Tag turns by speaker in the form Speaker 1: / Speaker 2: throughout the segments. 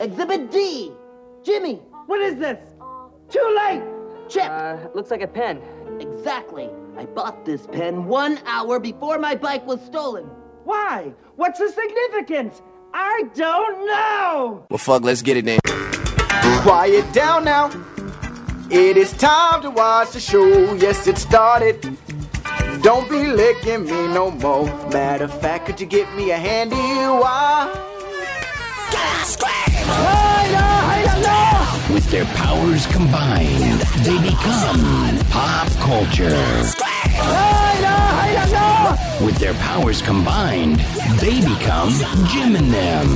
Speaker 1: Exhibit D. Jimmy,
Speaker 2: What is this? Too late!
Speaker 1: Chip.
Speaker 3: Uh, looks like a pen.
Speaker 1: exactly. I bought this pen one hour before my bike was stolen.
Speaker 2: Why? What's the significance? I don't know!
Speaker 4: Well, fuck, let's get it then.
Speaker 5: Quiet down now. It is time to watch the show. Yes, it started. Don't be licking me no more. Matter of fact, could you get me a handy wire?
Speaker 6: With their powers combined, they become pop culture. With their powers combined, they become Jim and them,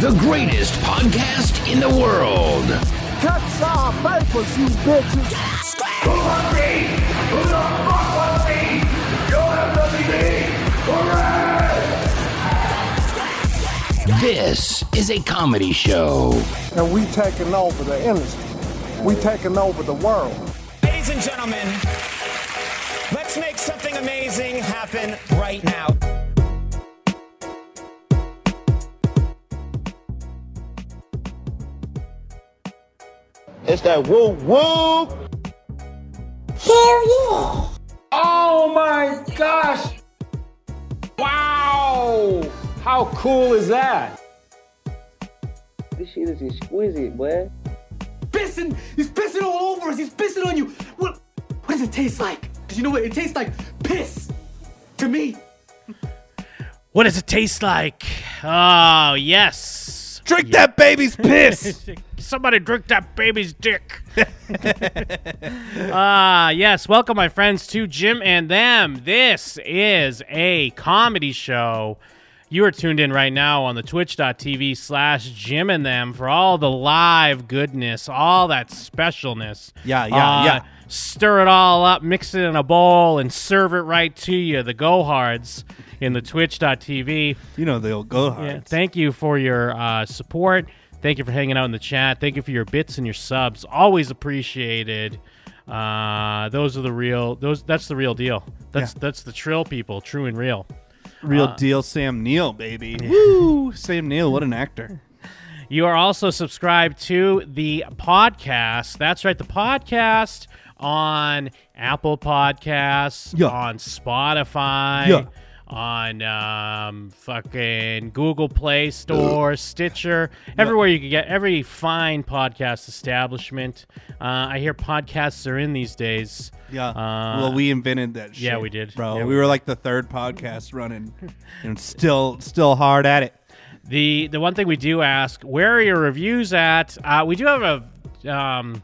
Speaker 6: the greatest podcast in the world. This is a comedy show.
Speaker 7: and we taking over the industry. We taking over the world.
Speaker 8: Ladies and gentlemen, let's make something amazing happen right now.
Speaker 9: It's that woo woo.
Speaker 8: Oh my gosh! Wow! How cool is that?
Speaker 3: This shit is exquisite, boy.
Speaker 2: Pissing! He's pissing all over us! He's pissing on you! What, what does it taste like? Because you know what? It tastes like piss! To me!
Speaker 10: What does it taste like? Oh, yes.
Speaker 4: Drink that baby's piss.
Speaker 10: Somebody drink that baby's dick. Ah, yes. Welcome, my friends, to Jim and Them. This is a comedy show. You are tuned in right now on the twitch.tv slash Jim and Them for all the live goodness, all that specialness. Uh,
Speaker 4: Yeah, yeah, yeah.
Speaker 10: Stir it all up, mix it in a bowl, and serve it right to you, the Gohards, in the twitch.tv.
Speaker 4: you know they'll go
Speaker 10: Yeah, thank you for your uh, support. Thank you for hanging out in the chat. Thank you for your bits and your subs. Always appreciated. Uh, those are the real. Those that's the real deal. That's that's the trill people, true and real.
Speaker 4: Real
Speaker 10: Uh,
Speaker 4: deal, Sam Neill, baby. Woo, Sam Neill, what an actor.
Speaker 10: You are also subscribed to the podcast. That's right, the podcast on Apple Podcasts,
Speaker 4: Yeah.
Speaker 10: on Spotify,
Speaker 4: Yeah.
Speaker 10: on um, fucking Google Play Store, Stitcher, everywhere you can get every fine podcast establishment. Uh, I hear podcasts are in these days.
Speaker 4: Yeah.
Speaker 10: Uh,
Speaker 4: well, we invented that. shit,
Speaker 10: yeah, we did.
Speaker 4: bro.
Speaker 10: Yeah,
Speaker 4: we
Speaker 10: we-
Speaker 4: were like the third podcast running, and still, still hard at it.
Speaker 10: The the one thing we do ask, where are your reviews at? Uh, we do have a um,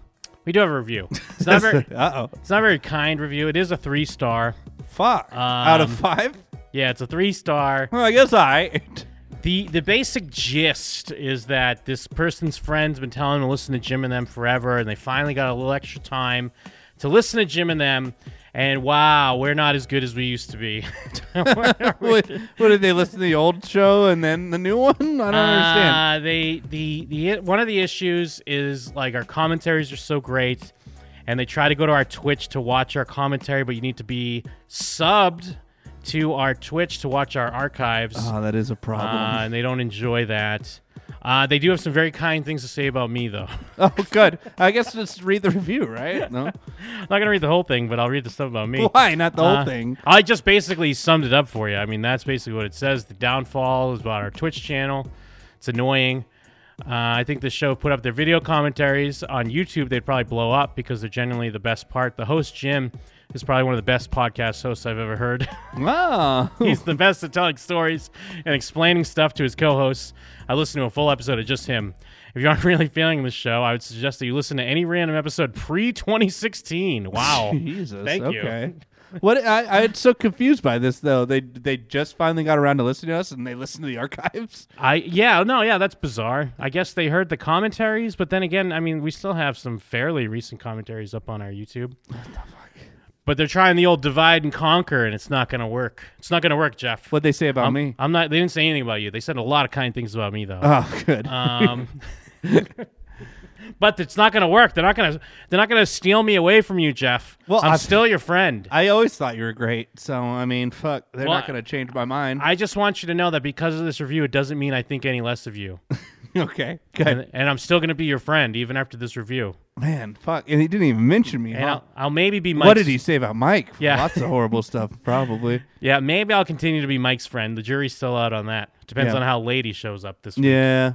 Speaker 10: we do have a review. It's not very,
Speaker 4: Uh oh.
Speaker 10: It's not a very kind review. It is a three star.
Speaker 4: Fuck. Out of five.
Speaker 10: Yeah, it's a three star.
Speaker 4: Well, I guess I.
Speaker 10: The the basic gist is that this person's friend's been telling them to listen to Jim and them forever, and they finally got a little extra time to listen to Jim and them. And wow, we're not as good as we used to be.
Speaker 4: what, what did they listen to the old show and then the new one? Mm, I don't understand.
Speaker 10: Uh, they the the one of the issues is like our commentaries are so great, and they try to go to our Twitch to watch our commentary, but you need to be subbed to our Twitch to watch our archives.
Speaker 4: Oh, that is a
Speaker 10: uh,
Speaker 4: problem.
Speaker 10: and they don't enjoy that. Uh, they do have some very kind things to say about me, though.
Speaker 4: oh, good. I guess just read the review, right? No.
Speaker 10: I'm not gonna read the whole thing, but I'll read the stuff about me.
Speaker 4: Why not the whole
Speaker 10: Uh,
Speaker 4: thing?
Speaker 10: I just basically summed it up for you. I mean, that's basically what it says. The downfall is about our Twitch channel. It's annoying. Uh, I think the show put up their video commentaries on YouTube. They'd probably blow up because they're generally the best part. The host Jim is probably one of the best podcast hosts I've ever heard.
Speaker 4: Wow.
Speaker 10: He's the best at telling stories and explaining stuff to his co-hosts. I listened to a full episode of just him. If you aren't really feeling the show, I would suggest that you listen to any random episode pre 2016. Wow,
Speaker 4: Jesus.
Speaker 10: thank you.
Speaker 4: okay. What I, I'm so confused by this though. They they just finally got around to listening to us, and they listened to the archives.
Speaker 10: I yeah no yeah that's bizarre. I guess they heard the commentaries, but then again, I mean we still have some fairly recent commentaries up on our YouTube. But they're trying the old divide and conquer, and it's not going to work. It's not going to work, Jeff.
Speaker 4: What they say about
Speaker 10: I'm,
Speaker 4: me?
Speaker 10: I'm not. They didn't say anything about you. They said a lot of kind things about me, though.
Speaker 4: Oh, good.
Speaker 10: Um, but it's not going to work. They're not going to. They're not going to steal me away from you, Jeff.
Speaker 4: Well,
Speaker 10: I'm
Speaker 4: I've-
Speaker 10: still your friend.
Speaker 4: I always thought you were great, so I mean, fuck, they're
Speaker 10: Well,
Speaker 4: not going to change my mind.
Speaker 10: I just want you to know that because of this review, it doesn't mean I think any less of you.
Speaker 4: Okay, good.
Speaker 10: And, and I'm still going to be your friend even after this review.
Speaker 4: Man, fuck. And he didn't even mention me.
Speaker 10: And
Speaker 4: huh?
Speaker 10: I'll, I'll maybe be Mike's.
Speaker 4: What did he say about Mike?
Speaker 10: Yeah.
Speaker 4: Lots of horrible stuff, probably.
Speaker 10: Yeah, maybe I'll continue to be Mike's friend. The jury's still out on that. Depends
Speaker 4: Yeah.
Speaker 10: on how Lady shows up this week.
Speaker 4: Yeah.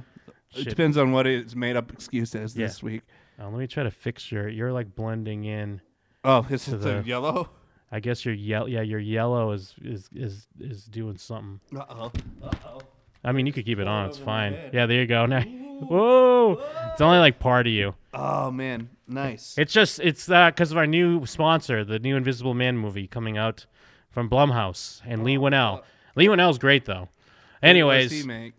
Speaker 4: It
Speaker 10: Shit.
Speaker 4: depends on what his made up excuse is this week.
Speaker 10: Uh, let me try to fix your. You're like blending in.
Speaker 4: Oh, it's
Speaker 10: To
Speaker 4: it's a
Speaker 10: the-
Speaker 4: yellow.
Speaker 10: I guess your yellow. Yeah, your yellow is is is is doing something.
Speaker 4: Uh oh.
Speaker 10: I mean, you could keep it on. It's fine. Yeah, there you go. Now, whoa, it's only like part of you.
Speaker 4: Oh man, nice.
Speaker 10: It's just it's because of our new sponsor, the new Invisible Man movie coming out from Blumhouse and
Speaker 4: Oh,
Speaker 10: Lee Winnell. Lee Winnell's great though. Anyways,
Speaker 4: What's he make?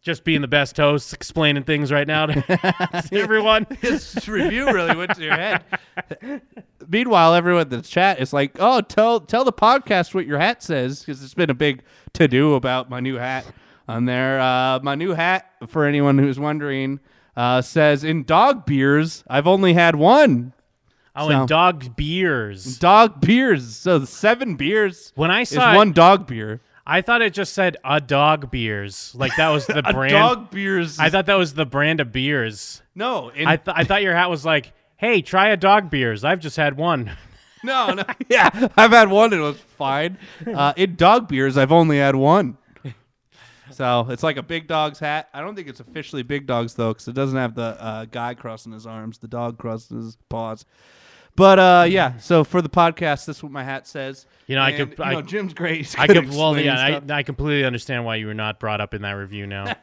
Speaker 10: just being the best host, explaining things right now to everyone.
Speaker 4: This review really went to your head. Meanwhile, everyone in the chat is like, "Oh, tell tell the podcast what your hat says," because it's been a big to do about my new hat on there. Uh, my new hat, for anyone who's wondering, uh, says in dog beers. I've only had one
Speaker 10: Oh,
Speaker 4: So-
Speaker 10: and dog beers.
Speaker 4: dog beers, so seven beers.
Speaker 10: When I
Speaker 4: is
Speaker 10: saw it-
Speaker 4: one dog beer,
Speaker 10: I thought it just said a dog beers, like that was the
Speaker 4: a
Speaker 10: brand.
Speaker 4: dog beers.
Speaker 10: I
Speaker 4: is-
Speaker 10: thought that was the brand of beers.
Speaker 4: no, in
Speaker 10: I th- I thought your hat was like, hey, try a dog beers. I've just had one.
Speaker 4: No, no. Yeah, I've had one and it was fine. Uh, in dog beers, I've only had one. So it's like a big dog's hat. I don't think it's officially big dogs though, because it doesn't have the uh, guy crossing his arms, the dog crossing his paws. But uh, yeah, so for the podcast, that's what my hat says.
Speaker 10: You know, I
Speaker 4: And,
Speaker 10: could-
Speaker 4: You
Speaker 10: I-
Speaker 4: know, Jim's great. He's
Speaker 10: I
Speaker 4: good
Speaker 10: could,
Speaker 4: at
Speaker 10: well,
Speaker 4: explaining
Speaker 10: yeah,
Speaker 4: stuff.
Speaker 10: I, I completely understand why you were not brought up in that review now.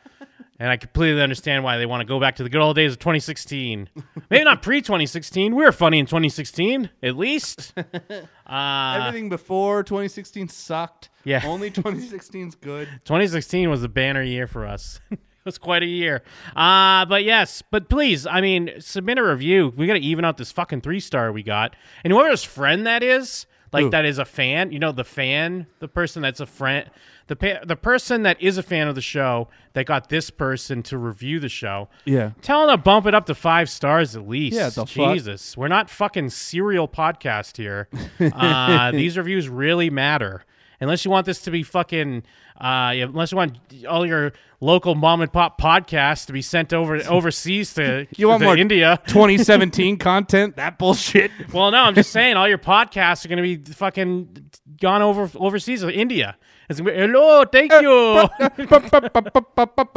Speaker 10: and I completely understand why they want to go back to the good old days of 2016. Maybe not pre 2016. We were funny in 2016, at least.
Speaker 4: Everything before 2016 sucked.
Speaker 10: uh, Yeah.
Speaker 4: only 2016's good.
Speaker 10: 2016 was a banner year for us. it was quite a year. Uh, but yes, but please, I mean, submit a review. We got to even out this fucking three star we got. And whoever's friend that is, like
Speaker 4: Who?
Speaker 10: that is a fan, you know, the fan, the person that's a friend, the pa- the person that is a fan of the show that got this person to review the show.
Speaker 4: Yeah.
Speaker 10: Tell them to bump it up to five stars at least.
Speaker 4: Yeah, the fuck.
Speaker 10: Jesus, we're not fucking serial podcast here. Uh, these reviews really matter. Unless you want this to be fucking, uh, yeah, unless you want all your local mom and pop podcasts to be sent over overseas to
Speaker 4: You want
Speaker 10: to
Speaker 4: more
Speaker 10: India?
Speaker 4: 2017 content? That bullshit.
Speaker 10: Well, no, I'm just saying all your podcasts are going to be fucking gone over overseas to India. It's gonna be, hello, thank
Speaker 4: Uh,
Speaker 10: you.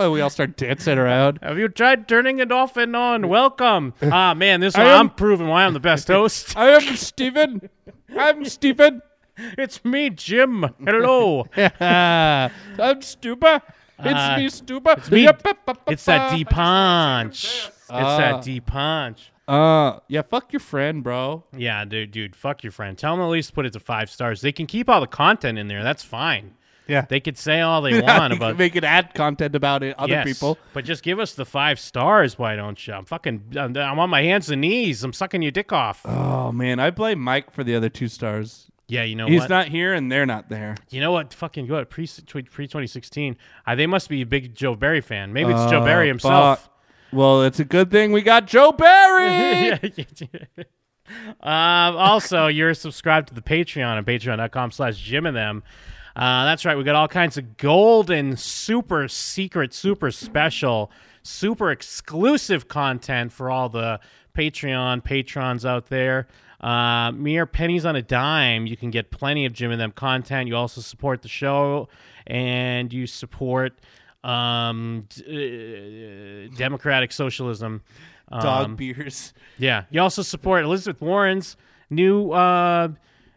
Speaker 4: we all start dancing around.
Speaker 10: Have you tried turning it off and on? Welcome. Ah, man, this
Speaker 4: I
Speaker 10: one,
Speaker 4: am-
Speaker 10: I'm proving why I'm the best host.
Speaker 4: I am Steven. I'm Steven.
Speaker 10: It's me, Jim. Hello.
Speaker 4: Uh, I'm Stuba. It's
Speaker 10: Uh,
Speaker 4: me, Stuba. It's
Speaker 10: me. It's that D punch. It's
Speaker 4: Ah.
Speaker 10: that D punch.
Speaker 4: Uh, yeah, fuck your friend, bro.
Speaker 10: Yeah, dude, dude, fuck your friend. Tell them at least put it to five stars. They can keep all the content in there. That's fine.
Speaker 4: Yeah.
Speaker 10: They could say all they want
Speaker 4: You can
Speaker 10: about
Speaker 4: make it ad content about it, other
Speaker 10: Yes,
Speaker 4: people.
Speaker 10: but just give us the five stars. Why don't you? I'm fucking. I'm, I'm on my hands and knees. I'm sucking your dick off.
Speaker 4: Oh, man. I blame Mike for the other two stars.
Speaker 10: yeah, you know
Speaker 4: He's
Speaker 10: what?
Speaker 4: not here and they're not there.
Speaker 10: You know what? Fucking good. Pre pre 2016. Uh, they must be a big Joe Barry fan. Maybe it's Joe Barry himself.
Speaker 4: Fuck. Uh, Well, it's a good thing we got Joe Barry.
Speaker 10: um, also, you're subscribed to the Patreon at patreon.com slash Jim and them. Uh, that's right. We got all kinds of golden, super secret, super special, super exclusive content for all the Patreon patrons out there. Uh, mere pennies on a dime. You can get plenty of Jim and them content. You also support the show and you support um, d- uh, democratic socialism.
Speaker 4: Dog
Speaker 10: Um,
Speaker 4: beers.
Speaker 10: yeah. You also support Elizabeth Warren's new uh,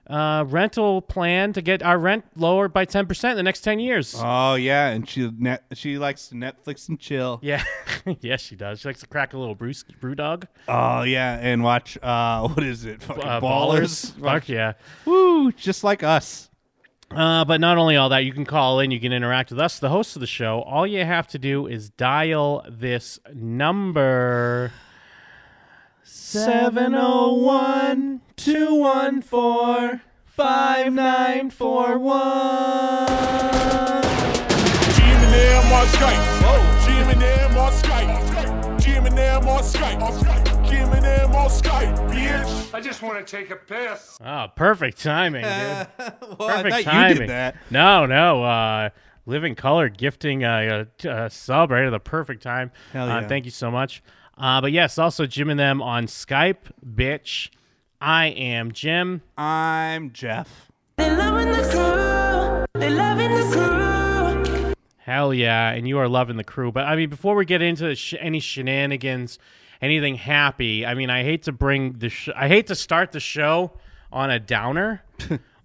Speaker 10: uh, rental plan to get our rent lowered by 10% in the next 10 years.
Speaker 4: Oh, yeah. And she net, she likes to Netflix and chill.
Speaker 10: yeah. yes, she does. She likes to crack a little brew, brew dog.
Speaker 4: Oh yeah, and watch uh what is it? Fucking
Speaker 10: Uh,
Speaker 4: ballers.
Speaker 10: Fuck yeah.
Speaker 4: Woo, just like us.
Speaker 10: Uh, but not only all that, you can call in, you can interact with us, the host of the show. All you have to do is dial this number
Speaker 4: 701 214
Speaker 11: Jim and them on Skype. Jim and them on Skype. Jim and them on Skype. Jim and them on Skype, bitch. I just want to take a piss.
Speaker 10: Oh, perfect timing, dude.
Speaker 4: Well,
Speaker 10: Perfect
Speaker 4: I thought
Speaker 10: timing.
Speaker 4: you did that.
Speaker 10: No, no. Uh, Living Color gifting uh, a, a, a sub right at the perfect time.
Speaker 4: Hell
Speaker 10: Uh,
Speaker 4: yeah.
Speaker 10: thank you so much. Uh, but yes, also Jim and them on Skype, bitch. I am Jim.
Speaker 4: I'm Jeff.
Speaker 10: Hell yeah, and you are loving the crew. But I mean, before we get into sh- any shenanigans, anything happy, I mean, I hate to bring the sh- I hate to start the show on a downer,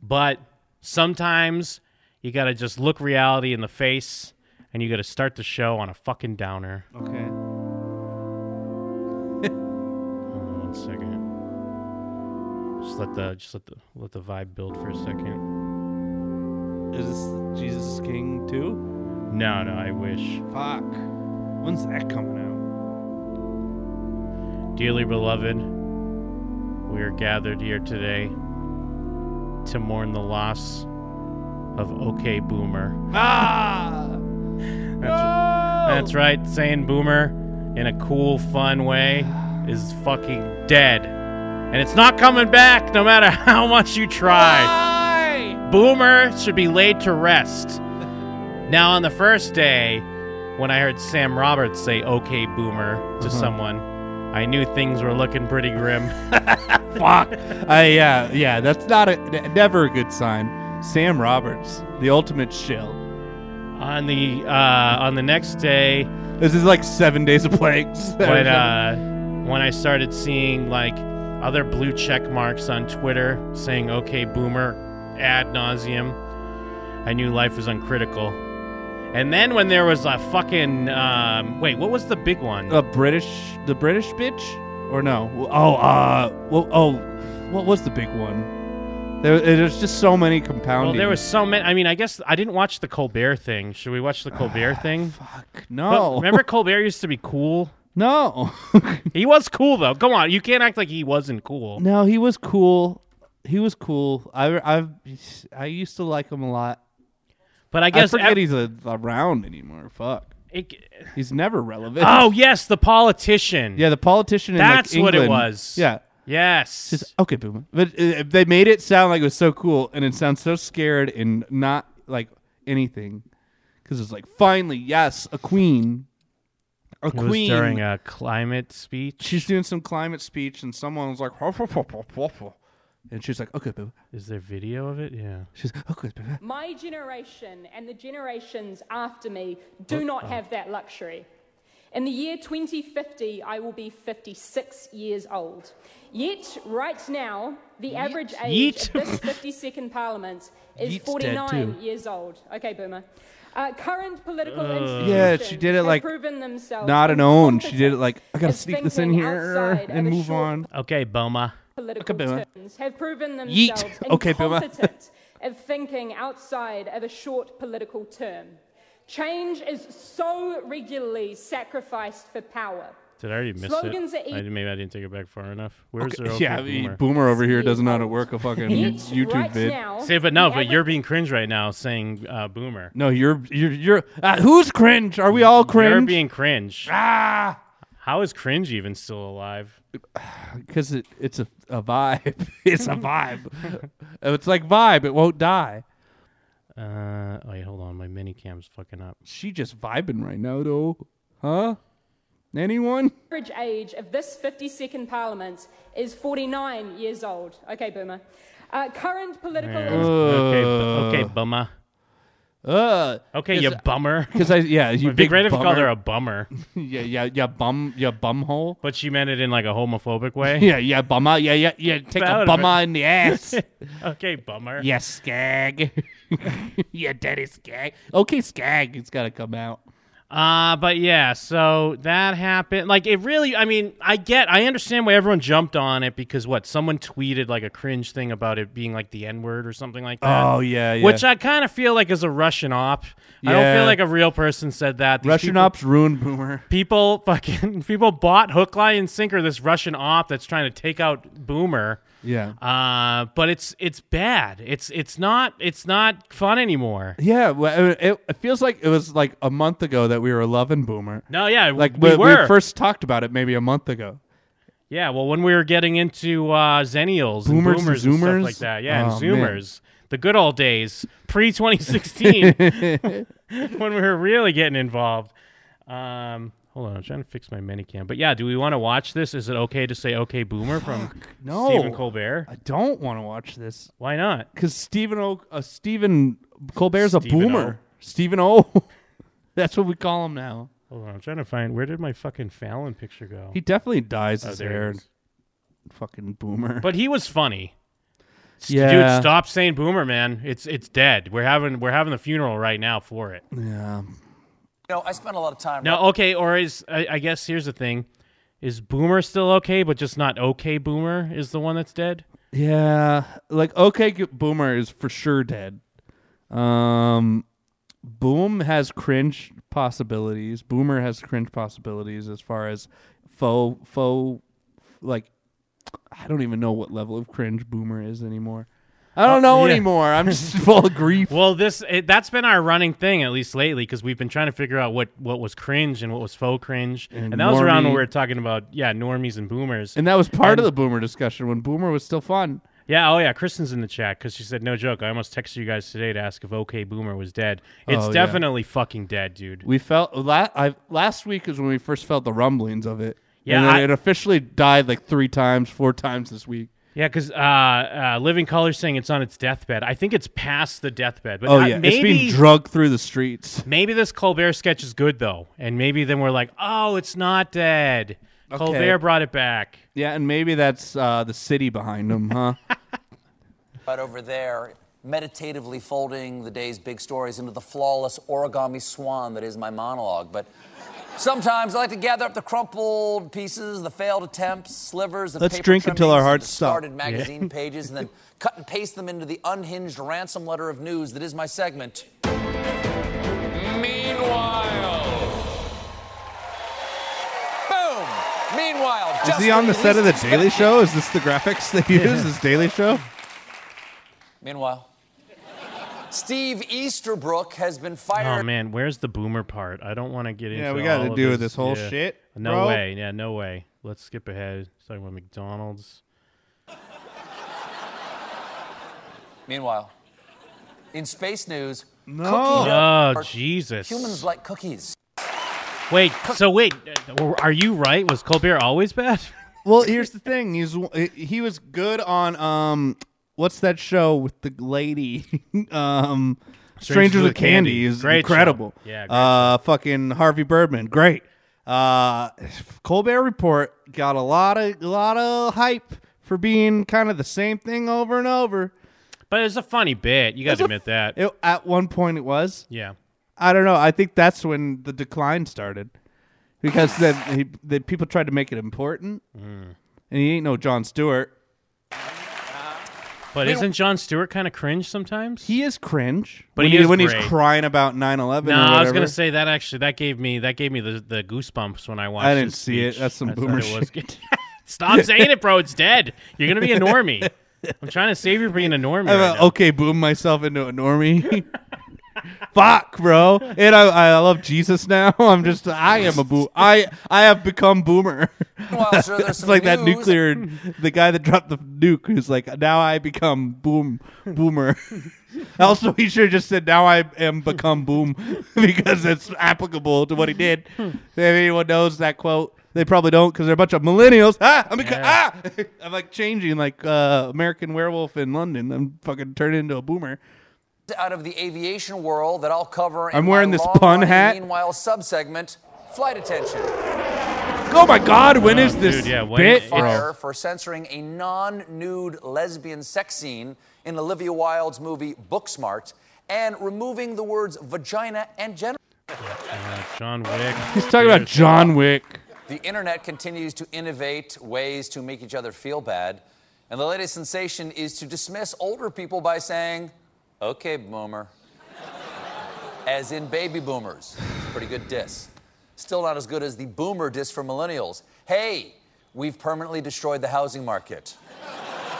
Speaker 10: but sometimes you gotta just look reality in the face, and you gotta start the show on a fucking downer.
Speaker 4: Okay. Hold
Speaker 10: on one second. Just let the just let the let the vibe build for a second.
Speaker 4: Is this Jesus is King too?
Speaker 10: No, no, I wish.
Speaker 4: Fuck. When's that coming out?
Speaker 10: Dearly beloved, we are gathered here today to mourn the loss of OK Boomer.
Speaker 4: Ah!
Speaker 10: That's right, saying Boomer in a cool, fun way is fucking dead. And it's not coming back no matter how much you try. Boomer should be laid to rest. Now, on the first day, when I heard Sam Roberts say OK Boomer to someone, I knew things were looking pretty grim.
Speaker 4: Fuck. Uh, yeah, yeah. That's not a n- never a good sign. Sam Roberts, the ultimate shill.
Speaker 10: on the uh, on the next day,
Speaker 4: This is like seven days of plagues.
Speaker 10: but uh, when I started seeing like other blue check marks on Twitter saying "Okay, Boomer" ad nauseum, I knew life was uncritical. And then when there was a fucking um, wait, what was the big one?
Speaker 4: a British, the British bitch, or no? Oh, uh, well, oh, what was the big one? There, there's just so many compounding.
Speaker 10: well, there was so many. I mean, I guess I didn't watch the Colbert thing. Should we watch the Colbert thing?
Speaker 4: Ah, Fuck
Speaker 10: But
Speaker 4: no.
Speaker 10: remember, Colbert used to be cool.
Speaker 4: No.
Speaker 10: he was cool though. Come on, you can't act like he wasn't cool.
Speaker 4: No, he was cool. He was cool. I I've I used to like him a lot.
Speaker 10: But I guess
Speaker 4: forget
Speaker 10: ev-
Speaker 4: he's a, around anymore. Fuck.
Speaker 10: It-
Speaker 4: He's never relevant.
Speaker 10: Oh yes, the politician.
Speaker 4: yeah, the politician. In
Speaker 10: That's
Speaker 4: like,
Speaker 10: what it
Speaker 4: England.
Speaker 10: was.
Speaker 4: Yeah.
Speaker 10: Yes.
Speaker 4: It's just, okay, boomer. But uh, they made it sound like it was so cool, and it sounds so scared and not like anything, because it's like finally, yes, a queen, a
Speaker 10: It was
Speaker 4: queen.
Speaker 10: during a climate speech.
Speaker 4: She's doing some climate speech, and someone was like, and she's like, okay, boomer.
Speaker 10: Is there video of it? Yeah.
Speaker 4: She's okay, boomer.
Speaker 12: My generation and the generations after me do not have that luxury. In the year 2050, I will be 56 years old. Yet, right now, the average age
Speaker 10: Yeet.
Speaker 12: of this 52nd Parliament is
Speaker 10: Yeet's dead
Speaker 12: 49
Speaker 10: too.
Speaker 12: years old. Okay, boomer. Uh, current political
Speaker 4: Uh,
Speaker 12: institutions
Speaker 4: Yeah, she did it
Speaker 12: have
Speaker 4: like
Speaker 12: proven themselves
Speaker 4: not an own. She did it
Speaker 12: incompetent
Speaker 4: like I gotta
Speaker 12: as
Speaker 4: sneak this in
Speaker 12: thinking
Speaker 4: here
Speaker 12: outside of
Speaker 4: and
Speaker 12: a
Speaker 4: move
Speaker 12: short
Speaker 4: on.
Speaker 10: Okay, Boma.
Speaker 12: political
Speaker 4: Boomer.
Speaker 12: terms have proven
Speaker 4: Yeet.
Speaker 12: themselves
Speaker 4: Okay, Boomer.
Speaker 12: incompetent of thinking outside of a short political term. Change is so regularly sacrificed for power.
Speaker 10: Did I already miss
Speaker 12: Slogans
Speaker 10: it?
Speaker 12: that
Speaker 10: I, maybe I didn't take it back far enough. Where's
Speaker 4: Okay,
Speaker 10: their okay
Speaker 4: yeah, I mean,
Speaker 10: boomer?
Speaker 4: boomer. over here doesn't know how to work a fucking
Speaker 12: Yeet.
Speaker 4: YouTube
Speaker 12: Right
Speaker 4: vid.
Speaker 12: now-
Speaker 10: Say, but no,
Speaker 12: The
Speaker 10: but
Speaker 12: average-
Speaker 10: you're being cringe right now saying uh, boomer.
Speaker 4: No, you're you're you're uh, who's cringe? Are we all
Speaker 10: You're
Speaker 4: cringe?
Speaker 10: being cringe.
Speaker 4: Ah,
Speaker 10: How is cringe even still alive?
Speaker 4: because it, it's a, a vibe. it's a vibe. it's like vibe. It won't die.
Speaker 10: Uh, wait, hold on. My mini cam's fucking up.
Speaker 4: She just vibing right now, though. Huh? Anyone?
Speaker 12: average age of this 52nd Parliament is 49 years old. Okay, boomer. Uh, current political
Speaker 10: Yeah.
Speaker 12: institutions
Speaker 10: okay, bu- okay, bummer.
Speaker 4: Uh.
Speaker 10: Okay, you bummer.
Speaker 4: Because I yeah you
Speaker 10: It'd be
Speaker 4: big
Speaker 10: great if you called her
Speaker 4: bummer.
Speaker 10: a bummer,
Speaker 4: yeah yeah yeah bum yeah bumhole.
Speaker 10: but she meant it in like a homophobic way.
Speaker 4: Yeah yeah bummer yeah yeah yeah take
Speaker 10: Proud
Speaker 4: a
Speaker 10: of
Speaker 4: bummer
Speaker 10: it.
Speaker 4: in the ass.
Speaker 10: okay, bummer.
Speaker 4: yeah skag. yeah daddy skag. Okay skag. It's gotta come out.
Speaker 10: Uh, but yeah, so that happened. Like, it really, I mean, I get, I understand why everyone jumped on it because what? Someone tweeted like a cringe thing about it being like the N word or something like that.
Speaker 4: Oh, yeah, yeah.
Speaker 10: Which I kind of feel like is a Russian op. I don't
Speaker 4: Yeah.
Speaker 10: feel like a real person said that. These
Speaker 4: Russian
Speaker 10: people-
Speaker 4: ops ruined boomer.
Speaker 10: People fucking, people bought hook, line, and sinker this Russian op that's trying to take out Boomer.
Speaker 4: Yeah.
Speaker 10: Uh, but it's, it's bad. It's, it's not, it's not fun anymore.
Speaker 4: Yeah, well, it, it- it feels like it was like a month ago that we were loving Boomer.
Speaker 10: No, yeah,
Speaker 4: like
Speaker 10: we,
Speaker 4: when
Speaker 10: were.
Speaker 4: we first talked about it maybe a month ago.
Speaker 10: Yeah, well, when we were getting into uh,
Speaker 4: Boomers
Speaker 10: Zennials
Speaker 4: and
Speaker 10: and boomers and stuff
Speaker 4: Zoomers?
Speaker 10: like that, yeah,
Speaker 4: Oh,
Speaker 10: and
Speaker 4: man.
Speaker 10: Zoomers, the good old days, pre 2016. when we were really getting involved. Um, hold on, I'm trying to fix my mini cam. But yeah, do we want to watch this? Is it okay to say "Okay, Boomer" from
Speaker 4: no.
Speaker 10: Stephen Colbert?
Speaker 4: I don't want to watch this.
Speaker 10: Why not?
Speaker 4: Because Stephen O. Uh, Stephen Colbert's a
Speaker 10: Stephen O.
Speaker 4: boomer. Stephen O. That's what we call him now.
Speaker 10: Hold on, I'm trying to find where did my fucking Fallon picture go?
Speaker 4: He definitely dyes
Speaker 10: Oh,
Speaker 4: his
Speaker 10: there it
Speaker 4: hair.
Speaker 10: is.
Speaker 4: Fucking boomer.
Speaker 10: But he was funny. S-
Speaker 4: Yeah.
Speaker 10: Dude, stop saying boomer, man. It's it's dead. We're having we're having the funeral right now for it.
Speaker 4: Yeah.
Speaker 13: You know, I spent a lot of time.
Speaker 10: No, okay, or is I, I guess here's the thing. Is boomer still okay, but just not okay boomer is the one that's dead?
Speaker 4: Yeah, like okay, G- Boomer is for sure dead. Um, Boom has cringe possibilities. Boomer has cringe possibilities as far as faux faux like I don't even know what level of cringe Boomer is anymore. I don't know
Speaker 10: Uh, Oh, Yeah.
Speaker 4: anymore. I'm just full of grief.
Speaker 10: Well, this it, that's been our running thing at least lately because we've been trying to figure out what what was cringe and what was faux cringe,
Speaker 4: And
Speaker 10: and, that was around when
Speaker 4: normie.
Speaker 10: we were talking about yeah normies and boomers,
Speaker 4: And that was part
Speaker 10: And-
Speaker 4: of the Boomer discussion when Boomer was still fun.
Speaker 10: Yeah, oh yeah, Kristen's in the chat because she said, "No joke, I almost texted you guys today to ask if OK Boomer was dead. It's
Speaker 4: Oh, yeah.
Speaker 10: definitely fucking dead, dude.
Speaker 4: We felt la- I, last week is when we first felt the rumblings of it.
Speaker 10: Yeah,
Speaker 4: and then
Speaker 10: I-
Speaker 4: it officially died like three times, four times this week.
Speaker 10: Yeah, because uh, uh, Living Color saying it's on its deathbed. I think it's past the deathbed, but
Speaker 4: oh
Speaker 10: I-
Speaker 4: yeah,
Speaker 10: maybe
Speaker 4: it's being drugged through the streets.
Speaker 10: maybe this Colbert sketch is good though, and maybe then we're like, oh, it's not dead.
Speaker 4: Okay.
Speaker 10: Colbert brought it back.
Speaker 4: Yeah, and maybe that's uh, the city behind him, huh?
Speaker 13: But over there, meditatively folding the day's big stories into the flawless origami swan that is my monologue. But sometimes I like to gather up the crumpled pieces, the failed attempts, slivers of
Speaker 4: Let's
Speaker 13: paper
Speaker 4: drink until our
Speaker 13: trimmings and
Speaker 4: hearts stop.
Speaker 13: discarded
Speaker 4: Yeah.
Speaker 13: magazine pages, and then cut and paste them into the unhinged ransom letter of news that is my segment. Meanwhile, boom. Meanwhile,
Speaker 4: Is
Speaker 13: just
Speaker 4: he on
Speaker 13: when
Speaker 4: the
Speaker 13: you
Speaker 4: set of the
Speaker 13: least expect
Speaker 4: Daily Show? Is this the graphics they use?
Speaker 13: Yeah.
Speaker 4: This Daily Show?
Speaker 13: Meanwhile, Steve Easterbrook has been fired.
Speaker 10: Oh man, where's the boomer part? I don't want to get into.
Speaker 4: Yeah, we
Speaker 10: got
Speaker 4: gotta
Speaker 10: to
Speaker 4: do this whole shit,
Speaker 10: No
Speaker 4: bro.
Speaker 10: way. Yeah, no way. Let's skip ahead. It's talking about McDonald's.
Speaker 13: Meanwhile, in space news, no.
Speaker 10: Oh, Jesus.
Speaker 13: Humans like cookies.
Speaker 10: Wait. So wait, uh, are you right? Was Colbert always bad?
Speaker 4: Well, here's the thing. He's he was good on um, what's that show with the lady? um, Strangers, with Candy, is
Speaker 10: Great
Speaker 4: incredible.
Speaker 10: show. Yeah, great
Speaker 4: uh, fucking Harvey Birdman, great. Uh, Colbert Report got a lot of a lot of hype for being kind of the same thing over and over.
Speaker 10: But it's a funny bit. You got
Speaker 4: It's
Speaker 10: to
Speaker 4: a-
Speaker 10: admit that.
Speaker 4: It, at one point, it was.
Speaker 10: Yeah.
Speaker 4: I don't know. I think that's when the decline started, because then he, the people tried to make it important,
Speaker 10: Mm.
Speaker 4: and he ain't no John Stewart.
Speaker 10: But
Speaker 4: Mean-
Speaker 10: isn't John Stewart kind of cringe sometimes?
Speaker 4: He is cringe,
Speaker 10: But
Speaker 4: when
Speaker 10: he is
Speaker 4: when
Speaker 10: great.
Speaker 4: he's crying about 9-11
Speaker 10: No,
Speaker 4: or
Speaker 10: I was gonna
Speaker 4: whatever.
Speaker 10: say that actually that gave me that gave me the, the goosebumps when I watched.
Speaker 4: I didn't
Speaker 10: his
Speaker 4: see it.
Speaker 10: speech.
Speaker 4: That's some
Speaker 10: I thought
Speaker 4: boomer
Speaker 10: it was
Speaker 4: shit.
Speaker 10: good. Stop saying it, bro. It's dead. You're gonna be a normie. I'm trying to save you from being a normie.
Speaker 4: I'm
Speaker 10: right
Speaker 4: a-
Speaker 10: now.
Speaker 4: okay, boom myself into a normie. Fuck, bro. And I, I love Jesus now. I'm just I am a boo. I I have become boomer.
Speaker 13: Meanwhile, sir, there's
Speaker 4: it's
Speaker 13: some
Speaker 4: like that
Speaker 13: news.
Speaker 4: nuclear the guy that dropped the nuke who's like now I become boom boomer. also he should have just said now I am become boom because it's applicable to what he did. if anyone knows that quote, they probably don't because they're a bunch of millennials. Ah, I'm, beco- ah! I'm like changing like uh, American Werewolf in London. I'm fucking turning into a boomer.
Speaker 13: Out of the aviation world that I'll cover. in
Speaker 4: I'm
Speaker 13: my
Speaker 4: wearing this
Speaker 13: long
Speaker 4: pun
Speaker 13: running
Speaker 4: hat.
Speaker 13: Meanwhile, subsegment flight attention.
Speaker 4: Oh my God! When
Speaker 10: Oh,
Speaker 4: is this
Speaker 10: dude, yeah, when-
Speaker 4: bit?
Speaker 13: Fire for censoring a non-nude lesbian sex scene in Olivia Wilde's movie Booksmart, and removing the words vagina and genital.
Speaker 10: Uh, John Wick. uh,
Speaker 4: He's talking about John Wick.
Speaker 13: The internet continues to innovate ways to make each other feel bad. And the latest sensation is to dismiss older people by saying, okay, boomer. As in baby boomers. It's a pretty good diss. Still not as good as the boomer diss for millennials. Hey, we've permanently destroyed the housing market.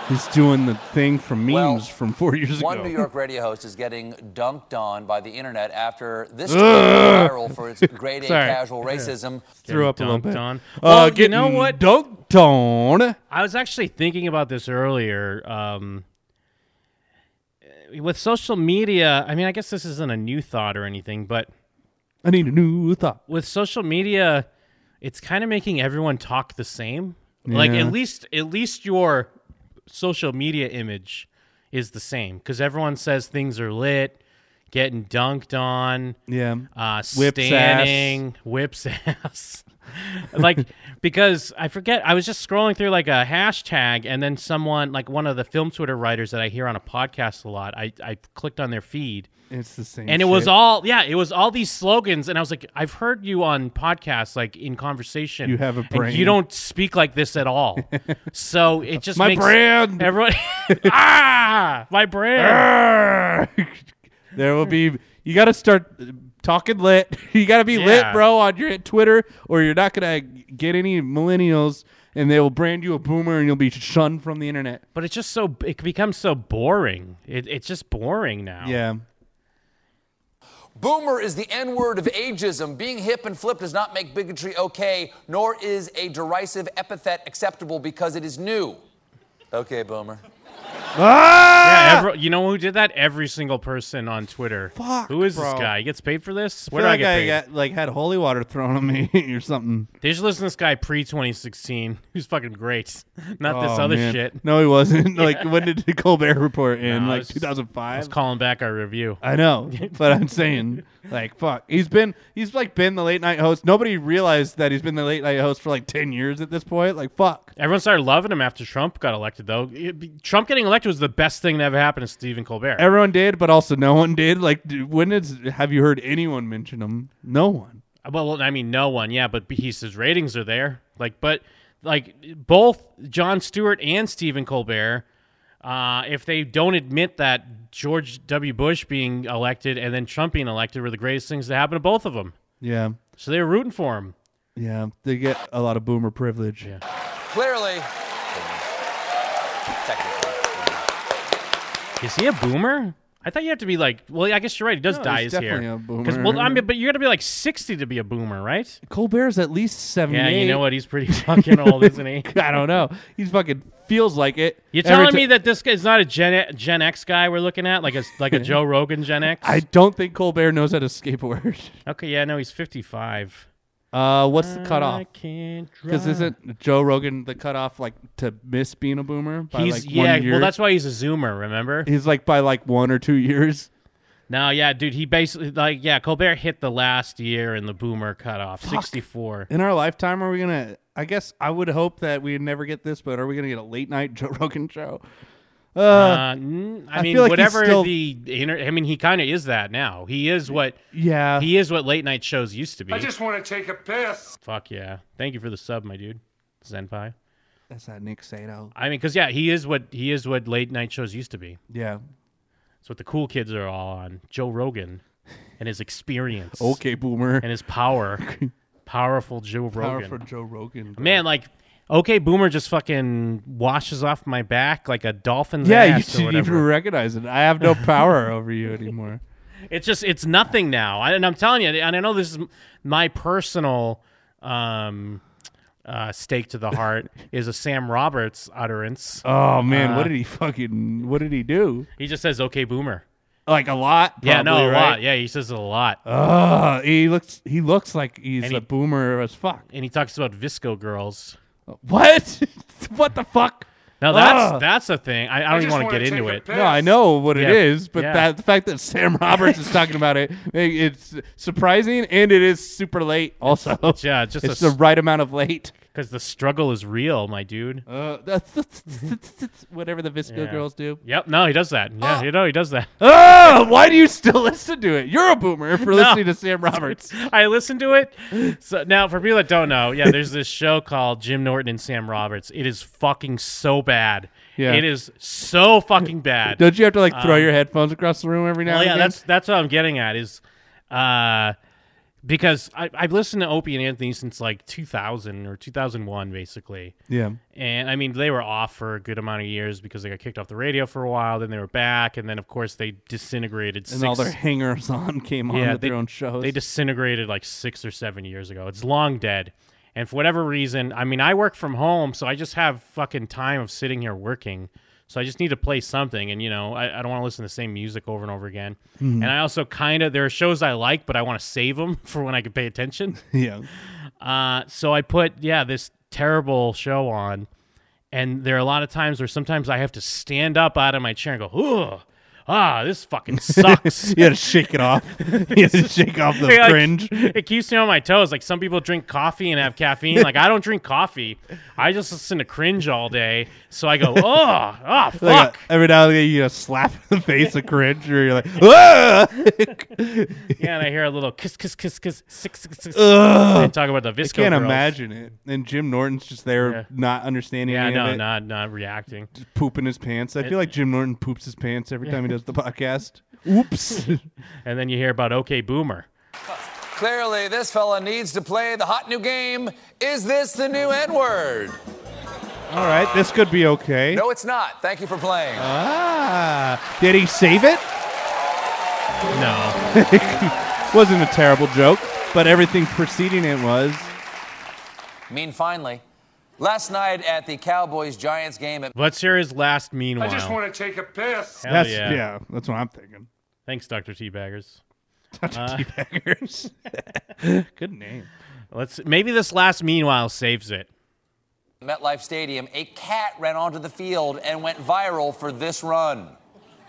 Speaker 4: He's doing the thing from memes from four years
Speaker 13: One
Speaker 4: ago.
Speaker 13: New York radio host is getting dunked on by the internet after this
Speaker 4: Ugh.
Speaker 13: tweet went viral for its grade A
Speaker 4: Sorry.
Speaker 13: casual racism.
Speaker 4: Threw up a little
Speaker 10: dunked
Speaker 4: bit.
Speaker 10: on. Well,
Speaker 4: Uh,
Speaker 10: you
Speaker 4: getting
Speaker 10: know what?
Speaker 4: Dunked on.
Speaker 10: I was actually thinking about this earlier. Um, with social media, I mean, I guess this isn't a new thought or anything, but
Speaker 4: I need a new thought.
Speaker 10: with social media, it's kind of making everyone talk the same. Like
Speaker 4: Yeah.
Speaker 10: at least at least your social media image is the same because everyone says things are lit, getting dunked on,
Speaker 4: Yeah.
Speaker 10: uh,
Speaker 4: Whips ass.
Speaker 10: standing, whips ass. like because I forget, I was just scrolling through like a hashtag, and then someone like one of the film Twitter writers that I hear on a podcast a lot, I I clicked on their feed.
Speaker 4: It's the same
Speaker 10: and it was
Speaker 4: shit.
Speaker 10: all yeah, it was all these slogans, and I was like, I've heard you on podcasts, like in conversation.
Speaker 4: You have a
Speaker 10: and
Speaker 4: brain.
Speaker 10: you don't speak like this at all. so it just
Speaker 4: My
Speaker 10: makes
Speaker 4: brand.
Speaker 10: everyone ah my brand.
Speaker 4: There will be. You got to start uh, talking lit. You got to be lit,
Speaker 10: Yeah.
Speaker 4: bro, on your Twitter, or you're not gonna get any millennials, and they will brand you a boomer, and you'll be shunned from the internet.
Speaker 10: But it's just so it becomes so boring. It, it's just boring now.
Speaker 4: Yeah.
Speaker 13: Boomer is the N word of ageism. Being hip and flip does not make bigotry okay, nor is a derisive epithet acceptable because it is new. Okay, Boomer.
Speaker 10: Ah! Yeah, every, you know who did that? Every single person on Twitter.
Speaker 4: Fuck,
Speaker 10: who is
Speaker 4: bro.
Speaker 10: this guy? He gets paid for this?
Speaker 4: Where
Speaker 10: Where do I
Speaker 4: like
Speaker 10: get
Speaker 4: I,
Speaker 10: paid?
Speaker 4: got like had holy water thrown on me or something.
Speaker 10: They should listen to this guy pre 2016, who's fucking great. Not this
Speaker 4: Oh,
Speaker 10: other
Speaker 4: man.
Speaker 10: shit.
Speaker 4: No, he wasn't. like when did the Colbert Report in?
Speaker 10: No, I
Speaker 4: like
Speaker 10: was-
Speaker 4: 2005.
Speaker 10: I was calling back our review.
Speaker 4: I know, but I'm saying, like, fuck. He's been, he's like been the late night host. Nobody realized that he's been the late night host for like ten years at this point. Like, fuck.
Speaker 10: Everyone started loving him after Trump got elected, though. It be- Trump getting elected was the best thing that ever happened to Stephen Colbert.
Speaker 4: Everyone did, but also no one did. Like, d- when is have you heard anyone mention him? No one.
Speaker 10: Well, well, I mean, no one, yeah, but he's, his ratings are there. Like, but like both John Stewart and Stephen Colbert, uh, if they don't admit that George W. Bush being elected and then Trump being elected were the greatest things that happened to both of them,
Speaker 4: Yeah,
Speaker 10: so they were rooting for him.
Speaker 4: yeah. They get a lot of boomer privilege. Yeah.
Speaker 13: Clearly. Technically.
Speaker 10: Is he a boomer? I thought you have to be like, well, I guess you're right. He does
Speaker 4: No,
Speaker 10: die
Speaker 4: he's
Speaker 10: his hair.
Speaker 4: definitely a boomer.
Speaker 10: 'Cause- Well, I mean, but you got to be like 60 to be a boomer, right?
Speaker 4: Colbert's at least seventy.
Speaker 10: Yeah, you know what? He's pretty fucking old, isn't he?
Speaker 4: I don't know. He's fucking feels like it.
Speaker 10: You're
Speaker 4: Every
Speaker 10: telling
Speaker 4: ti-
Speaker 10: me that this guy is not a Gen, E, Gen X guy we're looking at, like a like a Joe Rogan Gen X?
Speaker 4: I don't think Colbert knows how to skateboard.
Speaker 10: Okay, yeah, no, he's 55.
Speaker 4: Uh, what's the
Speaker 10: I
Speaker 4: cutoff?
Speaker 10: can't
Speaker 4: Because
Speaker 10: drive.
Speaker 4: isn't Joe Rogan the cutoff like to miss being a boomer? By like
Speaker 10: He's yeah.
Speaker 4: one year?
Speaker 10: Well, that's why he's a Zoomer. Remember?
Speaker 4: he's like by like one or two years.
Speaker 10: No, yeah, dude. He basically like yeah. Colbert hit the last year in the Boomer cutoff, 64.
Speaker 4: In our lifetime, are we gonna? I guess I would hope that we'd never get this, but are we gonna get a late night Joe Rogan show? Uh,
Speaker 10: Uh, n- I,
Speaker 4: I
Speaker 10: mean,
Speaker 4: feel like he's
Speaker 10: whatever
Speaker 4: still-
Speaker 10: the inner. I mean, he kind of is that now. He is what.
Speaker 4: Yeah.
Speaker 10: He is what late night shows used to be.
Speaker 11: I just want to take a piss.
Speaker 10: Fuck yeah! Thank you for the sub, my dude. Zenpai.
Speaker 4: That's not Nick Sato.
Speaker 10: I mean, because yeah, he is what he is what late night shows used to be.
Speaker 4: Yeah.
Speaker 10: It's what the cool kids are all on. Joe Rogan and his experience.
Speaker 4: Okay, boomer.
Speaker 10: And his power. Powerful Joe Rogan.
Speaker 4: Powerful Joe Rogan. bro.
Speaker 10: Man, like, okay, Boomer just fucking washes off my back like a dolphin's
Speaker 4: yeah, you
Speaker 10: ass or
Speaker 4: should even
Speaker 10: whatever.
Speaker 4: recognize it. I have no power over you anymore.
Speaker 10: It's just it's nothing now, I, and I'm telling you, and I know this is m- my personal um, uh, stake to the heart is a Sam Roberts utterance.
Speaker 4: Oh man,
Speaker 10: Uh,
Speaker 4: what did he fucking? What did he do?
Speaker 10: He just says "Okay, Boomer."
Speaker 4: Like a lot.
Speaker 10: yeah, no,
Speaker 4: probably,
Speaker 10: a
Speaker 4: right?
Speaker 10: lot. Yeah, he says it a lot.
Speaker 4: Uh, he looks. He looks like he's
Speaker 10: And
Speaker 4: a
Speaker 10: he-
Speaker 4: boomer as fuck.
Speaker 10: and he talks about Visco girls.
Speaker 4: What? what the fuck?
Speaker 10: Now that's
Speaker 4: Ugh.
Speaker 10: that's a thing. I, I don't even want to get into it.
Speaker 4: No, I know what it
Speaker 10: Yeah,
Speaker 4: is, but
Speaker 10: yeah.
Speaker 4: that the fact that Sam Roberts is talking about it, it- it's surprising and it is super late. Also,
Speaker 10: It's- yeah, just
Speaker 4: it's
Speaker 10: a
Speaker 4: the right amount of late.
Speaker 10: because the struggle is real, my dude.
Speaker 4: Uh, that's, that's- that's- that's whatever the Visco
Speaker 10: Yeah.
Speaker 4: girls do.
Speaker 10: Yep. No, he does that. Yeah, you know he does that.
Speaker 4: Oh, why do you still listen to it? You're a boomer for listening to Sam Roberts.
Speaker 10: I listened to it. So now, for people that don't know, yeah, there's this show called Jim Norton and Sam Roberts. It is fucking so bad.
Speaker 4: Yeah.
Speaker 10: It is so fucking bad.
Speaker 4: Don't you have to like throw
Speaker 10: Um,
Speaker 4: your headphones across the room every now
Speaker 10: Well,
Speaker 4: and
Speaker 10: yeah,
Speaker 4: again?
Speaker 10: that's that's what I'm getting at is, uh, because I, I've listened to Opie and Anthony since like 2000 or 2001, basically.
Speaker 4: Yeah.
Speaker 10: and I mean they were off for a good amount of years because they got kicked off the radio for a while. Then they were back, and then of course they disintegrated.
Speaker 4: and all their
Speaker 10: six-
Speaker 4: hangers on came on
Speaker 10: yeah,
Speaker 4: with
Speaker 10: they,
Speaker 4: their own shows.
Speaker 10: They disintegrated like six or seven years ago. It's long dead. And for whatever reason, I mean, I work from home, so I just have fucking time of sitting here working. So I just need to play something, and you know, I, I don't want to listen to the same music over and over again.
Speaker 4: Mhm.
Speaker 10: And I also kind of there are shows I like, but I want to save them for when I can pay attention.
Speaker 4: Yeah.
Speaker 10: Uh, so I put yeah this terrible show on, and there are a lot of times where sometimes I have to stand up out of my chair and go, ugh, ah, this fucking sucks.
Speaker 4: you had to shake it off. you had to shake off the
Speaker 10: Yeah, like,
Speaker 4: cringe.
Speaker 10: it keeps me on my toes. Like some people drink coffee and have caffeine. Like I don't drink coffee. I just listen to cringe all day. So I go, oh, ah, fuck.
Speaker 4: Like, uh, every now and then you know, slap in the face of cringe, or you're like, "Ah!"
Speaker 10: yeah, and I hear a little kiss, kiss, kiss, kiss, six, six, six.
Speaker 4: Ugh.
Speaker 10: They talk about the Visco
Speaker 4: I can't
Speaker 10: girls.
Speaker 4: imagine it. And Jim Norton's just there,
Speaker 10: Yeah.
Speaker 4: not understanding.
Speaker 10: Yeah,
Speaker 4: any
Speaker 10: no,
Speaker 4: of it,
Speaker 10: not not reacting.
Speaker 4: just pooping his pants. I
Speaker 10: It-
Speaker 4: feel like Jim Norton poops his pants every time he does the podcast. Oops.
Speaker 10: and then you hear about OK Boomer.
Speaker 13: Clearly, this fella needs to play the hot new game. Is this the new N word?
Speaker 4: All right, this could be okay.
Speaker 13: No, it's not. Thank you for playing.
Speaker 4: Ah, did he save it?
Speaker 10: No.
Speaker 4: Wasn't a terrible joke, but everything preceding it was.
Speaker 13: Mean finally. Last night at the Cowboys Giants game at
Speaker 10: Let's hear his last meanwhile.
Speaker 13: I just want to take a piss.
Speaker 10: Hell
Speaker 4: that's
Speaker 10: yeah.
Speaker 4: that's what I'm thinking.
Speaker 10: Thanks, Dr. Teabaggers. Uh,
Speaker 4: Dr. Teabaggers. Good name.
Speaker 10: Let's maybe this last meanwhile saves it.
Speaker 13: MetLife Stadium, a cat ran onto the field and went viral for this run.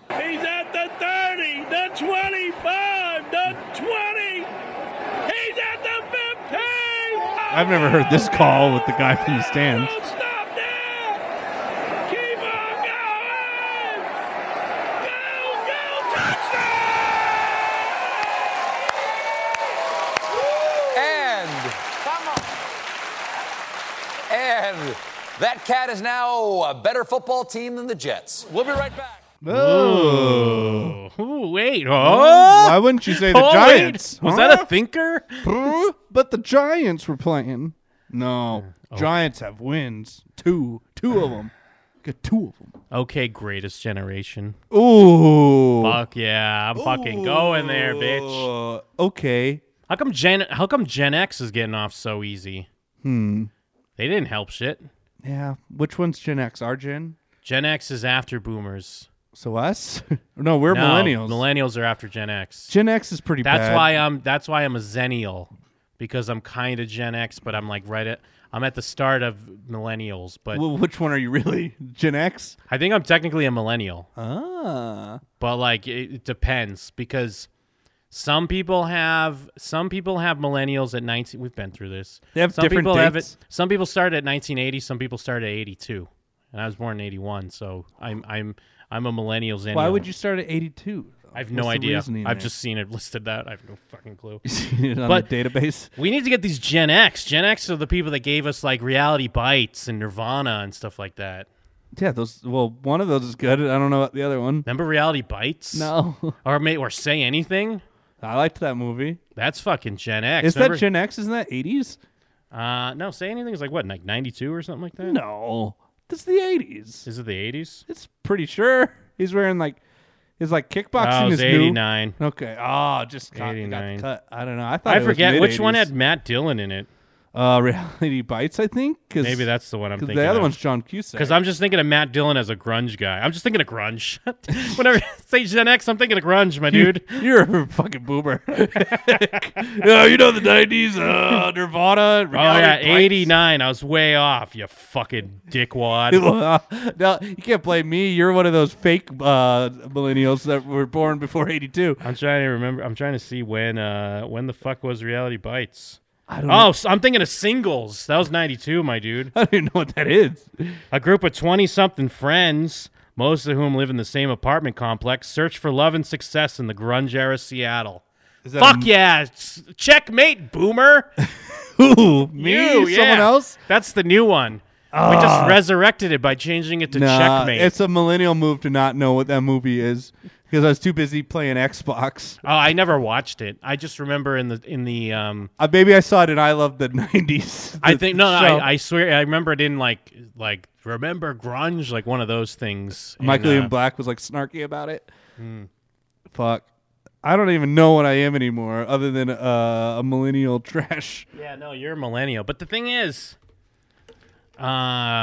Speaker 11: He's at the 30, the 25, the 20. He's at the 15.
Speaker 4: I've never heard this call with the guy from the stands.
Speaker 13: And and that cat is now a better football team than the Jets. We'll be right back.
Speaker 4: Oh.
Speaker 10: Ooh, wait.
Speaker 13: huh?
Speaker 4: Why wouldn't you say the
Speaker 13: Oh, wait.
Speaker 4: Giants?
Speaker 10: Was that a thinker?
Speaker 4: but the Giants were playing. No.
Speaker 10: Oh.
Speaker 4: Giants have wins. Two. Two of them. Got two of them.
Speaker 10: Okay, greatest generation.
Speaker 4: Ooh.
Speaker 10: Fuck yeah. I'm fucking going there, bitch.
Speaker 4: Okay.
Speaker 10: How come Gen how come Gen X is getting off so easy?
Speaker 4: Hmm.
Speaker 10: They didn't help shit.
Speaker 4: Yeah. Which one's Gen X? Our Gen?
Speaker 10: Gen X is after boomers.
Speaker 4: So us? no, we're
Speaker 10: No,
Speaker 4: millennials.
Speaker 10: Millennials are after Gen X.
Speaker 4: Gen X is pretty
Speaker 10: that's
Speaker 4: bad.
Speaker 10: why I'm that's why I'm a Xennial. Because I'm kinda Gen X, but I'm like right at I'm at the start of millennials, but
Speaker 4: Well, which one are you really? Gen X?
Speaker 10: I think I'm technically a millennial.
Speaker 4: Ah.
Speaker 10: But like it, it depends because some people have some people have millennials at 19 we've been through this.
Speaker 4: They have
Speaker 10: some
Speaker 4: different
Speaker 10: people have it
Speaker 4: dates?
Speaker 10: some people start at 1980, some people start at 82. And I was born in 81, so I'm I'm I'm a millennial Xennial.
Speaker 4: Why would you start at 82?
Speaker 10: I have no
Speaker 4: What's the
Speaker 10: idea. I've
Speaker 4: reasoning there?
Speaker 10: just seen it listed that. I have no fucking clue.
Speaker 4: it on the database?
Speaker 10: We need to get these Gen X. Gen X are the people that gave us like reality bites and Nirvana and stuff like that.
Speaker 4: Yeah, those. Well, one of those is good. I don't know about the other one.
Speaker 10: Remember reality bites?
Speaker 4: No.
Speaker 10: Or may or say anything?
Speaker 4: I liked that movie.
Speaker 10: That's fucking Gen X.
Speaker 4: Is that
Speaker 10: Remember-
Speaker 4: Gen X? Isn't that 80s?
Speaker 10: Uh, no, say anything is like what, like ninety two or something like that.
Speaker 4: No, that's the 80s.
Speaker 10: Is it the eighties?
Speaker 4: It's pretty sure. He's wearing like, his like kickboxing
Speaker 10: Oh, it was
Speaker 4: is new.
Speaker 10: 89.
Speaker 4: Okay. Oh, just got, got
Speaker 10: 89.
Speaker 4: cut. I don't know. I thought
Speaker 10: I
Speaker 4: it was
Speaker 10: forget which one
Speaker 4: mid-eighties.
Speaker 10: had Matt Dillon in it.
Speaker 4: uh, Reality Bites. I think. 'cause-
Speaker 10: Maybe that's the one I'm
Speaker 4: 'cause
Speaker 10: thinking.
Speaker 4: The other
Speaker 10: of.
Speaker 4: one's John Cusack.
Speaker 10: Because I'm just thinking of Matt Dillon as a grunge guy. I'm just thinking of grunge. Whenever I say Gen X, I'm thinking of grunge, my dude.
Speaker 4: You're a fucking boomer. Yeah, you know the 90s, uh, Nirvana,
Speaker 10: Oh yeah,
Speaker 4: Reality Bites.
Speaker 10: eighty nine. I was way off. You fucking dickwad.
Speaker 4: Uh, no, you can't blame me. You're one of those fake uh, millennials that were born before '82.
Speaker 10: I'm trying to remember. I'm trying to see when. Uh, when the fuck was Reality Bites?
Speaker 4: I
Speaker 10: oh,
Speaker 4: don't know.
Speaker 10: so I'm thinking of singles. That was '92, my dude.
Speaker 4: I don't even know what that is.
Speaker 10: A group of 20 something friends, most of whom live in the same apartment complex, search for love and success in the grunge era Seattle.
Speaker 4: that
Speaker 10: Fuck
Speaker 4: a-
Speaker 10: yeah. S- Checkmate, boomer.
Speaker 4: Who? Me?
Speaker 10: You, yeah.
Speaker 4: Someone else?
Speaker 10: That's the new one. we just
Speaker 4: Ah.
Speaker 10: resurrected it by changing it to
Speaker 4: Nah,
Speaker 10: Checkmate.
Speaker 4: it's a millennial move to not know what that movie is because I was too busy playing Xbox.
Speaker 10: Oh, I never watched it. I just remember in the in the um
Speaker 4: Uh, maybe I saw it and I love the '90s.
Speaker 10: I think no, no,
Speaker 4: show.
Speaker 10: I, I swear I remember it in like like remember grunge like one of those things. And,
Speaker 4: Michael
Speaker 10: uh, Hmm.
Speaker 4: Ian Black was like snarky about it. Fuck. I don't even know what I am anymore, other than uh, a millennial trash.
Speaker 10: Yeah, no, you're a millennial. But the thing is, um,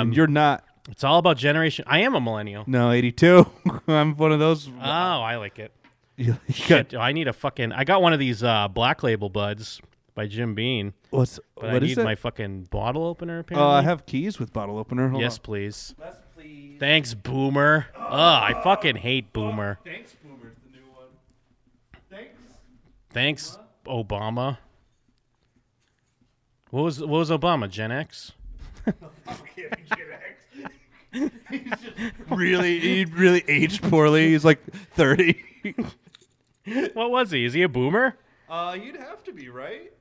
Speaker 4: And you're not.
Speaker 10: It's all about generation. I am a millennial.
Speaker 4: No, 82. I'm one of those.
Speaker 10: Oh, I like it.
Speaker 4: You- you got-
Speaker 10: Shit, I need a fucking. I got one of these uh, black label buds by Jim Bean.
Speaker 4: What's-
Speaker 10: But I
Speaker 4: what is
Speaker 10: need
Speaker 4: it?
Speaker 10: my fucking bottle opener. Apparently,
Speaker 4: Oh, I have keys with bottle opener. Hold
Speaker 10: yes,
Speaker 4: on.
Speaker 10: please. please. Thanks, Boomer. Ugh, I fucking hate Boomer.
Speaker 4: Thanks, Boomer. The new one. Thanks.
Speaker 10: Thanks, Obama. What was what was Obama? Gen X.
Speaker 4: Really, he really aged poorly. He's like 30.
Speaker 10: what was he? Is he a boomer?
Speaker 4: Uh, you'd have to be right.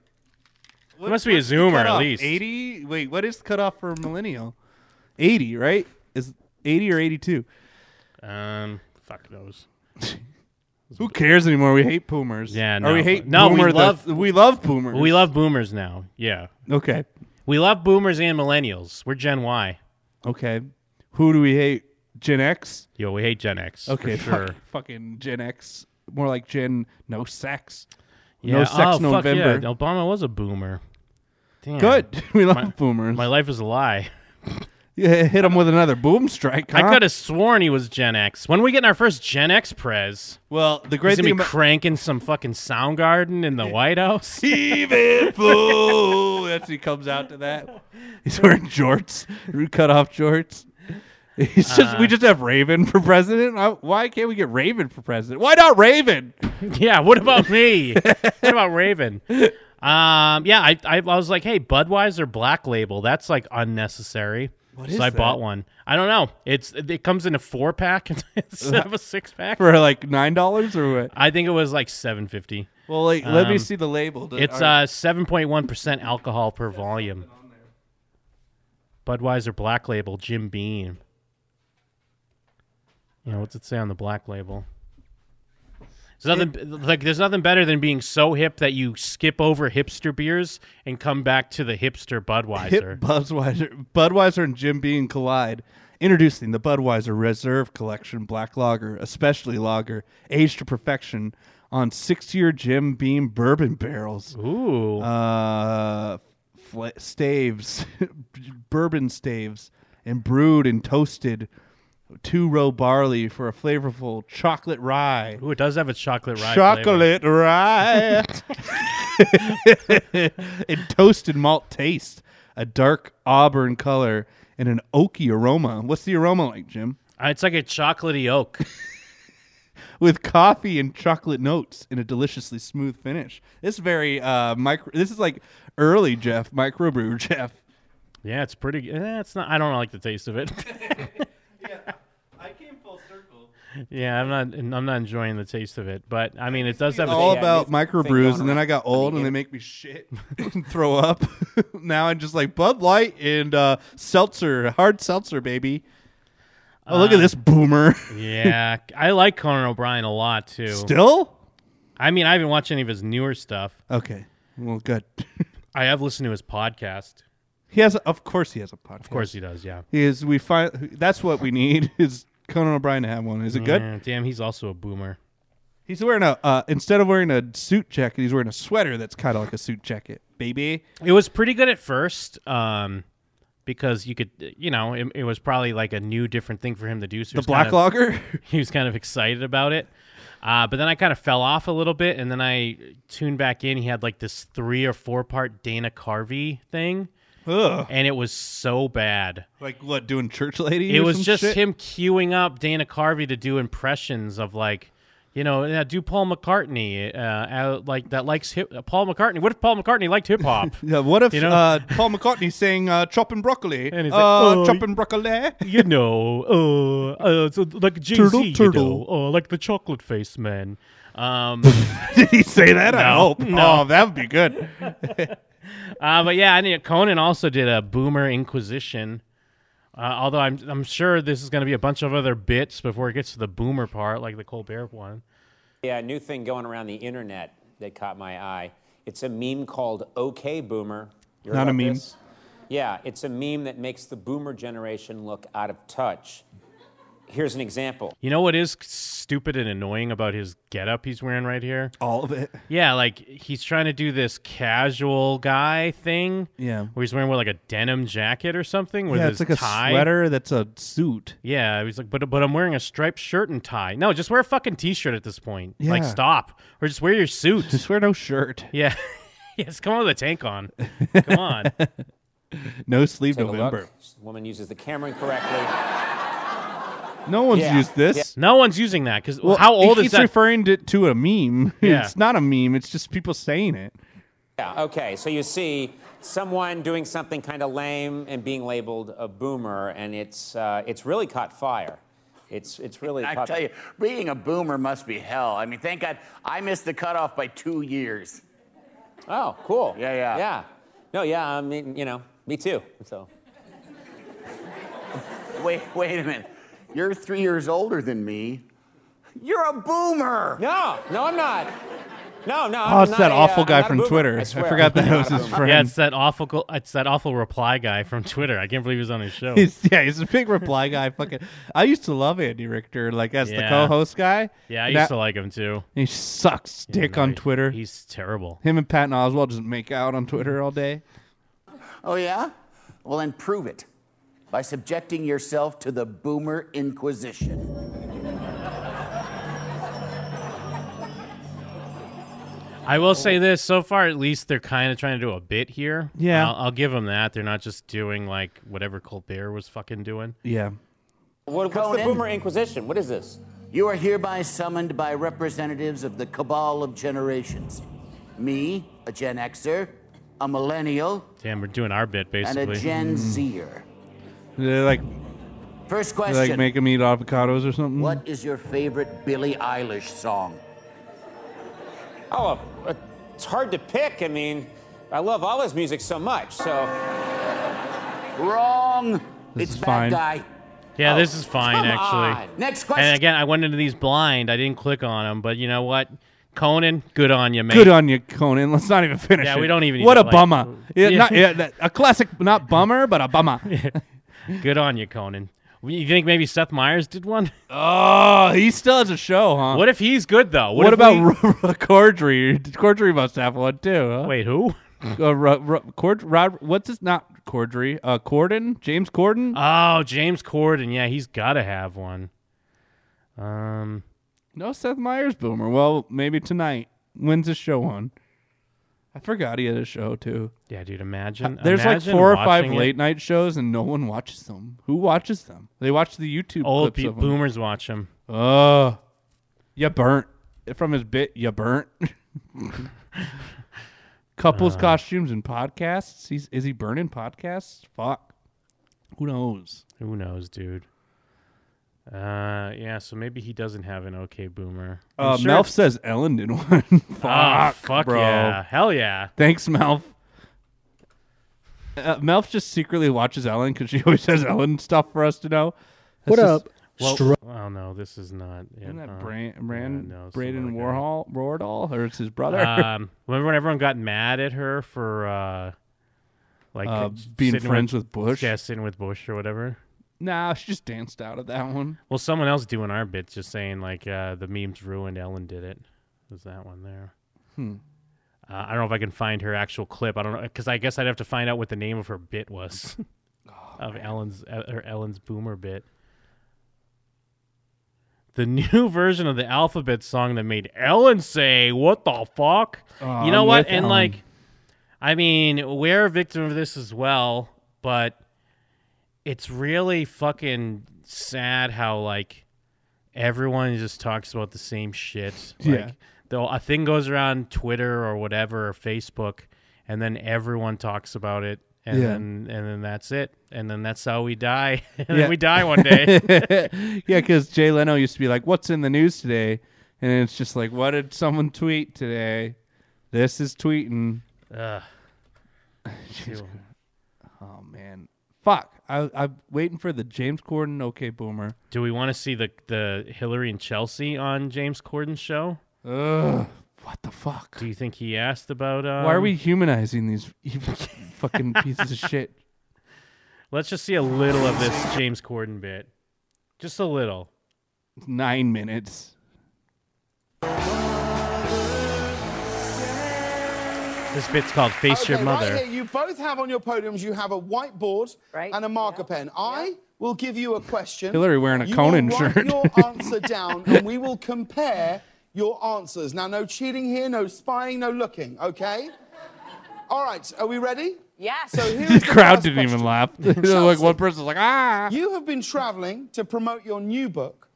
Speaker 10: He must be a
Speaker 4: what's the
Speaker 10: Zoomer, at
Speaker 4: cutoff?
Speaker 10: least.
Speaker 4: 80. Wait, what is the cutoff for millennial? 80, right? Is 80 or 82?
Speaker 10: Um, fuck knows.
Speaker 4: Who cares anymore? We hate boomers.
Speaker 10: Yeah,
Speaker 4: Or
Speaker 10: no.
Speaker 4: we hate
Speaker 10: no.
Speaker 4: boomer
Speaker 10: we
Speaker 4: the-
Speaker 10: love
Speaker 4: we love boomers.
Speaker 10: We love boomers now. Yeah.
Speaker 4: Okay.
Speaker 10: We love boomers and millennials. We're Gen Y.
Speaker 4: Okay. Who do we hate? Gen X.
Speaker 10: Yo, we hate Gen X.
Speaker 4: Okay,
Speaker 10: for sure.
Speaker 4: fuck- fucking Gen X. More like Gen no sex.
Speaker 10: Yeah,
Speaker 4: No sex
Speaker 10: oh, fuck yeah,
Speaker 4: November.
Speaker 10: Obama was a boomer. Damn.
Speaker 4: Good. We love
Speaker 10: My-
Speaker 4: boomers.
Speaker 10: My life is a lie.
Speaker 4: Yeah, hit him with another boom strike.
Speaker 10: I
Speaker 4: huh?
Speaker 10: could have sworn he was Gen X. When we getting our first Gen X prez?
Speaker 4: Well, the great
Speaker 10: he's gonna
Speaker 4: thing
Speaker 10: be
Speaker 4: about-
Speaker 10: cranking some fucking Soundgarden in the White House.
Speaker 4: Even fool. That's he comes out to that. He's wearing jorts, cut off jorts. He's just we
Speaker 10: Uh.
Speaker 4: just have Raven for president. I- Why can't we get Raven for president? Why not Raven?
Speaker 10: yeah. What about me? what about Raven? Um, yeah, I, I I was like, hey, Budweiser Black Label. That's like unnecessary.
Speaker 4: What
Speaker 10: so
Speaker 4: is
Speaker 10: I bought
Speaker 4: that?
Speaker 10: one. I don't know. It's it comes in a four pack instead of a six pack
Speaker 4: for like nine dollars or what?
Speaker 10: I think it was like seven fifty. Um,
Speaker 4: Well, like, let me see the label. Th-
Speaker 10: It's
Speaker 4: are-
Speaker 10: uh seven point one percent alcohol per volume. Budweiser Black Label, Jim Beam. You know what's it say on the Black Label? There's nothing like there's nothing better than being so hip that you skip over hipster beers and come back to the hipster
Speaker 4: Hip
Speaker 10: Budweiser.
Speaker 4: Budweiser, Budweiser and Jim Beam collide. Introducing the Budweiser Reserve Collection Black Lager, especially lager, aged to perfection on six-year Jim Beam bourbon barrels.
Speaker 10: Ooh,
Speaker 4: uh, fla staves, bourbon staves, and brewed and toasted two-row barley for a flavorful chocolate rye.
Speaker 10: Ooh, it does have a chocolate rye.
Speaker 4: chocolate rye and toasted malt taste a dark auburn color and an oaky aroma what's the aroma like jim
Speaker 10: Uh, It's like a chocolatey oak.
Speaker 4: with coffee and chocolate notes and a deliciously smooth finish this very uh micro this is like early jeff microbrew jeff
Speaker 10: Yeah, it's pretty. Eh, it's not. I don't like the taste of it.
Speaker 4: i came full circle
Speaker 10: yeah, I'm not. I'm not enjoying the taste of it. But I mean, it does have a-
Speaker 4: all about microbrews and then i got old and they make me shit and throw up now i'm just like bud light and uh seltzer hard seltzer baby oh look at
Speaker 10: Uh,
Speaker 4: this boomer
Speaker 10: yeah, I like Conan O'Brien a lot too.
Speaker 4: Still?
Speaker 10: I mean, I haven't watched any of his newer stuff.
Speaker 4: Okay. Well, good.
Speaker 10: I have listened to his podcast.
Speaker 4: He has, of course, he has a podcast. Of
Speaker 10: course he does, yeah.
Speaker 4: He is. We find that's what we need is Conan O'Brien to have one. Is it good?
Speaker 10: Yeah, damn, he's also a boomer.
Speaker 4: He's wearing a uh, instead of wearing a suit jacket, he's wearing a sweater that's kind of like a suit jacket, baby.
Speaker 10: It was pretty good at first, um, because you could, you know, it, it was probably like a new, different thing for him to do. So he
Speaker 4: The
Speaker 10: was
Speaker 4: black
Speaker 10: kind of-
Speaker 4: lager?
Speaker 10: He was kind of excited about it, uh, but then I kind of fell off a little bit, and then I tuned back in. He had like this three or four part Dana Carvey thing,
Speaker 4: Ugh.
Speaker 10: and it was so bad.
Speaker 4: Like what? Doing church lady?
Speaker 10: It
Speaker 4: or
Speaker 10: was
Speaker 4: some
Speaker 10: just
Speaker 4: shit?
Speaker 10: him queuing up Dana Carvey to do impressions of like, you know, yeah, do Paul McCartney, uh, uh, like that likes hip, Paul McCartney. What if Paul McCartney liked hip hop?
Speaker 4: Yeah, what if
Speaker 10: you know?
Speaker 4: uh, Paul McCartney sang uh, "Chopping Broccoli"?
Speaker 10: And he's
Speaker 4: uh,
Speaker 10: like, "Oh,
Speaker 4: chopping broccoli.
Speaker 10: you know, uh, uh, so like Jay Z,
Speaker 4: Turtle,
Speaker 10: you
Speaker 4: turtle.
Speaker 10: know, uh, like the chocolate face man. Um,
Speaker 4: Did he say that? I
Speaker 10: No,
Speaker 4: hope.
Speaker 10: No.
Speaker 4: Oh, that would be good.
Speaker 10: uh, but yeah, I mean, Conan also did a Boomer Inquisition. Uh, although I'm I'm sure this is going to be a bunch of other bits before it gets to the Boomer part, like the Colbert one.
Speaker 14: Yeah, a new thing going around the internet that caught my eye. It's a meme called OK Boomer. You heard
Speaker 4: Not a
Speaker 14: about
Speaker 4: meme.
Speaker 14: this? Yeah, it's a meme that makes the boomer generation look out of touch. Here's an example.
Speaker 10: You know what is stupid and annoying about his getup he's wearing right here?
Speaker 4: All of it.
Speaker 10: Yeah, like he's trying to do this casual guy thing.
Speaker 4: Yeah.
Speaker 10: Where he's wearing what, like a denim jacket or something with
Speaker 4: yeah,
Speaker 10: his
Speaker 4: it's like a
Speaker 10: tie.
Speaker 4: sweater that's a suit.
Speaker 10: Yeah, he's like, but but I'm wearing a striped shirt and tie. No, just wear a fucking t-shirt at this point. Like
Speaker 4: Yeah.
Speaker 10: stop, or just wear your suit.
Speaker 4: Just wear no shirt.
Speaker 10: Yeah, yes, come on with a tank on. Come on.
Speaker 4: No sleep
Speaker 14: Take A
Speaker 4: November.
Speaker 14: look. The woman uses the camera incorrectly.
Speaker 4: No one's
Speaker 14: Yeah.
Speaker 4: used this.
Speaker 10: No one's using that because
Speaker 4: Well,
Speaker 10: how old
Speaker 4: he
Speaker 10: is
Speaker 4: keeps
Speaker 10: that?
Speaker 4: referring to, to a meme.
Speaker 10: Yeah.
Speaker 4: It's not a meme. It's just people saying it.
Speaker 14: Yeah, okay. So you see someone doing something kind of lame and being labeled a boomer, and it's uh, it's really caught fire. It's it's really.
Speaker 15: I
Speaker 14: caught
Speaker 15: tell you, being a boomer must be hell. I mean, thank God I missed the cutoff by two years.
Speaker 14: Oh, cool.
Speaker 15: Yeah, yeah.
Speaker 14: Yeah. No, yeah. I mean, you know, me too. So.
Speaker 15: Wait, wait a minute. You're three years older than me. You're a boomer.
Speaker 14: No, no, I'm not. No, no.
Speaker 4: Oh,
Speaker 14: I'm
Speaker 4: it's
Speaker 14: not
Speaker 4: that
Speaker 14: a,
Speaker 4: awful
Speaker 14: uh,
Speaker 4: guy
Speaker 14: I'm not a
Speaker 4: from
Speaker 14: boomer,
Speaker 4: Twitter.
Speaker 14: I
Speaker 4: I
Speaker 14: swear.
Speaker 4: forgot that
Speaker 14: I'm not
Speaker 4: was
Speaker 14: a
Speaker 4: his
Speaker 14: boomer.
Speaker 4: friend.
Speaker 10: Yeah, it's that awful. It's that awful reply guy from Twitter. I can't believe he was on his show.
Speaker 4: He's, yeah, he's a big reply guy. Fucking, I used to love Andy Richter, like as the
Speaker 10: Yeah.
Speaker 4: co-host guy.
Speaker 10: Yeah, I
Speaker 4: Now-
Speaker 10: used to like him too.
Speaker 4: He sucks
Speaker 10: Yeah,
Speaker 4: dick
Speaker 10: no,
Speaker 4: on
Speaker 10: he-
Speaker 4: Twitter.
Speaker 10: He's terrible.
Speaker 4: Him and Patton Oswald just make out on Twitter all day.
Speaker 15: Oh, yeah? Well, then prove it by subjecting yourself to the boomer inquisition.
Speaker 10: I will say this: so far, at least they're kind of trying to do a bit here.
Speaker 4: Yeah.
Speaker 10: I'll, I'll give them that. They're not just doing like whatever Colbert was fucking doing.
Speaker 4: Yeah.
Speaker 14: What, what's the boomer inquisition? What is this?
Speaker 15: You are hereby summoned by representatives of the cabal of generations. Me, a Gen Xer, a millennial,
Speaker 10: Damn, we're doing our bit basically.
Speaker 15: and a Gen Zer.
Speaker 4: They're like,
Speaker 15: First
Speaker 4: they
Speaker 15: question
Speaker 4: like make him eat avocados or something.
Speaker 15: What is your favorite Billie Eilish song?
Speaker 14: Oh, uh, it's hard to pick. I mean, I love all his music so much. So.
Speaker 15: Wrong.
Speaker 4: Mm.
Speaker 10: This
Speaker 15: it's
Speaker 10: is
Speaker 15: bad
Speaker 10: fine.
Speaker 15: guy.
Speaker 10: Yeah,
Speaker 15: Oh,
Speaker 10: this is fine
Speaker 15: come
Speaker 10: actually.
Speaker 15: on. Next question.
Speaker 10: And again, I went into these blind. I didn't click on them, but you know what? Conan, good on you, man.
Speaker 4: Good on you, Conan. Let's not even finish.
Speaker 10: Yeah,
Speaker 4: it.
Speaker 10: we don't even need
Speaker 4: What
Speaker 10: to,
Speaker 4: a
Speaker 10: like-
Speaker 4: bummer. Yeah,
Speaker 10: Yeah.
Speaker 4: not- yeah, that- a classic, not bummer, but a bummer.
Speaker 10: Good on you, Conan. You think maybe Seth Meyers did one?
Speaker 4: Oh, he still has a show, huh?
Speaker 10: What if he's good though?
Speaker 4: What,
Speaker 10: if
Speaker 4: about
Speaker 10: we-
Speaker 4: we... Cordry? Cordry must have one too. Huh?
Speaker 10: Wait, who?
Speaker 4: Uh, Ro- Ro- Cord- Rod- what's his not Cordry? Uh, Corden? James Corden?
Speaker 10: Oh, James Corden. Yeah, he's got to have one. Um,
Speaker 4: no, Seth Meyers boomer. Well, maybe tonight. When's his show on? I forgot he had a show too.
Speaker 10: Yeah, dude. Imagine
Speaker 4: There's
Speaker 10: imagine
Speaker 4: like four or five
Speaker 10: watching it.
Speaker 4: late night shows and no one watches them. Who watches them? They watch the YouTube
Speaker 10: Old
Speaker 4: clips
Speaker 10: pe-
Speaker 4: of 'em.
Speaker 10: boomers watch him.
Speaker 4: Oh, you burnt from his bit. You burnt couples,
Speaker 10: Uh.
Speaker 4: costumes, and podcasts. He's is he burning podcasts? Fuck, who knows?
Speaker 10: Who knows, dude? Uh, yeah. So maybe he doesn't have an okay boomer. I'm
Speaker 4: Uh,
Speaker 10: sure
Speaker 4: Melf
Speaker 10: it's-
Speaker 4: says Ellen did one. fuck,
Speaker 10: Ah, fuck
Speaker 4: bro.
Speaker 10: yeah. Hell yeah.
Speaker 4: Thanks, Melf. Uh, Melf just secretly watches Ellen because she always has Ellen stuff for us to know.
Speaker 10: What
Speaker 4: That's
Speaker 10: up,
Speaker 4: just-
Speaker 10: Stro- Oh no, this is not. it.
Speaker 4: Isn't that
Speaker 10: Uh,
Speaker 4: Brand,
Speaker 10: yeah, no, it's
Speaker 4: Braden
Speaker 10: another guy.
Speaker 4: Warhol, Roardall, or it's his brother?
Speaker 10: Um, remember when everyone got mad at her for uh, like
Speaker 4: Uh,
Speaker 10: c-
Speaker 4: being
Speaker 10: sitting
Speaker 4: friends with Bush?
Speaker 10: Yeah, sitting with Bush or whatever.
Speaker 4: nah, she just danced out of that one.
Speaker 10: Well, someone else doing our bits, just saying like uh, the memes ruined. Ellen did it. Was that one there?
Speaker 4: Hmm.
Speaker 10: Uh, I don't know if I can find her actual clip. I don't know because I guess I'd have to find out what the name of her bit was, of Ellen's uh, her Ellen's boomer bit. The new version of the alphabet song that made Ellen say "What the fuck."
Speaker 4: Oh,
Speaker 10: you know
Speaker 4: I'm
Speaker 10: what?
Speaker 4: with
Speaker 10: And
Speaker 4: Ellen.
Speaker 10: like, I mean, we're a victim of this as well, but it's really fucking sad how like everyone just talks about the same shit. Like,
Speaker 4: Yeah.
Speaker 10: Though a thing goes around Twitter or whatever or Facebook, and then everyone talks about it, and
Speaker 4: Yeah.
Speaker 10: then and then that's it, and then that's how we die, and
Speaker 4: Yeah.
Speaker 10: then we die one day.
Speaker 4: yeah, because Jay Leno used to be like, "What's in the news today?" And it's just like, "What did someone tweet today?" This is tweeting.
Speaker 10: Ugh.
Speaker 4: Jesus Christ. oh man, fuck! I, I'm waiting for the James Corden OK Boomer.
Speaker 10: Do we want to see the the Hillary and Chelsea on James Corden's show?
Speaker 4: Ugh, what the fuck?
Speaker 10: Do you think he asked about? Um,
Speaker 4: Why are we humanizing these evil fucking pieces of shit?
Speaker 10: Let's just see a little of this James Corden bit. Just a little.
Speaker 4: Nine minutes.
Speaker 10: This bit's called Face Your
Speaker 16: Okay,
Speaker 10: Mother.
Speaker 16: Right here, you both have on your podiums, you have a whiteboard and a marker pen. I will give you a question.
Speaker 4: Hillary wearing a
Speaker 16: you
Speaker 4: Conan
Speaker 16: will write
Speaker 4: shirt.
Speaker 16: your answer down, and we will compare your answers. Now, no cheating here, no spying, no looking, okay? All right, are we ready? Yes. So
Speaker 4: The
Speaker 16: here's the
Speaker 4: crowd
Speaker 16: first
Speaker 4: didn't even laugh. like
Speaker 16: Chelsea.
Speaker 4: one person's like, ah.
Speaker 16: You have been traveling to promote your new book.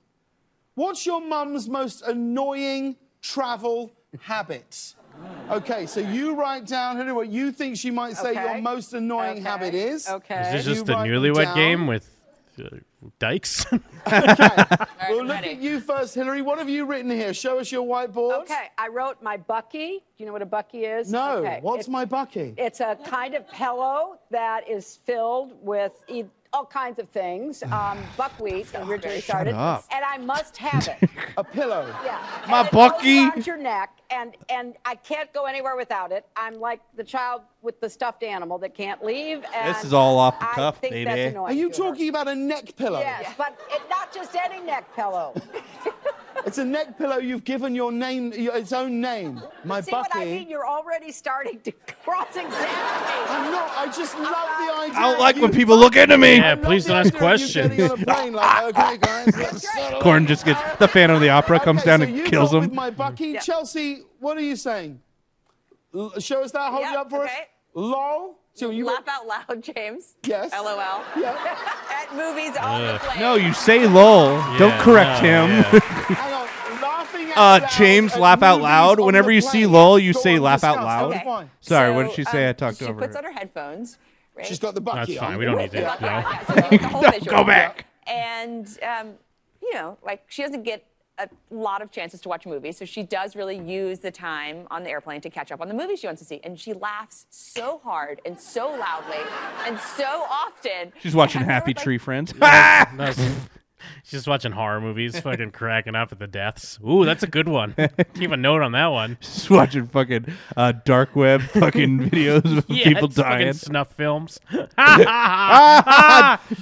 Speaker 16: What's your mum's most annoying travel habit? Okay, so you write down Hilary, what you think she might say your
Speaker 17: Okay.
Speaker 16: most annoying habit is. Okay.
Speaker 10: Is this
Speaker 16: You
Speaker 10: just the
Speaker 16: write them
Speaker 10: newlywed
Speaker 16: down.
Speaker 10: game with uh, Dykes?
Speaker 16: Well, look at you first, Hillary. What have you written here? Show us your whiteboard.
Speaker 17: Okay, I wrote my Bucky. Do you know what a Bucky is?
Speaker 16: No.
Speaker 17: Okay,
Speaker 16: What's
Speaker 17: it's-
Speaker 16: my bucky?
Speaker 17: It's a kind of pillow that is filled with e- all kinds of things. Um, buckwheat originally
Speaker 16: Shut
Speaker 17: started,
Speaker 16: up.
Speaker 17: and I must have it.
Speaker 16: A pillow.
Speaker 17: Yeah.
Speaker 16: My
Speaker 17: and it goes
Speaker 16: Bucky.
Speaker 17: around your neck, and and I can't go anywhere without it. I'm like the child with the stuffed animal that can't leave. And
Speaker 4: This is all off the
Speaker 17: I
Speaker 4: cuff,
Speaker 17: think
Speaker 4: baby.
Speaker 17: that's annoying
Speaker 16: Are you
Speaker 17: to her.
Speaker 16: talking about a neck pillow?
Speaker 17: Yes, but it, not just any neck pillow.
Speaker 16: It's a neck pillow you've given your name, your, its own name. My
Speaker 17: See
Speaker 16: bucky.
Speaker 17: what I mean? You're already starting to cross-examine.
Speaker 16: I'm not. I just love the idea.
Speaker 4: I don't like when people look into me.
Speaker 10: Yeah, please don't ask
Speaker 16: Getting on a
Speaker 10: questions.
Speaker 16: plane, like, okay, guys, let's settle.
Speaker 4: Corn just gets the fan of the opera comes down
Speaker 16: so
Speaker 4: and
Speaker 16: you
Speaker 4: kills
Speaker 16: got
Speaker 4: him.
Speaker 16: With my
Speaker 18: Mm-hmm.
Speaker 16: Bucky, Chelsea, what are you saying? L- show us that. Hold it up for us. Lol. So you laugh
Speaker 18: out loud, James.
Speaker 16: Yes.
Speaker 18: LOL. At movies on the plane.
Speaker 4: No, you say lol. Don't
Speaker 10: Yeah,
Speaker 4: correct
Speaker 10: no,
Speaker 4: him. uh, James, laugh out loud. Whenever you see lol, you say laugh out loud.
Speaker 18: Okay.
Speaker 4: Sorry, what
Speaker 18: So,
Speaker 4: did she say?
Speaker 18: um,
Speaker 4: I talked
Speaker 18: she
Speaker 4: over
Speaker 18: puts
Speaker 4: her.
Speaker 18: on her headphones. Right?
Speaker 16: She's got the
Speaker 10: That's fine. We don't need
Speaker 18: Yeah.
Speaker 10: that.
Speaker 18: Yeah,
Speaker 10: No.
Speaker 18: so the whole
Speaker 10: Don't
Speaker 18: visual.
Speaker 10: go back.
Speaker 18: And um, you know, like she doesn't get a lot of chances to watch movies, so she does really use the time on the airplane to catch up on the movies she wants to see. And she laughs so hard and so loudly and so often.
Speaker 4: She's watching Happy Tree Friends.
Speaker 10: No, she's- she's just watching horror movies, fucking cracking up at the deaths. Ooh, that's a good one. Keep a note on that one.
Speaker 4: Just watching fucking uh, dark web fucking videos of
Speaker 10: Yeah,
Speaker 4: people
Speaker 10: it's fucking
Speaker 4: dying.
Speaker 10: Snuff films.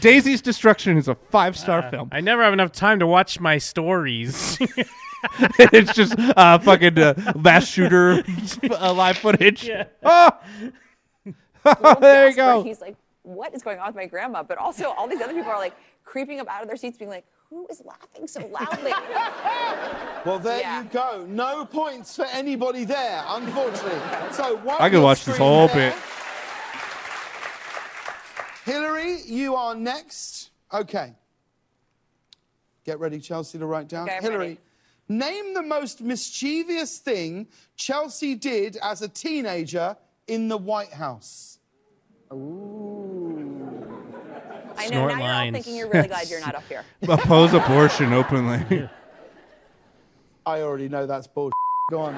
Speaker 4: Daisy's Destruction is a five star film.
Speaker 10: I never have enough time to watch my stories.
Speaker 4: it's just uh, fucking uh, mass shooter uh, live footage.
Speaker 18: Yeah.
Speaker 4: Oh!
Speaker 18: little
Speaker 4: there
Speaker 18: desperate.
Speaker 4: you go.
Speaker 18: He's like, what is going on with my grandma? But also, all these other people are like creeping up out of their seats, being like, who is laughing so loudly?
Speaker 16: Well, there you go. No points for anybody there, unfortunately. So one
Speaker 4: I could
Speaker 16: your
Speaker 4: watch this
Speaker 16: screen
Speaker 4: whole
Speaker 16: there.
Speaker 4: bit.
Speaker 16: Hillary, you are next. Okay. Get ready, Chelsea, to write down.
Speaker 18: Okay, I'm
Speaker 16: Hillary,
Speaker 18: ready.
Speaker 16: name the most mischievous thing Chelsea did as a teenager in the White House.
Speaker 18: I know,
Speaker 4: Snort
Speaker 18: now you're all
Speaker 4: lines.
Speaker 18: thinking you're really glad you're not up here.
Speaker 4: Oppose abortion openly.
Speaker 16: I already know that's bullshit. Go on.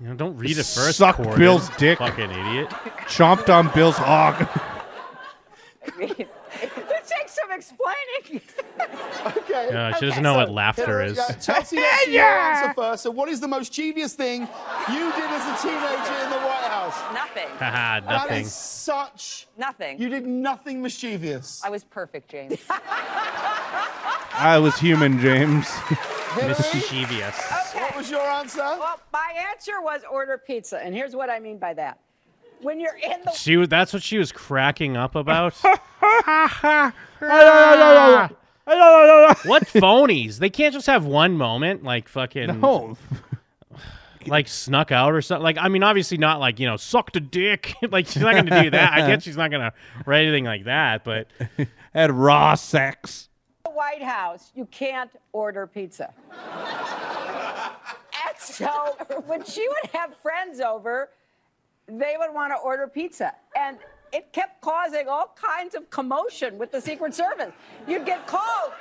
Speaker 10: You know, don't read it first.
Speaker 4: Suck
Speaker 10: Corden,
Speaker 4: Bill's dick.
Speaker 10: Fucking idiot.
Speaker 4: Chomped on Bill's hog.
Speaker 18: it takes some explaining.
Speaker 16: okay.
Speaker 10: Yeah, she doesn't know what laughter
Speaker 16: Hillary,
Speaker 10: is.
Speaker 16: yeah, Chelsea, let's see your answer first. So, what is the most mischievous thing you did as a teenager in the White House?
Speaker 18: Nothing.
Speaker 10: Haha,
Speaker 16: That
Speaker 10: nothing.
Speaker 16: is such.
Speaker 18: Nothing.
Speaker 16: You did nothing mischievous.
Speaker 18: I was perfect, James.
Speaker 4: I was human, James.
Speaker 10: Mischievous.
Speaker 16: What was your answer? Well,
Speaker 17: my answer was order pizza, and here's what I mean by that. When you're in the
Speaker 10: She was. That's what she was cracking up about. what phonies? They can't just have one moment like fucking.
Speaker 4: No.
Speaker 10: Like snuck out or something. Like I mean, obviously not like you know sucked a dick. like she's not gonna do that. I guess she's not gonna write anything like that. But
Speaker 4: Had raw sex.
Speaker 17: the White House, you can't order pizza. and so when she would have friends over, they would want to order pizza. And it kept causing all kinds of commotion with the Secret Service. You'd get called.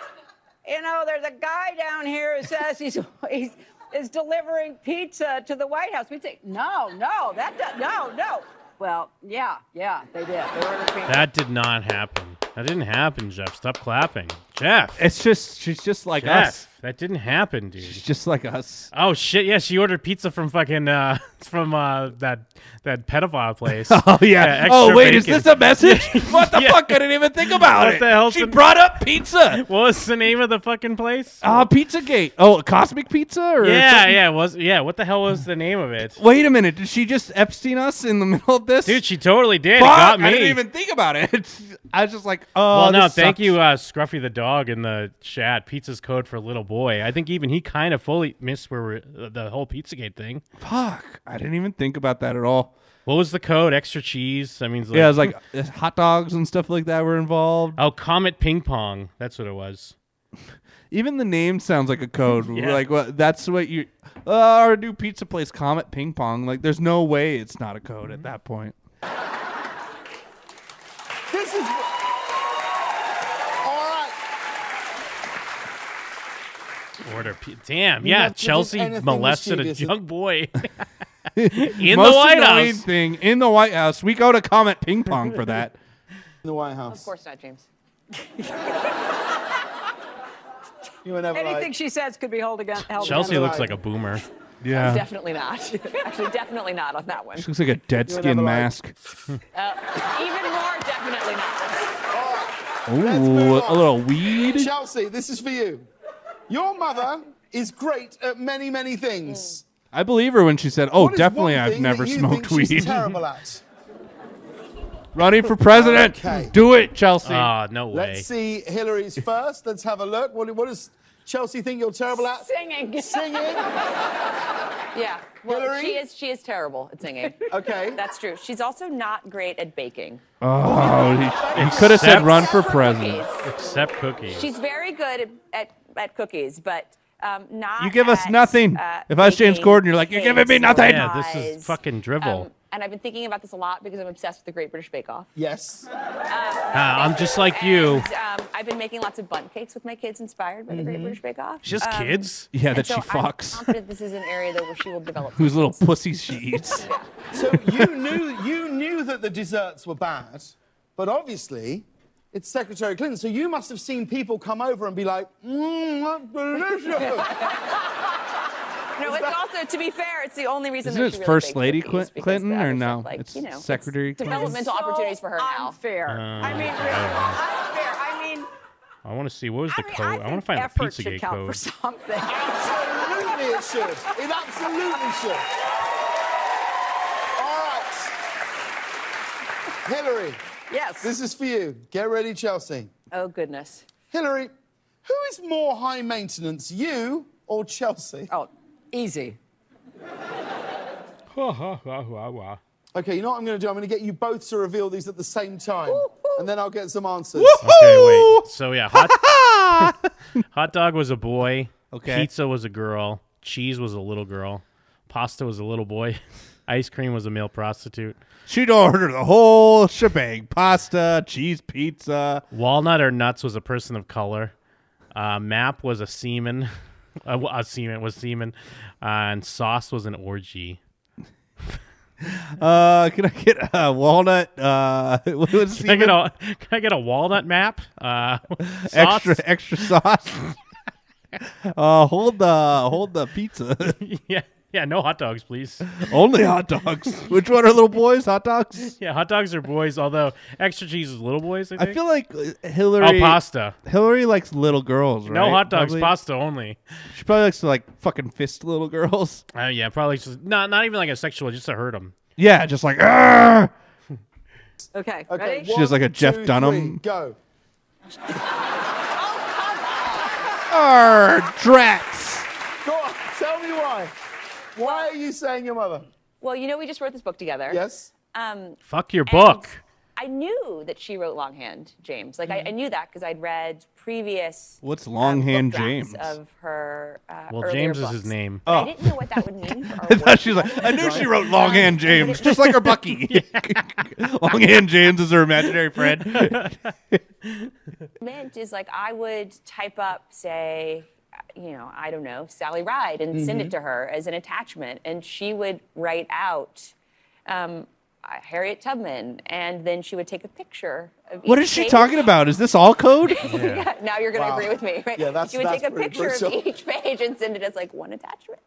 Speaker 17: You know, there's a guy down here who says he's, he's is delivering pizza to the White House. We'd say, no, no, that do- no, no. Well, yeah, yeah, they did. They ordered pizza.
Speaker 10: that did not happen. That didn't happen, Jeff. Stop clapping, Jeff.
Speaker 4: It's just she's just like
Speaker 10: Jeff.
Speaker 4: us.
Speaker 10: That didn't happen, dude.
Speaker 4: She's just like us.
Speaker 10: Oh shit! Yeah, she ordered pizza from fucking uh from uh that that pedophile place.
Speaker 4: Oh yeah.
Speaker 10: extra
Speaker 4: oh wait, is
Speaker 10: bacon.
Speaker 4: this a message? what the fuck? I didn't even think about
Speaker 10: What
Speaker 4: it.
Speaker 10: the hell's
Speaker 4: she
Speaker 10: the-
Speaker 4: brought up pizza.
Speaker 10: What was the name of the fucking place?
Speaker 4: Ah, Pizza Gate. Oh, Cosmic Pizza or
Speaker 10: yeah,
Speaker 4: something?
Speaker 10: yeah, it was yeah. What the hell was the name of it?
Speaker 4: Wait a minute. Did she just Epstein us in the middle of this? Dude,
Speaker 10: she totally did.
Speaker 4: Fuck,
Speaker 10: it got me.
Speaker 4: I didn't even think about it. I was just like, oh.
Speaker 10: well, no,
Speaker 4: this
Speaker 10: thank
Speaker 4: sucks.
Speaker 10: you, uh, Scruffy the dog in the chat. Pizza's code for little boy. I think even he kind of fully missed where we're, uh, the whole Pizzagate thing.
Speaker 4: Fuck, I didn't even think about that at all.
Speaker 10: What was the code? Extra cheese. I mean, it's
Speaker 4: Yeah, it was like uh, hot dogs and stuff like that were involved.
Speaker 10: oh, Comet Ping Pong. That's what it was.
Speaker 4: Even the name sounds like a code. We're
Speaker 10: Yeah.
Speaker 4: like, well, that's what you. Uh, our new pizza place, Comet Ping Pong. Like, there's no way it's not a code
Speaker 10: Mm-hmm.
Speaker 4: at that point.
Speaker 16: This is. All right.
Speaker 10: Order. P- Damn.
Speaker 4: You
Speaker 10: Yeah,
Speaker 4: must do
Speaker 10: Chelsea
Speaker 4: anything
Speaker 10: mischievous.
Speaker 4: mischievous.
Speaker 10: molested a young boy
Speaker 4: in
Speaker 10: in the White House.
Speaker 4: thing in the White House. We go to Comet Ping Pong for that.
Speaker 16: the White
Speaker 18: Of
Speaker 16: House.
Speaker 18: course not, James.
Speaker 16: You were never
Speaker 17: Anything
Speaker 16: like-
Speaker 17: she says could be held against. Held
Speaker 10: Chelsea
Speaker 17: against
Speaker 10: looks
Speaker 17: her.
Speaker 10: like a boomer.
Speaker 4: Yeah.
Speaker 18: Definitely not. Actually, definitely not on that one.
Speaker 4: She looks like a dead skin mask.
Speaker 18: Uh, even more definitely not.
Speaker 4: Ooh, a little weed.
Speaker 16: Chelsea, this is for you. Your mother is great at many, many things.
Speaker 4: I believe her when she said, "Oh,
Speaker 16: What is
Speaker 4: definitely,
Speaker 16: one
Speaker 4: I've
Speaker 16: thing that
Speaker 4: never
Speaker 16: you
Speaker 4: smoked
Speaker 16: think
Speaker 4: weed."
Speaker 16: She's terrible at.
Speaker 4: Running for president.
Speaker 16: Okay.
Speaker 4: Do it, Chelsea.
Speaker 10: Ah, no
Speaker 16: Let's see Hillary's first. Let's have a look. What, what does Chelsea think you're terrible at?
Speaker 18: Singing.
Speaker 16: Singing.
Speaker 18: Yeah. Well,
Speaker 16: Hillary?
Speaker 18: she is she is terrible at singing.
Speaker 16: okay.
Speaker 18: That's true. She's also not great at baking.
Speaker 4: Oh, he, he could have said
Speaker 10: Except-
Speaker 4: run for president.
Speaker 10: Except cookies.
Speaker 18: She's very good at at, at cookies, but um, not.
Speaker 4: You give us
Speaker 18: at,
Speaker 4: nothing.
Speaker 18: uh,
Speaker 4: if I was James
Speaker 18: baking
Speaker 4: Gordon, you're like, you're giving me
Speaker 18: cakes,
Speaker 4: nothing.
Speaker 10: Yeah, this is
Speaker 18: pies.
Speaker 10: fucking drivel.
Speaker 18: Um, and I've been thinking about this a lot because I'm obsessed with the Great British Bake Off. Um,
Speaker 16: Yes.
Speaker 10: Ah, I'm just like you.
Speaker 18: And, um, I've been making lots of bun cakes with my kids, inspired by the
Speaker 16: Mm-hmm.
Speaker 18: Great British Bake Off.
Speaker 10: Just
Speaker 18: Um,
Speaker 10: kids?
Speaker 4: Yeah,
Speaker 18: and
Speaker 4: that
Speaker 18: so
Speaker 4: she
Speaker 18: I'm
Speaker 4: fucks.
Speaker 18: confident this is an area though where she will develop.
Speaker 4: Whose little pussies she eats.
Speaker 16: So you knew you knew that the desserts were bad, but obviously it's Secretary Clinton. So you must have seen people come over and be like, mmm, that's delicious.
Speaker 18: No, it's also to be fair, it's the only reason.
Speaker 4: Isn't
Speaker 18: that
Speaker 4: it
Speaker 18: she really
Speaker 4: First
Speaker 18: baked
Speaker 4: Lady
Speaker 18: cookies,
Speaker 4: Clin-
Speaker 18: because
Speaker 4: Clinton
Speaker 18: the
Speaker 4: or
Speaker 18: others
Speaker 4: no?
Speaker 18: look like,
Speaker 4: it's
Speaker 18: you know,
Speaker 4: Secretary Clinton. Uh,
Speaker 18: developmental opportunities for her now.
Speaker 17: Unfair. I mean,
Speaker 10: Um,
Speaker 17: really,
Speaker 10: I
Speaker 17: unfair. I mean,
Speaker 10: I want to see what was the code. I, want to find the
Speaker 17: effort should
Speaker 10: Pizzagate
Speaker 17: count for
Speaker 10: code.
Speaker 17: something.
Speaker 16: absolutely it should. It absolutely should. All right. Hillary.
Speaker 18: Yes.
Speaker 16: This is for you. Get ready, Chelsea.
Speaker 18: Oh goodness.
Speaker 16: Hillary, who is more high maintenance, you or Chelsea?
Speaker 17: Oh, easy.
Speaker 16: Okay, you know what I'm going to do? I'm going to get you both to reveal these at the same time, and then I'll get some answers.
Speaker 10: Okay, wait. So yeah, hot, hot dog was a boy.
Speaker 4: Okay.
Speaker 10: Pizza was a girl. Cheese was a little girl. Pasta was a little boy. Ice cream was a male prostitute.
Speaker 4: She'd order the whole shebang: pasta, cheese, pizza.
Speaker 10: Walnut or nuts was a person of color. Uh, map was a seaman. A, a seaman was seaman, uh, and sauce was an orgy.
Speaker 4: Uh, can I get a walnut? Uh, what was
Speaker 10: Can I get a Can I get a walnut map? Uh, sauce?
Speaker 4: extra extra sauce? uh, hold the hold the pizza.
Speaker 10: yeah, yeah. No hot dogs, please.
Speaker 4: Only hot dogs. Which one are little boys? Hot dogs.
Speaker 10: Yeah, hot dogs are boys. Although extra cheese is little boys. I,
Speaker 4: I
Speaker 10: think.
Speaker 4: feel like uh, Hillary.
Speaker 10: Oh, pasta.
Speaker 4: Hillary likes little girls, right?
Speaker 10: No hot dogs,
Speaker 4: Probably.
Speaker 10: pasta only.
Speaker 4: She probably likes to like fucking fist little girls.
Speaker 10: Oh yeah, probably just not not even like a sexual, just to hurt them.
Speaker 4: Yeah, just like "Arr!"
Speaker 17: Okay.
Speaker 16: Okay,
Speaker 17: Ready?
Speaker 4: She does like a Jeff
Speaker 16: two,
Speaker 4: Dunham.
Speaker 16: three, go.
Speaker 4: Arr, drats.
Speaker 16: Go on, tell me why. Why are you saying your mother?
Speaker 18: Well, you know, we just wrote this book together.
Speaker 16: Yes.
Speaker 18: Um,
Speaker 10: Fuck your
Speaker 18: And-
Speaker 10: book.
Speaker 18: I knew that she wrote longhand, James. Like I, I knew that because I'd read previous
Speaker 4: Hmm. What's longhand
Speaker 18: drafts
Speaker 4: James?
Speaker 18: of her. Uh,
Speaker 10: Well,
Speaker 18: earlier
Speaker 10: James is
Speaker 18: books.
Speaker 10: his name.
Speaker 18: And I
Speaker 4: Oh.
Speaker 18: didn't know what that would mean for Um, our
Speaker 4: I thought
Speaker 18: work.
Speaker 4: she was like, I knew she wrote longhand James, just like her Bucky. longhand James is her imaginary friend.
Speaker 18: meant is like I would type up, say, you know, I don't know, Sally
Speaker 4: Mm-hmm.
Speaker 18: Ride, and send it
Speaker 19: Mhm.
Speaker 18: to her as an attachment, and she would write out. Um, Harriet Tubman, and then she would take a picture of
Speaker 4: What
Speaker 18: each
Speaker 4: is she
Speaker 18: page.
Speaker 4: talking about? Is this all code?
Speaker 18: Yeah, now you're going to
Speaker 4: Wow.
Speaker 18: agree with me, right?
Speaker 4: Yeah, that's-
Speaker 18: she would
Speaker 4: that's
Speaker 18: take a
Speaker 4: pretty
Speaker 18: picture of
Speaker 4: brutal.
Speaker 18: each page and send it as like one attachment,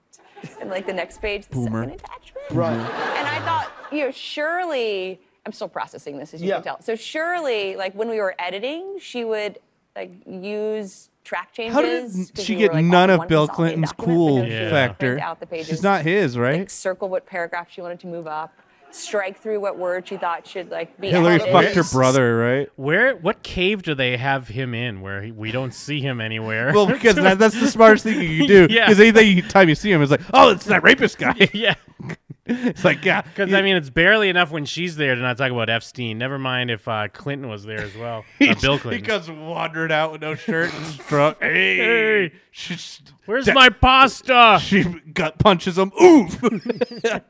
Speaker 18: and like the next page, the
Speaker 4: Boomer.
Speaker 18: second attachment. And I thought, you know, surely I'm still processing this, as you can tell. So surely, like when we were editing, she would like use track changes.
Speaker 4: How did
Speaker 18: 'cause
Speaker 4: she
Speaker 18: we
Speaker 4: get
Speaker 18: were, like, on
Speaker 4: none of
Speaker 18: one
Speaker 4: Bill
Speaker 18: consolidated
Speaker 4: Clinton's
Speaker 18: document, but
Speaker 4: cool
Speaker 18: no, she would
Speaker 4: factor?
Speaker 18: print out the pages,
Speaker 4: She's not his, right?
Speaker 18: Circle what paragraph she wanted to move up. Strike through what word she thought should like be.
Speaker 4: Hillary
Speaker 18: added.
Speaker 4: fucked her brother, right?
Speaker 10: Where? What cave do they have him in where he, we don't see him anywhere?
Speaker 4: Well, because that, that's the smartest thing you can do.
Speaker 10: Yeah.
Speaker 4: Because anything you- time you see him, it's like, oh, it's that rapist guy.
Speaker 10: yeah.
Speaker 4: it's like, yeah.
Speaker 10: Because I mean, it's barely enough when she's there to not talk about Epstein. Never mind if uh, Clinton was there as well. Uh, Bill
Speaker 4: He
Speaker 10: Clinton.
Speaker 4: comes wandering out with no shirt and drunk.
Speaker 10: Hey.
Speaker 4: Hey, She's-
Speaker 10: Where's
Speaker 4: that-
Speaker 10: my pasta?
Speaker 4: She gut punches him. Oof.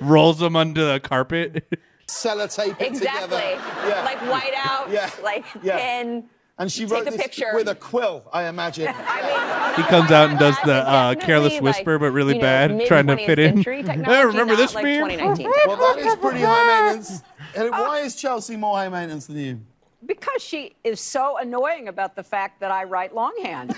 Speaker 4: Rolls him under the carpet.
Speaker 16: Sellotape it
Speaker 18: Exactly.
Speaker 16: together. Yeah.
Speaker 18: Like white out,
Speaker 16: Yeah.
Speaker 18: like
Speaker 16: Yeah.
Speaker 18: pen.
Speaker 16: And she
Speaker 18: Take
Speaker 16: wrote
Speaker 18: a
Speaker 16: this
Speaker 18: picture.
Speaker 16: with a quill, I imagine.
Speaker 4: He comes out and does the uh, careless whisper, but really
Speaker 16: you know,
Speaker 4: bad, trying to
Speaker 16: mid-twentieth
Speaker 4: fit in.
Speaker 16: century
Speaker 4: I remember this meme.
Speaker 16: well, that is pretty high maintenance. And Why is Chelsea more high maintenance than you?
Speaker 17: Because she is so annoying about the fact that I write longhand.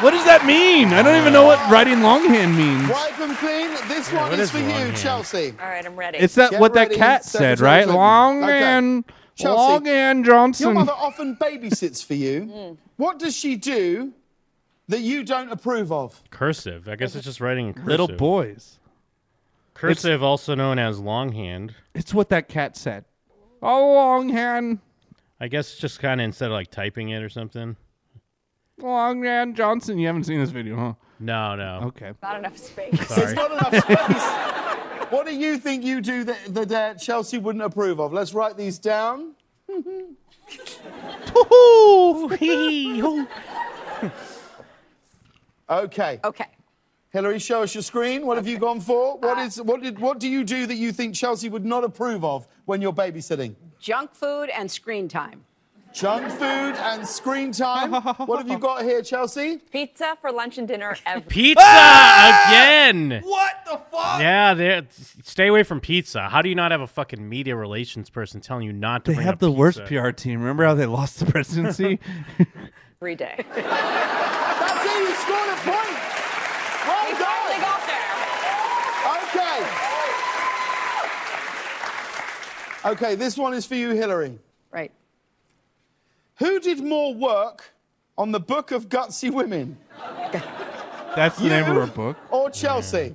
Speaker 4: What does that mean? I don't even know what writing longhand means.
Speaker 16: Wipe and clean. This
Speaker 4: Yeah,
Speaker 16: one
Speaker 4: what
Speaker 16: is
Speaker 4: is
Speaker 16: for you,
Speaker 4: longhand?
Speaker 16: Chelsea.
Speaker 18: All right, I'm ready.
Speaker 4: It's that
Speaker 16: Get
Speaker 4: what that
Speaker 16: ready,
Speaker 4: cat said,
Speaker 16: Secretary
Speaker 4: right?
Speaker 16: Clinton.
Speaker 4: Longhand,
Speaker 16: Okay.
Speaker 4: longhand
Speaker 16: Your
Speaker 4: Johnson.
Speaker 16: mother often babysits for you. What does she do that you don't approve of?
Speaker 10: Cursive. I guess it's just writing in cursive.
Speaker 4: Little boys.
Speaker 10: Cursive, also known as longhand.
Speaker 4: It's what that cat said. Oh, longhand,
Speaker 10: I guess just kind of instead of like typing it or something.
Speaker 4: longhand Johnson. You haven't seen this video, huh?
Speaker 10: No, no.
Speaker 4: Okay.
Speaker 18: Not enough space.
Speaker 10: Sorry.
Speaker 16: Not enough space. what do you think you do that, that uh, Chelsea wouldn't approve of? Let's write these down. okay.
Speaker 17: Okay. Uh,
Speaker 16: Hillary, show us your screen. What have you gone for? What is what did what do you do that you think Chelsea would not approve of when you're babysitting?
Speaker 17: Junk food and screen time.
Speaker 16: Junk food and screen time. what have you got here, Chelsea?
Speaker 18: Pizza for lunch and dinner every.
Speaker 10: Pizza
Speaker 4: Ah!
Speaker 10: again.
Speaker 16: What the fuck?
Speaker 10: Ah! Yeah, they're- stay away from pizza. How do you not have a fucking media relations person telling you not to?
Speaker 4: They
Speaker 10: bring
Speaker 4: have
Speaker 10: up
Speaker 4: the worst
Speaker 10: pizza?
Speaker 4: PR team. Remember how they lost the presidency?
Speaker 18: Every day.
Speaker 16: That's it. You scored a point. Well done. Okay. Okay, this one is for you, Hillary.
Speaker 17: Right.
Speaker 16: Who did more work on the book of gutsy women,
Speaker 4: That's the name of
Speaker 16: You?
Speaker 4: her book.
Speaker 16: or Oh, Chelsea?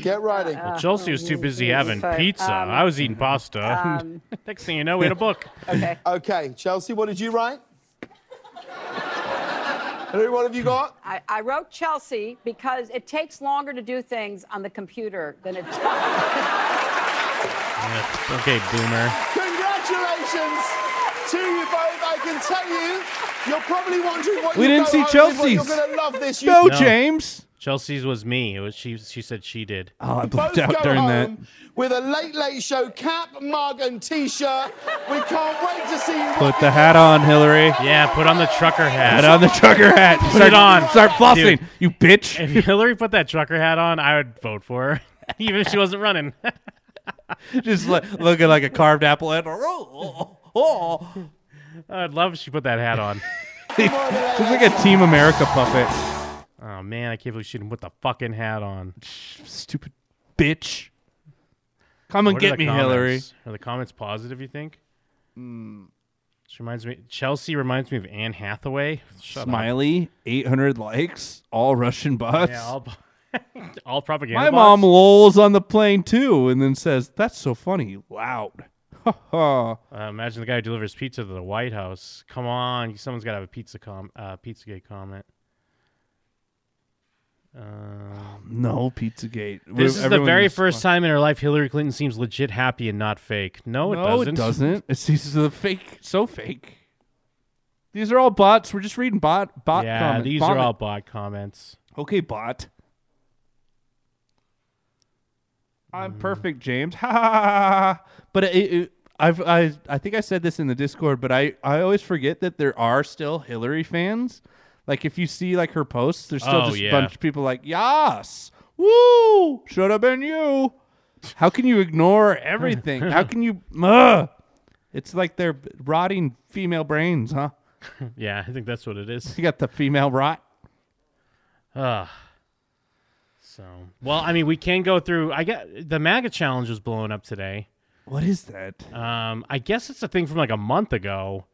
Speaker 16: Get writing.
Speaker 10: Well, Chelsea was too busy having
Speaker 16: sorry.
Speaker 10: pizza.
Speaker 16: Um,
Speaker 10: I was eating pasta.
Speaker 16: um,
Speaker 10: Next thing you know, we had a book.
Speaker 16: Okay. Okay, Chelsea, what did you write? Hillary, what have you got?
Speaker 17: I, I wrote Chelsea because it takes longer to do things on the computer than it does.
Speaker 10: Yeah. Okay, boomer.
Speaker 16: Congratulations to you both. I can tell you, you're probably wondering what
Speaker 10: We
Speaker 16: you
Speaker 10: didn't
Speaker 16: go
Speaker 10: see
Speaker 16: home with, what You're
Speaker 10: Chelsea's.
Speaker 16: going to love this. You-
Speaker 4: No, James.
Speaker 10: Chelsea's was me. It was she. She said she did.
Speaker 4: Oh, I
Speaker 16: both
Speaker 4: blacked
Speaker 16: go
Speaker 4: out during that.
Speaker 16: home with a late late show cap, mug, and T-shirt. We can't wait to see you.
Speaker 4: Put the hat on, Hillary.
Speaker 10: Yeah, put on the trucker hat.
Speaker 4: Put on the trucker hat.
Speaker 10: Put
Speaker 4: Start-
Speaker 10: it on.
Speaker 4: Start flossing,
Speaker 10: Dude,
Speaker 4: you bitch.
Speaker 10: If Hillary put that trucker hat on, I would vote for her, even if she wasn't running.
Speaker 4: Just lo- looking like a carved apple head. Oh,
Speaker 10: I'd love if she put that hat on.
Speaker 4: She's like a Team America puppet.
Speaker 10: Oh man, I can't believe she didn't put the fucking hat on.
Speaker 4: Stupid bitch. Come and
Speaker 10: What are
Speaker 4: get
Speaker 10: the
Speaker 4: me, Hillary.
Speaker 10: comments? Are the comments positive? You think? She reminds me. Chelsea reminds me of Anne Hathaway. Shut up.
Speaker 4: Smiley, 800 likes, all Russian bots.
Speaker 10: Yeah, all, all propaganda.
Speaker 4: My
Speaker 10: bots.
Speaker 4: mom lolls on the plane too and then says, That's so funny. Loud. Ha ha.
Speaker 10: Uh, imagine the guy who delivers pizza to the White House. Come on, someone's got to have a pizza com- uh, PizzaGate comment. Um,
Speaker 4: No, Pizzagate. We-
Speaker 10: This is the
Speaker 4: everyone
Speaker 10: very
Speaker 4: was-
Speaker 10: first time in her life Hillary Clinton seems legit happy and not fake. No, it
Speaker 4: no,
Speaker 10: doesn't.
Speaker 4: it doesn't. It's these are the fake, so fake. These are all bots. We're just reading bot bot
Speaker 10: yeah,
Speaker 4: comments.
Speaker 10: these
Speaker 4: Bomb
Speaker 10: are
Speaker 4: it.
Speaker 10: all bot comments.
Speaker 4: Okay, bot. I'm
Speaker 10: Mm.
Speaker 4: perfect, James. Ha ha ha. ha. But it, it, I've I I think I said this in the Discord, but I I always forget that there are still Hillary fans. Like if you see like her posts, there's still
Speaker 10: Oh,
Speaker 4: just
Speaker 10: yeah.
Speaker 4: a bunch of people like, "Yas, woo, should have been you." How can you ignore everything? How can you? Ugh. It's like they're rotting female brains, huh?
Speaker 10: yeah, I think that's what it is.
Speaker 4: You got the female rot.
Speaker 10: Uh, so, well, I mean, we can go through. I get the MAGA challenge was blowing up today.
Speaker 4: What is that?
Speaker 10: Um, I guess it's a thing from like a month ago.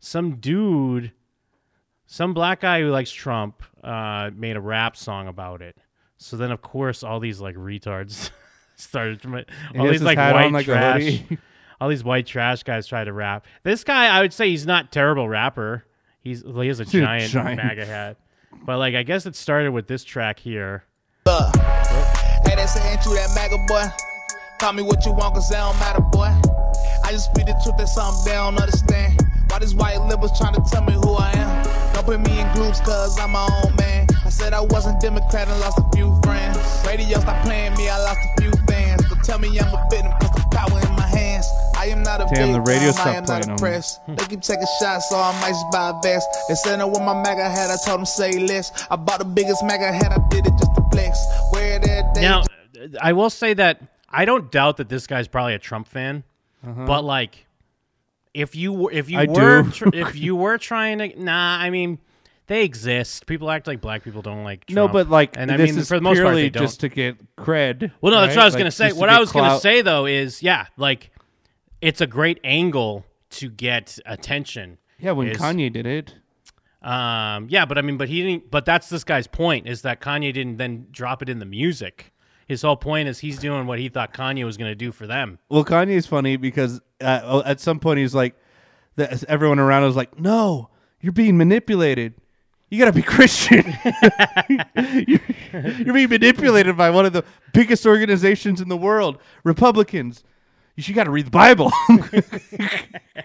Speaker 10: Some dude, some black guy who likes Trump, uh, made a rap song about it. So then, of course, all these like retards started. From it.
Speaker 4: He
Speaker 10: All
Speaker 4: has
Speaker 10: these
Speaker 4: his
Speaker 10: like
Speaker 4: hat
Speaker 10: white
Speaker 4: on like a
Speaker 10: trash.
Speaker 4: hoodie.
Speaker 10: all these white trash guys try to rap. This guy, I would say, he's not terrible rapper. He's he has a
Speaker 4: He's a
Speaker 10: giant,
Speaker 4: giant-
Speaker 10: MAGA hat. But like, I guess it started with this track here.
Speaker 19: Hey, they saying you that MAGA boy. Call me what you want, cause that don't matter, boy. I just speak the truth, that's something they don't understand. Why these white liberals trying to tell me who I am? Don't put me in groups, cause I'm my own man. I said I wasn't Democrat and lost a few friends. Radio stopped playing me, I lost a few fans. But tell me I'm a victim, cause the power in my hands. I am not a
Speaker 4: Damn, the
Speaker 19: victim,
Speaker 4: radio
Speaker 19: I
Speaker 4: stopped
Speaker 19: am
Speaker 4: playing
Speaker 19: not
Speaker 4: on me.
Speaker 19: oppressed. They keep taking shots, so I might just buy a vest. They said I with my MAGA hat, I told them say less. I bought the biggest MAGA hat, I did it just to flex. Wear that day.
Speaker 10: Now, I will say that I don't doubt that this guy's probably a Trump fan,
Speaker 4: Uh-huh.
Speaker 10: but like, if you were, if you
Speaker 4: I
Speaker 10: were,
Speaker 4: do.
Speaker 10: tr- if you were trying to, nah, I mean, they exist. People act like black people don't like. Trump.
Speaker 4: No, but like
Speaker 10: and I
Speaker 4: this
Speaker 10: mean,
Speaker 4: is
Speaker 10: for the most part,
Speaker 4: purely
Speaker 10: they don't.
Speaker 4: just to get cred.
Speaker 10: Well, no,
Speaker 4: right?
Speaker 10: that's what I was
Speaker 4: Like,
Speaker 10: gonna say.
Speaker 4: just to
Speaker 10: What
Speaker 4: get
Speaker 10: I was gonna
Speaker 4: clout.
Speaker 10: say though is, yeah, like it's a great angle to get attention.
Speaker 4: Yeah, when
Speaker 10: is-
Speaker 4: Kanye did it.
Speaker 10: Um, yeah, but I mean, but he didn't. But that's this guy's point is that Kanye didn't then drop it in the music. His whole point is he's doing what he thought Kanye was gonna do for them.
Speaker 4: Well, Kanye's funny because uh, oh, at some point he's like, the, everyone around was like, "No, you're being manipulated. You gotta be Christian. you're, you're being manipulated by one of the biggest organizations in the world, Republicans. You should gotta read the Bible."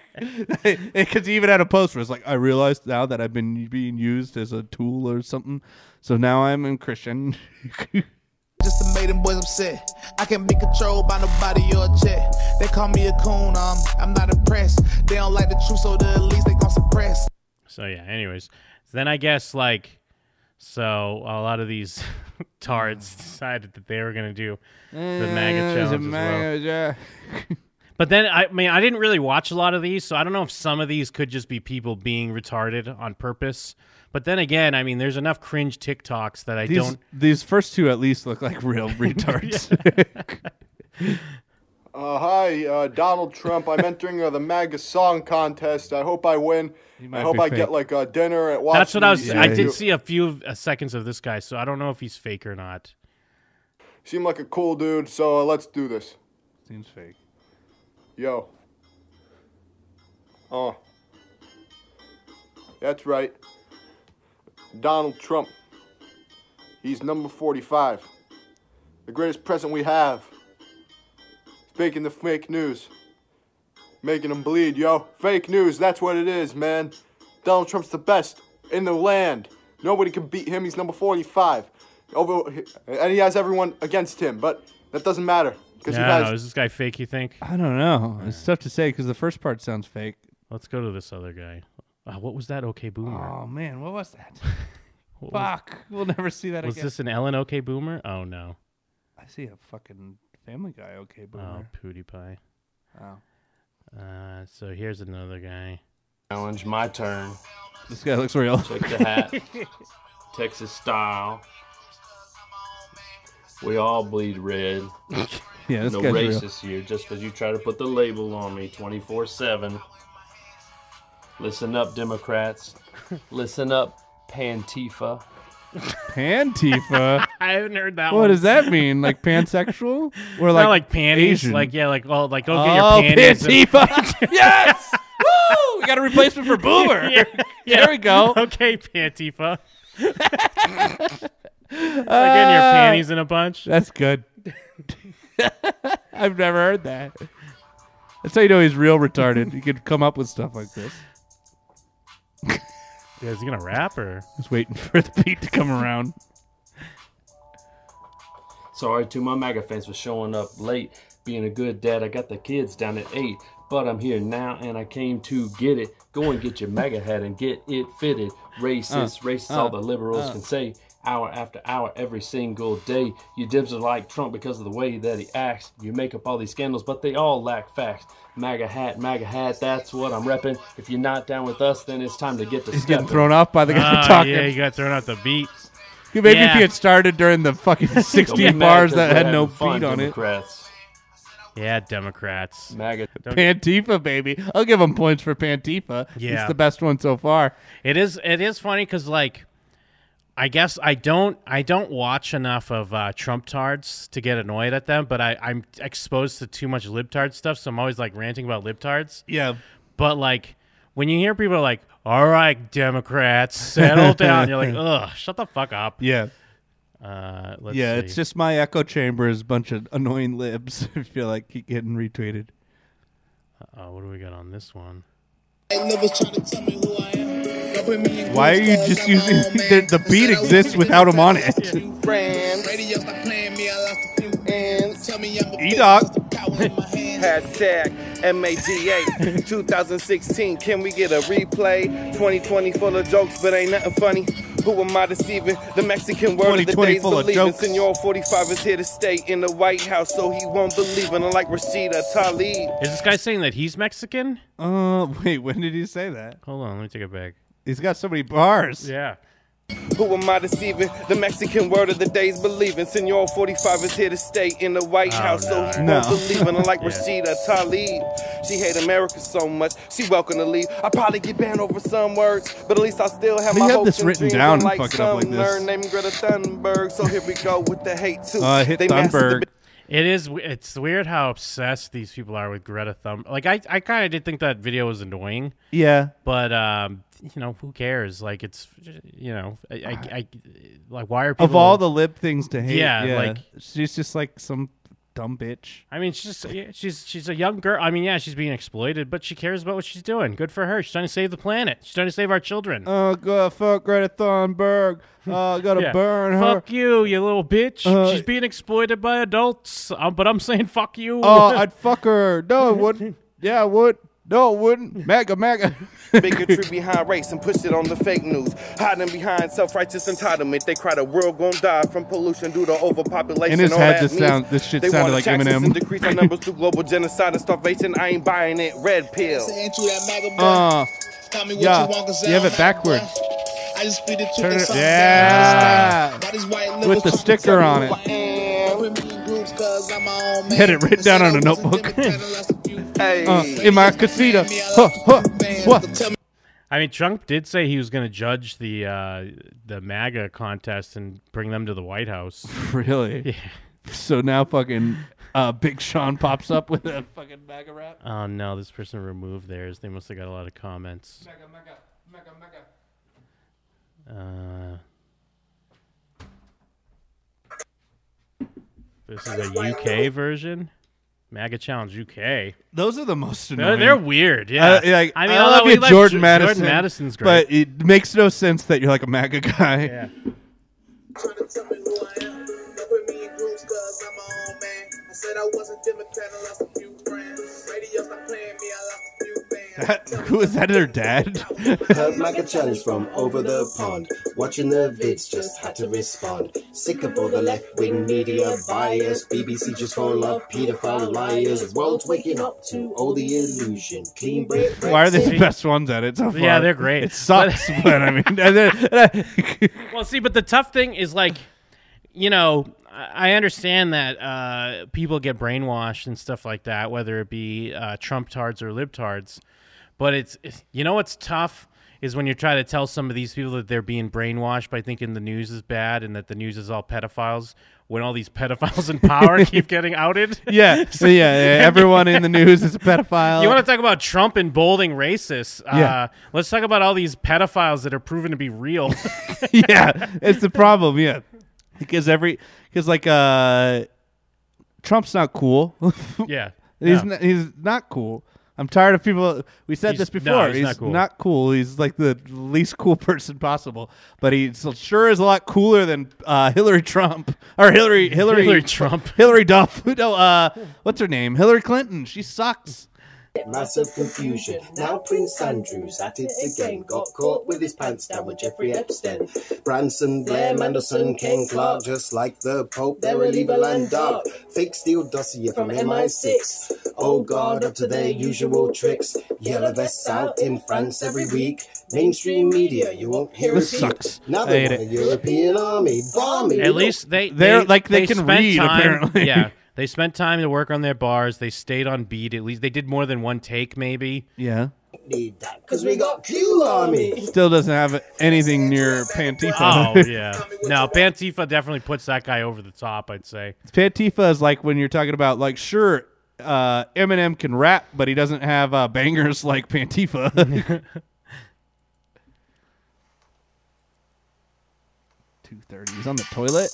Speaker 4: Because he even had a post where it's like, "I realized now that I've been being used as a tool or something, so now I'm a Christian."
Speaker 19: just to make them boys upset. I can't be controlled by nobody or a check. They call me a coon, um, I'm not impressed. They don't like the truth, so the least they gon' suppress.
Speaker 10: So yeah, anyways. Then I guess like so a lot of these tards decided that they were gonna do the
Speaker 4: Uh,
Speaker 10: MAGA
Speaker 4: it's a
Speaker 10: challenge as well.
Speaker 4: MAGA.
Speaker 10: But then I mean I didn't really watch a lot of these, so I don't know if some of these could just be people being retarded on purpose. But then again, I mean there's enough cringe TikToks that I
Speaker 4: these,
Speaker 10: don't
Speaker 4: These first two at least look like real retards.
Speaker 20: Uh, hi, uh, Donald Trump. I'm entering uh, the MAGA song contest. I hope I win. I
Speaker 10: might
Speaker 20: hope
Speaker 10: be
Speaker 20: I
Speaker 10: fake.
Speaker 20: get like a dinner at.
Speaker 10: That's what I was
Speaker 20: Washington,
Speaker 10: I
Speaker 20: D.C.
Speaker 10: did see a few of- uh, seconds of this guy, so I don't know if he's fake or not.
Speaker 20: Seemed like a cool dude, so uh, let's do this.
Speaker 4: Seems fake.
Speaker 20: Yo. Oh. That's right. Donald Trump. He's number 45. The greatest president we have. Faking the fake news. Making them bleed, yo. Fake news, that's what it is, man. Donald Trump's the best in the land. Nobody can beat him. He's number 45. Over, and he has everyone against him, but that doesn't matter.
Speaker 10: Yeah,
Speaker 20: Because he has
Speaker 10: no, is this guy fake you think?
Speaker 4: I don't know. It's tough to say because the first part sounds fake.
Speaker 10: Let's go to this other guy. Uh, what was that okay boomer?
Speaker 4: Oh man, what was that?
Speaker 10: What was-
Speaker 4: Fuck, we'll never see that
Speaker 10: Was
Speaker 4: again.
Speaker 10: this an Ellen OK Boomer? Oh no.
Speaker 4: I see a fucking Family Guy. Okay,
Speaker 10: Oh,
Speaker 4: boomer.
Speaker 10: PewDiePie.
Speaker 4: Oh.
Speaker 10: Uh, so here's another guy.
Speaker 21: Challenge my turn.
Speaker 4: This guy looks real.
Speaker 21: Check the hat. Texas style. We all bleed red.
Speaker 4: Yeah, this
Speaker 21: no
Speaker 4: guy's real.
Speaker 21: racist here. Just because you try to put the label on me 24 7. Listen up, Democrats. Listen up, Pantifa.
Speaker 4: Pantifa.
Speaker 10: I haven't heard that
Speaker 4: what
Speaker 10: one.
Speaker 4: does that mean? Like pansexual? Or
Speaker 10: Not
Speaker 4: like,
Speaker 10: like panties,
Speaker 4: Asian?
Speaker 10: like, yeah, like, well, like, go
Speaker 4: oh,
Speaker 10: get your panties and-
Speaker 4: Pantifa. yes. Woo! We got a replacement for Boomer.
Speaker 10: Yeah, yeah.
Speaker 4: There we go.
Speaker 10: Okay, Pantifa. like getting your panties in a bunch.
Speaker 4: Uh, That's good. I've never heard that. That's how you know he's real retarded. he could come up with stuff like this.
Speaker 10: Yeah, is he gonna rap or?
Speaker 4: Just waiting for the beat to come around.
Speaker 21: Sorry to my MAGA fans for showing up late. Being a good dad, I got the kids down at 8. But I'm here now and I came to get it. Go and get your MAGA hat and get it fitted. Racist,
Speaker 22: Uh,
Speaker 21: racist,
Speaker 22: uh,
Speaker 21: all the liberals
Speaker 22: uh.
Speaker 21: can say. hour after hour every single day. You dibs are like Trump because of the way that he acts. You make up all these scandals, but they all lack facts. MAGA hat, MAGA hat, that's what I'm repping. If you're not down with us, then it's time to get to
Speaker 4: He's getting thrown off by the guy
Speaker 10: Ah,
Speaker 4: talking.
Speaker 10: Yeah, you got thrown off the beat.
Speaker 4: You made
Speaker 10: Yeah.
Speaker 4: me if it started during the fucking 16 bars that had no beat on it.
Speaker 21: Democrats.
Speaker 10: Yeah, Democrats.
Speaker 21: MAGA.
Speaker 4: Pantifa, baby. I'll give him points for Pantifa.
Speaker 10: Yeah.
Speaker 4: It's the best one so far.
Speaker 10: It is. It is funny because like, I guess I don't. I don't watch enough of uh, Trump tards to get annoyed at them, but I, I'm exposed to too much libtard stuff, so I'm always like ranting about libtards.
Speaker 4: Yeah.
Speaker 10: But like, when you hear people are like, "All right, Democrats, settle down," you're like, "Ugh, shut the fuck up."
Speaker 4: Yeah.
Speaker 10: Uh, let's
Speaker 4: yeah,
Speaker 10: see.
Speaker 4: it's just my echo chamber is a bunch of annoying libs. I feel like keep getting retweeted.
Speaker 10: Uh, what do we got on this one?
Speaker 4: Why are you just using the, the beat exists without him on it?
Speaker 19: Brand. Radio's not playing me, I lost a few ends. Tell me I'm a
Speaker 4: E dog.
Speaker 1: Hashtag MAGA 2016. Can we get a replay? 2020 full of jokes, but ain't nothing funny. Who am I deceiving? The Mexican word of the
Speaker 4: 2020
Speaker 1: day is
Speaker 4: full of
Speaker 1: believing.
Speaker 4: jokes.
Speaker 1: Senor 45 is here to stay in the White House, so he won't believe. And unlike Rashida Tlaib,
Speaker 10: Is this guy saying that he's Mexican?
Speaker 4: Uh, wait, when did he say that?
Speaker 10: Hold on, let me take it back.
Speaker 4: He's got so many bars.
Speaker 10: Yeah.
Speaker 1: Who am I deceiving? The Mexican word of the day is believing. Senor 45 is here to stay in the White
Speaker 4: Oh,
Speaker 1: House, so he
Speaker 4: no.
Speaker 1: won't believe. And unlike
Speaker 4: Yeah.
Speaker 1: Rashida Tlaib, she hate America so much, she welcome to leave. I probably get banned over some words, but at least I still have
Speaker 4: They
Speaker 1: my
Speaker 4: have
Speaker 1: hopes
Speaker 4: this
Speaker 1: and
Speaker 4: written
Speaker 1: dreams.
Speaker 4: down and
Speaker 1: unlike
Speaker 4: fuck it up like
Speaker 1: some
Speaker 4: this.
Speaker 1: nerd named Greta Thunberg, so here we go with the hate too.
Speaker 4: Uh, hit
Speaker 1: They mastered the
Speaker 4: Thunberg.
Speaker 10: It is. w- It's weird how obsessed these people are with Greta Thumb. Like I, I kind of did think that video was annoying.
Speaker 4: Yeah.
Speaker 10: But um, you know, who cares? Like it's, you know, I, I, I like why are people
Speaker 4: Of all the lib things to hate,
Speaker 10: Yeah,
Speaker 4: yeah,
Speaker 10: like-
Speaker 4: she's just like some dumb bitch.
Speaker 10: I mean, she's just, yeah, she's she's a young girl. I mean, yeah, she's being exploited, but she cares about what she's doing. Good for her. She's trying to save the planet. She's trying to save our children.
Speaker 4: Oh, God, fuck Greta Thunberg. Oh, gotta
Speaker 10: Yeah.
Speaker 4: burn her.
Speaker 10: Fuck you, you little bitch.
Speaker 4: Uh,
Speaker 10: she's being exploited by adults. Um, but I'm saying fuck you.
Speaker 4: Oh, I'd fuck her. No, I wouldn't. Yeah, I would. No, I wouldn't. Maga, maga.
Speaker 1: bigotry behind race and pushed it on the fake news. Hiding behind self-righteous entitlement, they cry the world gonna die from pollution due to overpopulation.
Speaker 4: In his
Speaker 1: All
Speaker 4: head,
Speaker 1: that
Speaker 4: this
Speaker 1: means
Speaker 4: sound- this shit
Speaker 1: they
Speaker 4: sounded
Speaker 1: wanna
Speaker 4: like
Speaker 1: tax us
Speaker 4: Eminem.
Speaker 1: and decrease our numbers through global genocide and starvation. I ain't buying it. Red pill.
Speaker 19: Ain't you that MAGA boy?
Speaker 4: Uh,
Speaker 19: Tell me what
Speaker 4: yeah,
Speaker 19: you want, 'cause
Speaker 4: you have
Speaker 19: I'm
Speaker 4: it backwards.
Speaker 19: I just speak the truth.
Speaker 4: Turn
Speaker 19: and
Speaker 4: it.
Speaker 19: sometimes
Speaker 4: Yeah.
Speaker 19: I just lie. That is why it
Speaker 4: With the sticker on it. Had it written down on a notebook. Uh, in my casita. Huh, huh, what?
Speaker 10: I mean, Trump did say he was going to judge the uh, the MAGA contest and bring them to the White House.
Speaker 4: Really? Yeah. So now fucking uh, Big Sean pops up with a fucking MAGA rap.
Speaker 10: Oh no, this person removed theirs. They must have got a lot of comments. Uh, this is a UK version. MAGA Challenge UK.
Speaker 4: Those are the most
Speaker 10: They're,
Speaker 4: annoying.
Speaker 10: they're weird. Yeah.
Speaker 4: Uh, yeah, like,
Speaker 10: I mean,
Speaker 4: I
Speaker 10: although
Speaker 4: love
Speaker 10: we
Speaker 4: you,
Speaker 10: like
Speaker 4: Jordan
Speaker 10: Jo-
Speaker 4: Madison.
Speaker 10: Jordan Madison's great.
Speaker 4: But it makes no sense that you're like a MAGA guy.
Speaker 10: Yeah.
Speaker 4: That, who is that? Her dad?
Speaker 22: Heard Mega Challenge from over the pond. Watching the vids, just had to respond. Sick of all the left wing media bias. BBC just full of paedophile liars. World's waking up to all the illusion. Clean break.
Speaker 4: Why are they the
Speaker 22: Brexit.
Speaker 4: best ones at it so far?
Speaker 10: Yeah, they're great.
Speaker 4: It sucks, but, I mean, and then- and I-
Speaker 10: well, see, but the tough thing is like, you know, I I understand that uh, people get brainwashed and stuff like that, whether it be uh, Trump tards or libtards. But it's, it's you know what's tough is when you try to tell some of these people that they're being brainwashed by thinking the news is bad and that the news is all pedophiles. When all these pedophiles in power keep getting outed,
Speaker 4: yeah, so yeah, yeah, everyone in the news is a pedophile.
Speaker 10: You want to talk about Trump and bolding racists? Uh,
Speaker 4: Yeah.
Speaker 10: let's talk about all these pedophiles that are proven to be real.
Speaker 4: yeah, it's the problem. Yeah, because every because like uh, Trump's not cool.
Speaker 10: Yeah,
Speaker 4: he's
Speaker 10: no.
Speaker 4: not, he's not cool. I'm tired of people. We said
Speaker 10: He's-
Speaker 4: this
Speaker 10: no,
Speaker 4: before.
Speaker 10: he's not cool.
Speaker 4: cool. He's like the least cool person possible, but he s- sure is a lot cooler than uh, Hillary Trump or Hillary Hillary
Speaker 10: Hillary Trump.
Speaker 4: Hillary Duff. No, uh, what's her name? Hillary Clinton. She sucks.
Speaker 22: Massive confusion. Now Prince Andrew's at it again. Got caught with his pants down with Jeffrey Epstein. Branson, Blair, Mandelson, Ken Clark, just like the Pope, they're illegal and dark. Fake steel dossier from MI6. Oh God, up to their usual tricks. Yellow vests out in France every week. Mainstream media, you won't hear
Speaker 4: This
Speaker 22: a peep.
Speaker 4: sucks.
Speaker 22: Now
Speaker 4: I
Speaker 22: they
Speaker 4: hate
Speaker 22: want a
Speaker 4: it.
Speaker 22: European army, bomb
Speaker 10: At least they
Speaker 4: They're-
Speaker 10: they,
Speaker 4: like, they can
Speaker 10: spent
Speaker 4: read,
Speaker 10: time-
Speaker 4: apparently.
Speaker 10: Yeah, they spent time to work on their bars. They stayed on beat. At least they did more than one take, maybe.
Speaker 4: Yeah.
Speaker 22: need that because we got Q army.
Speaker 4: Still doesn't have anything near
Speaker 10: Oh
Speaker 4: Pantifa.
Speaker 10: yeah. No, Bantifa definitely puts that guy over the top. I'd say.
Speaker 4: Pantifa is like when you're talking about like sure uh, Eminem can rap, but he doesn't have uh, bangers like Pantifa. Two thirty. He's on the toilet.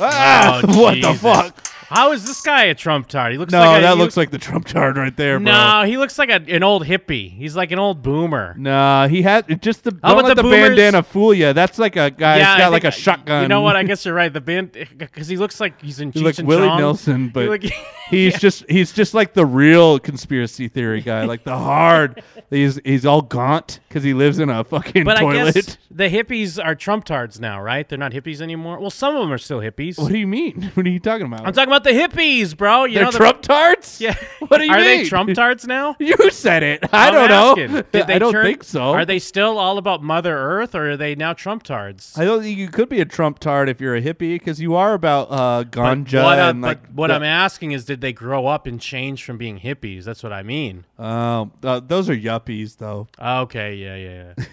Speaker 4: Ah,
Speaker 10: Oh,
Speaker 4: what the
Speaker 10: Jesus.
Speaker 4: fuck?
Speaker 10: How is this guy a Trump tard? He looks
Speaker 4: No,
Speaker 10: like a,
Speaker 4: that
Speaker 10: he
Speaker 4: looks like the Trump tard right there, bro.
Speaker 10: No, he looks like a, an old hippie. He's like an old boomer.
Speaker 4: Nah, he had just the
Speaker 10: How
Speaker 4: don't
Speaker 10: about
Speaker 4: let
Speaker 10: the
Speaker 4: the,
Speaker 10: boomers?
Speaker 4: bandana fool you. That's like a guy.
Speaker 10: I
Speaker 4: has got
Speaker 10: think-
Speaker 4: like a shotgun.
Speaker 10: You know what? I guess you're right. The band because he looks like he's in.
Speaker 4: He
Speaker 10: Cheech
Speaker 4: looked
Speaker 10: and
Speaker 4: Willie
Speaker 10: Chong.
Speaker 4: Nelson,
Speaker 10: He
Speaker 4: but
Speaker 10: look-
Speaker 4: he's just he's just like the real conspiracy theory guy, like the hard. he's he's all gaunt because he lives in a fucking
Speaker 10: but
Speaker 4: toilet.
Speaker 10: I guess the hippies are Trump tards now, right? They're not hippies anymore. Well, some of them are still hippies.
Speaker 4: what do you mean? What are you talking about?
Speaker 10: I'm talking about the hippies, bro. You
Speaker 4: They're
Speaker 10: know, the,
Speaker 4: Trump tards.
Speaker 10: Yeah.
Speaker 4: What do you
Speaker 10: Are they
Speaker 4: mean?
Speaker 10: Trump tards now?
Speaker 4: You said it. I
Speaker 10: I'm
Speaker 4: don't know.
Speaker 10: asking. Did they
Speaker 4: I don't
Speaker 10: turn-
Speaker 4: think so.
Speaker 10: Are they still all about Mother Earth, or are they now Trump tards?
Speaker 4: I don't think you could be a Trump tard if you're a hippie because you are about uh,
Speaker 10: But
Speaker 4: ganja
Speaker 10: what, I-
Speaker 4: and like.
Speaker 10: but what
Speaker 4: the-
Speaker 10: I'm asking is, did they grow up and change from being hippies? That's what I mean.
Speaker 4: Um, uh, those are yuppies though.
Speaker 10: Okay, yeah, yeah, yeah.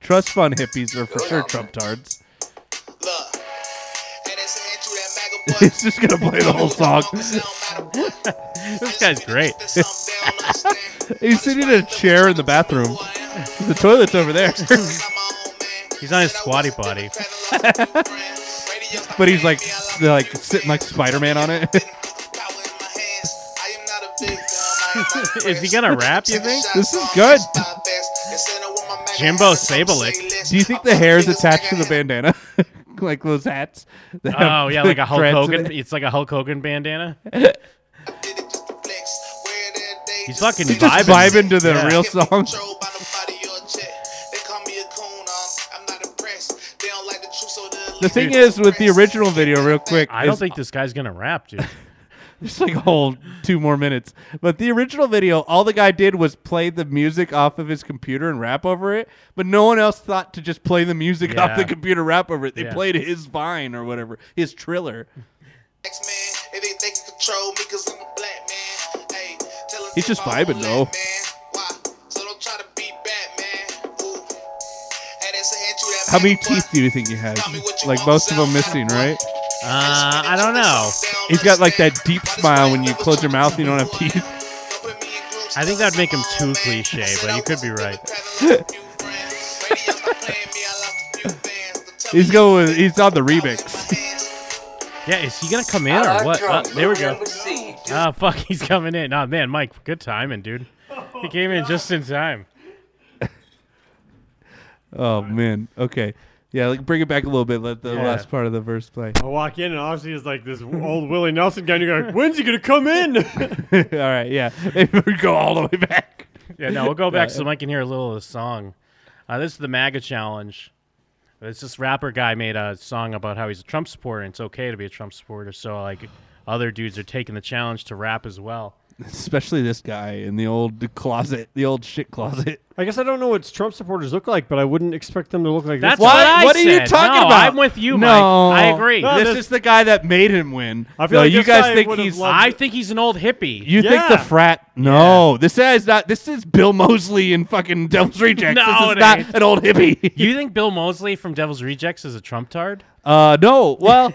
Speaker 4: Trust fund hippies are for sure Trump tards. It's just gonna play the whole song.
Speaker 10: this guy's great.
Speaker 4: He's sitting in a chair in the bathroom. The toilet's over there.
Speaker 10: He's on his squatty potty.
Speaker 4: but he's like, they're like sitting like Spider-Man on it.
Speaker 10: is he gonna rap? You think?
Speaker 4: this is good.
Speaker 10: Jimbo Sabalik.
Speaker 4: Do you think the hair is attached to the bandana, like those hats? that have
Speaker 10: Oh yeah, like a Hulk
Speaker 4: dreads in
Speaker 10: Hogan.
Speaker 4: it?
Speaker 10: It's like a Hulk Hogan bandana. Uh, He's fucking
Speaker 4: He's just
Speaker 10: vibing.
Speaker 4: vibing to the
Speaker 10: Yeah.
Speaker 4: real song. The thing is, with the original video, real quick,
Speaker 10: I don't
Speaker 4: is
Speaker 10: think this guy's gonna rap, dude.
Speaker 4: Just like a whole two more minutes. But the original video, all the guy did was play the music off of his computer and rap over it. But no one else thought to just play the music
Speaker 10: Yeah.
Speaker 4: off the computer, rap over it. They
Speaker 10: Yeah.
Speaker 4: played his vine or whatever, his triller. He's just vibing though. How many teeth do you think he has? Like most of them missing, right?
Speaker 10: Uh, I don't know.
Speaker 4: He's got like that deep smile when you close your mouth, and you don't have teeth.
Speaker 10: I think that'd make him too cliche, but you could be right.
Speaker 4: He's going. with- He's on the remix.
Speaker 10: Yeah, is he gonna come in or what? Uh, there we go. Oh fuck, he's coming in. Oh man, Mike, good timing, dude. He came in just in time.
Speaker 4: Oh man. Okay. Yeah. Like bring it back a little bit. Let the
Speaker 5: Yeah.
Speaker 4: last part of the verse play.
Speaker 5: I walk in and obviously it's like this old Willie Nelson guy, and you're like, "When's he gonna come in?"
Speaker 4: all right. Yeah. Maybe we go all the way back.
Speaker 10: Yeah, no, we'll go back
Speaker 4: Uh,
Speaker 10: so Mike can hear a little of the song. Uh, this is the MAGA challenge. It's this rapper guy made a song about how he's a Trump supporter and it's okay to be a Trump supporter. So like, other dudes are taking the challenge to rap as well.
Speaker 4: Especially this guy in the old closet, the old shit closet.
Speaker 5: I guess I don't know what Trump supporters look like, but I wouldn't expect them to look like
Speaker 10: That's
Speaker 5: this.
Speaker 10: what I What are you said. talking No, about? I'm with you, Mike. I agree. No,
Speaker 4: this
Speaker 10: this-
Speaker 4: is the guy that made him win.
Speaker 5: I feel
Speaker 4: no,
Speaker 5: like
Speaker 4: you
Speaker 5: this
Speaker 4: guys
Speaker 5: guy
Speaker 4: think
Speaker 5: would've
Speaker 4: he's.
Speaker 5: loved
Speaker 10: I think he's an old hippie.
Speaker 4: you think the frat? No, this guy's not. This is Bill Mosley in fucking Devil's Rejects.
Speaker 10: No,
Speaker 4: this
Speaker 10: it
Speaker 4: is not
Speaker 10: ain't.
Speaker 4: an old hippie.
Speaker 10: you think Bill Mosley from Devil's Rejects is a Trump tard?
Speaker 4: Uh, no. Well,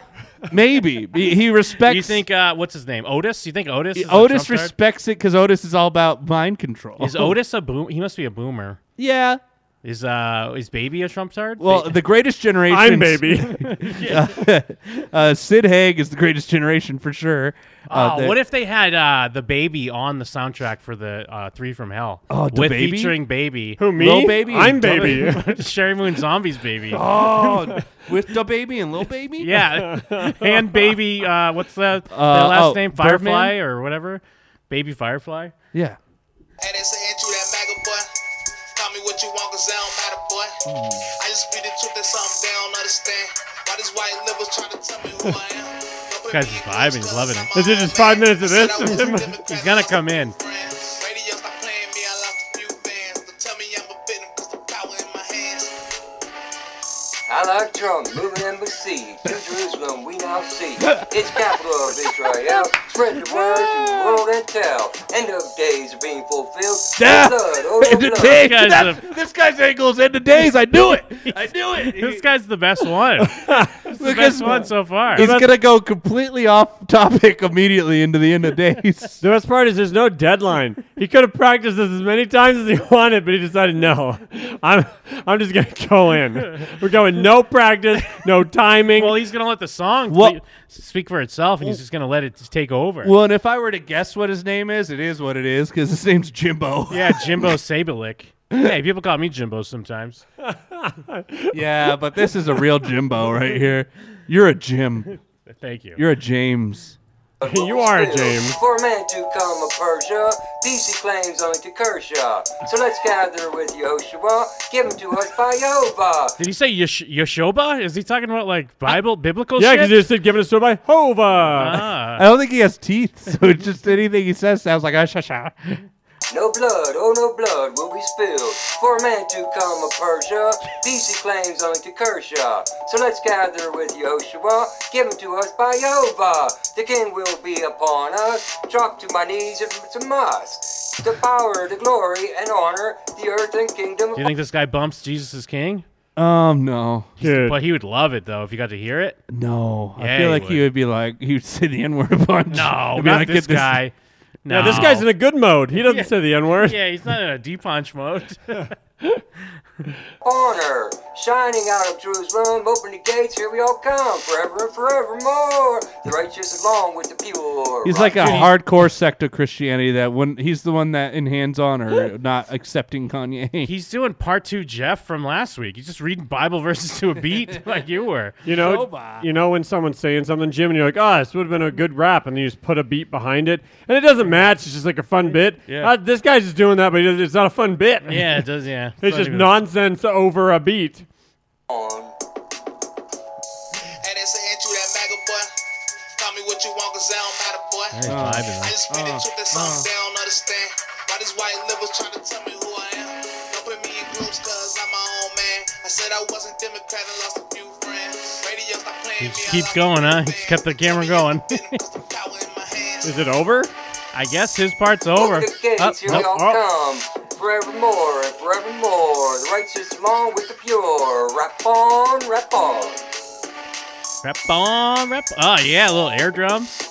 Speaker 4: maybe he he respects.
Speaker 10: You think uh, what's his name? Otis? You think Otis? Is a
Speaker 4: Otis
Speaker 10: Trump tard?
Speaker 4: respects it because Otis is all about mind control.
Speaker 10: Is Otis a boom? He must be a boomer.
Speaker 4: Yeah.
Speaker 10: Is uh is baby a Trump tard?
Speaker 4: Well,
Speaker 10: Ba-
Speaker 4: the greatest generation.
Speaker 10: I'm baby.
Speaker 4: uh, uh, Sid Haig is the greatest generation for sure. Uh,
Speaker 10: oh,
Speaker 4: the-
Speaker 10: what if they had uh, the baby on the soundtrack for the uh, Three from Hell?
Speaker 4: Oh, the
Speaker 10: with
Speaker 4: baby?
Speaker 10: featuring baby.
Speaker 4: Who, me? Lil Baby I'm and Baby.
Speaker 10: Sherry Moon Zombies baby.
Speaker 4: Oh, with the baby and little baby.
Speaker 10: yeah, and baby. Uh, what's the, the
Speaker 4: Uh,
Speaker 10: last
Speaker 4: oh,
Speaker 10: name?
Speaker 4: Birdman?
Speaker 10: Firefly or whatever. Baby Firefly?
Speaker 4: Yeah.
Speaker 19: Hey, they say ain't you that MAGA boy? Call me what you want, cause I don't matter, boy. I just speak the truth that some they don't understand. Why these white liberals trying to tell me who I am?
Speaker 10: This guy's just vibing. He's loving it.
Speaker 5: Is it just five minutes of this?
Speaker 10: He's gonna come in.
Speaker 6: I like drums, moving embassy. To Jerusalem we now see. It's capital of Israel. Spread the word to the world and tell. End of days are being fulfilled.
Speaker 4: Yeah.
Speaker 6: Blood, oh,
Speaker 4: End of
Speaker 6: blood.
Speaker 4: days. That- this guy's angles in the days. I knew it. I knew it.
Speaker 10: this guy's the best one. This is the best one so far.
Speaker 4: He's gonna go completely off topic immediately into the end of days.
Speaker 5: The best part is there's no deadline. He could have practiced this as many times as he wanted, but he decided no. I'm I'm just gonna go in. We're going no practice, no timing.
Speaker 10: Well, he's gonna let the song
Speaker 5: Well-
Speaker 10: play- speak for itself, and he's just gonna let it just take over.
Speaker 4: Well, and if I were to guess what his name is, it is what it is because his name's Jimbo.
Speaker 10: yeah, Jimbo Sabalik. Hey, people call me Jimbo sometimes.
Speaker 4: yeah, but this is a real Jimbo right here. You're a Jim.
Speaker 10: Thank you.
Speaker 4: You're a James.
Speaker 5: you are a
Speaker 6: James. For man to come a Persia, DC claims only to Kershaw. So let's gather with Yoshua, give him to us by Jehovah.
Speaker 10: Did he say Yesh- Yeshoba? Is he talking about like Bible, biblical
Speaker 5: Yeah,
Speaker 10: shit?
Speaker 5: because he just said giving us to by Hova.
Speaker 10: Ah.
Speaker 4: I don't think he has teeth, so it's just anything he says sounds like ah, sha, sha.
Speaker 6: No blood, oh no blood will be spilled. For man to come a Persia, DC claims only to Kershaw. So let's gather with Yoshua, give him to us by Jehovah. The king will be upon us. Drop to my knees if it's a must. The power, the glory, and honor, the earth and kingdom.
Speaker 10: Do you think this guy bumps Jesus is King?
Speaker 4: Um, no.
Speaker 10: But he would love it though if you got to hear it.
Speaker 4: No,
Speaker 10: Yeah,
Speaker 4: I feel
Speaker 10: he
Speaker 4: like he would be like he would say the N word a bunch.
Speaker 10: No,
Speaker 4: He'd be
Speaker 10: not
Speaker 4: like,
Speaker 10: this
Speaker 4: "Get
Speaker 10: guy.
Speaker 5: Yeah, this guy's in a good mode. He doesn't
Speaker 10: Yeah.
Speaker 5: say the N word.
Speaker 10: Yeah, he's not in a deep punch mode.
Speaker 6: honor shining out of Jerusalem. Open the gates, here we all come, forever and forevermore. The righteous along with the pure.
Speaker 4: He's like a
Speaker 6: Dude, he-
Speaker 4: hardcore sect of Christianity that when he's the one that in hands on or not accepting Kanye.
Speaker 10: he's doing part two Jeff from last week. He's just reading Bible verses to a beat like you were.
Speaker 5: You
Speaker 10: Oh,
Speaker 5: know, you know when someone's saying something, Jim, and you're like, "Ah, this would have been a good rap," and then you just put a beat behind it, and it doesn't match. It's just like a fun bit.
Speaker 10: Yeah.
Speaker 5: Ah, this guy's just doing that, but he does- it's not a fun bit.
Speaker 10: Yeah, it does. Yeah,
Speaker 5: it's
Speaker 10: not
Speaker 5: just
Speaker 10: even-
Speaker 5: nonsense over a beat.
Speaker 19: Hey, they say ain't you that MAGA boy? Call me what you want, cause I don't matter, boy.
Speaker 21: Hey, Oh. vibing, man.
Speaker 19: I just speak the
Speaker 21: Oh,
Speaker 19: truth that some they don't understand. Why these white liberals trying to tell me who I am? Don't put me in groups, cause I'm my own man. I said I wasn't Democrat and lost a few friends. Radio stop playing.
Speaker 10: He just keeps going, huh? He's kept the camera going.
Speaker 5: Is it over?
Speaker 10: I guess his part's over.
Speaker 6: the gates,
Speaker 4: Uh,
Speaker 10: Oh,
Speaker 6: here
Speaker 10: nope.
Speaker 6: we all come, forevermore and forevermore. The righteous along with the pure. Rap on, rap on.
Speaker 10: Rep on, rep. Oh yeah, little air drums.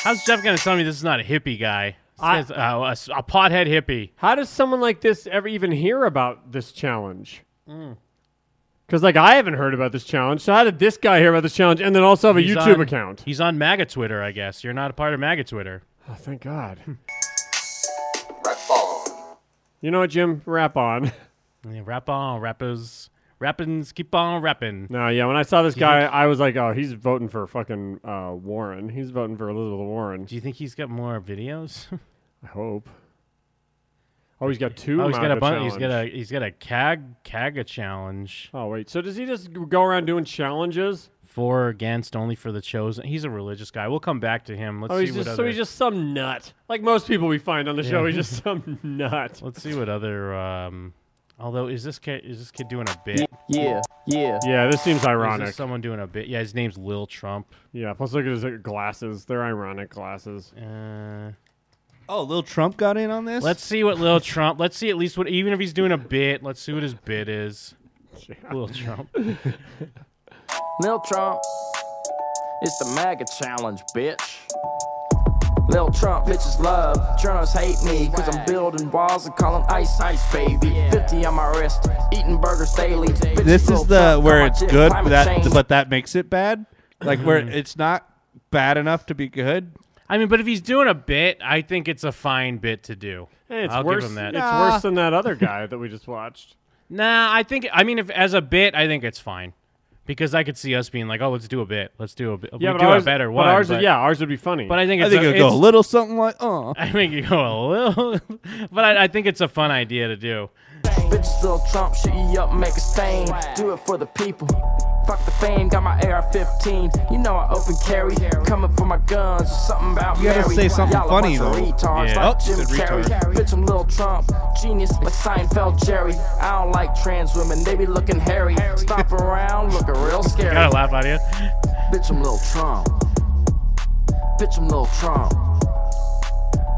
Speaker 10: How's Jeff gonna tell me this is not a hippie guy? This
Speaker 5: I-
Speaker 10: guy's, uh, a s- a, pothead hippie.
Speaker 5: How does someone like this ever even hear about this challenge? Because like I haven't heard about this challenge. So how did this guy hear about this challenge, and then also have a
Speaker 10: He's
Speaker 5: YouTube
Speaker 10: on-
Speaker 5: account?
Speaker 10: He's on MAGA Twitter, I guess. You're not a part of MAGA Twitter. Hmm.
Speaker 5: Oh, thank God. You know what, Jim? Rap on.
Speaker 10: Yeah, rap on, rappers, rappins, keep on rapping.
Speaker 5: No, yeah. When I saw this
Speaker 10: Do you
Speaker 5: guy,
Speaker 10: think-
Speaker 5: I was like, oh, he's voting for fucking uh, Warren. He's voting for Elizabeth Warren.
Speaker 10: Do you think he's got more videos?
Speaker 5: I hope. Oh, he's got two.
Speaker 10: oh, he's got
Speaker 5: MAGA
Speaker 10: a bun- He's got a
Speaker 5: challenge.
Speaker 10: he's got a cag caga challenge.
Speaker 5: Oh wait, so does he just go around doing challenges?
Speaker 10: For or against, only for the chosen. He's a religious guy. We'll come back to him. Let's
Speaker 5: oh,
Speaker 10: see
Speaker 5: he's
Speaker 10: what
Speaker 5: just,
Speaker 10: other.
Speaker 5: so he's just some nut. Like most people we find on the show,
Speaker 10: Yeah.
Speaker 5: he's just some nut.
Speaker 10: Let's see what other. Um, although, is this kid is this kid doing a bit?
Speaker 5: Yeah, yeah. Yeah, this seems
Speaker 10: Is
Speaker 5: ironic.
Speaker 10: someone doing a bit? Yeah, his name's Lil Trump.
Speaker 5: Yeah. Plus, look at his like, glasses. They're ironic glasses.
Speaker 10: Uh,
Speaker 4: Oh, Lil Trump got in on this.
Speaker 10: Let's see what Lil Trump. Let's see at least what even if he's doing a bit. Let's see what his bit is. Lil Trump.
Speaker 7: Lil Trump, it's the MAGA challenge, bitch. Lil Trump, bitches love. Journals hate me, cause I'm building walls and calling ice ice, baby. 50 on my wrist, eating burgers daily. Bitches
Speaker 4: This
Speaker 7: Lil
Speaker 4: is the
Speaker 7: Trump,
Speaker 4: where
Speaker 7: call my
Speaker 4: it's
Speaker 7: shit
Speaker 4: good,
Speaker 7: climate
Speaker 4: that
Speaker 7: change.
Speaker 4: but that makes it bad. Like where
Speaker 10: Mm-hmm.
Speaker 4: it's not bad enough to be good.
Speaker 10: I mean, but if he's doing a bit, I think it's a fine bit to do.
Speaker 5: Hey, it's
Speaker 10: I'll
Speaker 5: worse.
Speaker 10: give him that.
Speaker 5: It's worse than that other guy that we just watched.
Speaker 10: Nah, I think. I mean, if as a bit, I think it's fine. because I could see us being like, oh, let's do a bit, let's do a bit,
Speaker 5: Yeah,
Speaker 10: we
Speaker 5: but
Speaker 10: do
Speaker 5: ours-
Speaker 10: a better
Speaker 5: but
Speaker 10: one.
Speaker 5: ours- yeah, ours would be funny.
Speaker 10: But I think
Speaker 5: I
Speaker 10: it's
Speaker 5: think it would go
Speaker 10: it's-
Speaker 5: a little something like,
Speaker 4: uh.
Speaker 5: "Oh."
Speaker 10: I think you go a little, but I, I think it's a fun idea to do.
Speaker 7: Bitches, little Trump, shit you up, make a stain. Do it for the people. Fuck the fame, got my AR-15. You know I open carry. Coming for my guns, something about
Speaker 4: You gotta
Speaker 7: Mary.
Speaker 4: say something
Speaker 7: Y'all a
Speaker 4: funny,
Speaker 7: bunch of
Speaker 4: though.
Speaker 7: Retards,
Speaker 4: Yeah.
Speaker 7: like
Speaker 4: Oh,
Speaker 7: Jim
Speaker 4: said
Speaker 7: Carrey.
Speaker 4: retard.
Speaker 7: Bitch, I'm little Trump, genius like Seinfeld Jerry. I don't like trans women, they be looking hairy. Stop around, looking real scary.
Speaker 10: Gotta laugh out of you.
Speaker 7: Bitch, I'm Lil Trump. Bitch, I'm Lil Trump.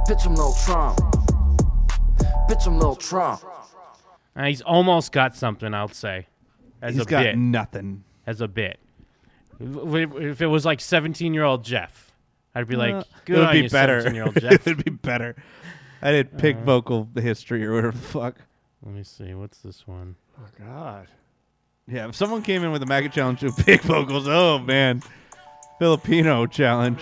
Speaker 7: Bitch, I'm Lil Trump. Bitch, I'm Lil Trump.
Speaker 10: Uh, he's almost got something, I'll say. As
Speaker 4: He's
Speaker 10: a
Speaker 4: got
Speaker 10: bit.
Speaker 4: nothing.
Speaker 10: As a bit. If if it was like 17 year old Jeff, I'd be like,
Speaker 4: No, Uh,
Speaker 10: good
Speaker 4: it would
Speaker 10: on
Speaker 4: be
Speaker 10: you,
Speaker 4: better.
Speaker 10: 17 year old Jeff.
Speaker 4: it would be better. I did pick
Speaker 10: Uh,
Speaker 4: vocal history or whatever the fuck.
Speaker 10: Let me see. What's this one?
Speaker 5: Oh God.
Speaker 4: Yeah, if someone came in with a MAGA challenge with pick vocals, oh man, Filipino challenge.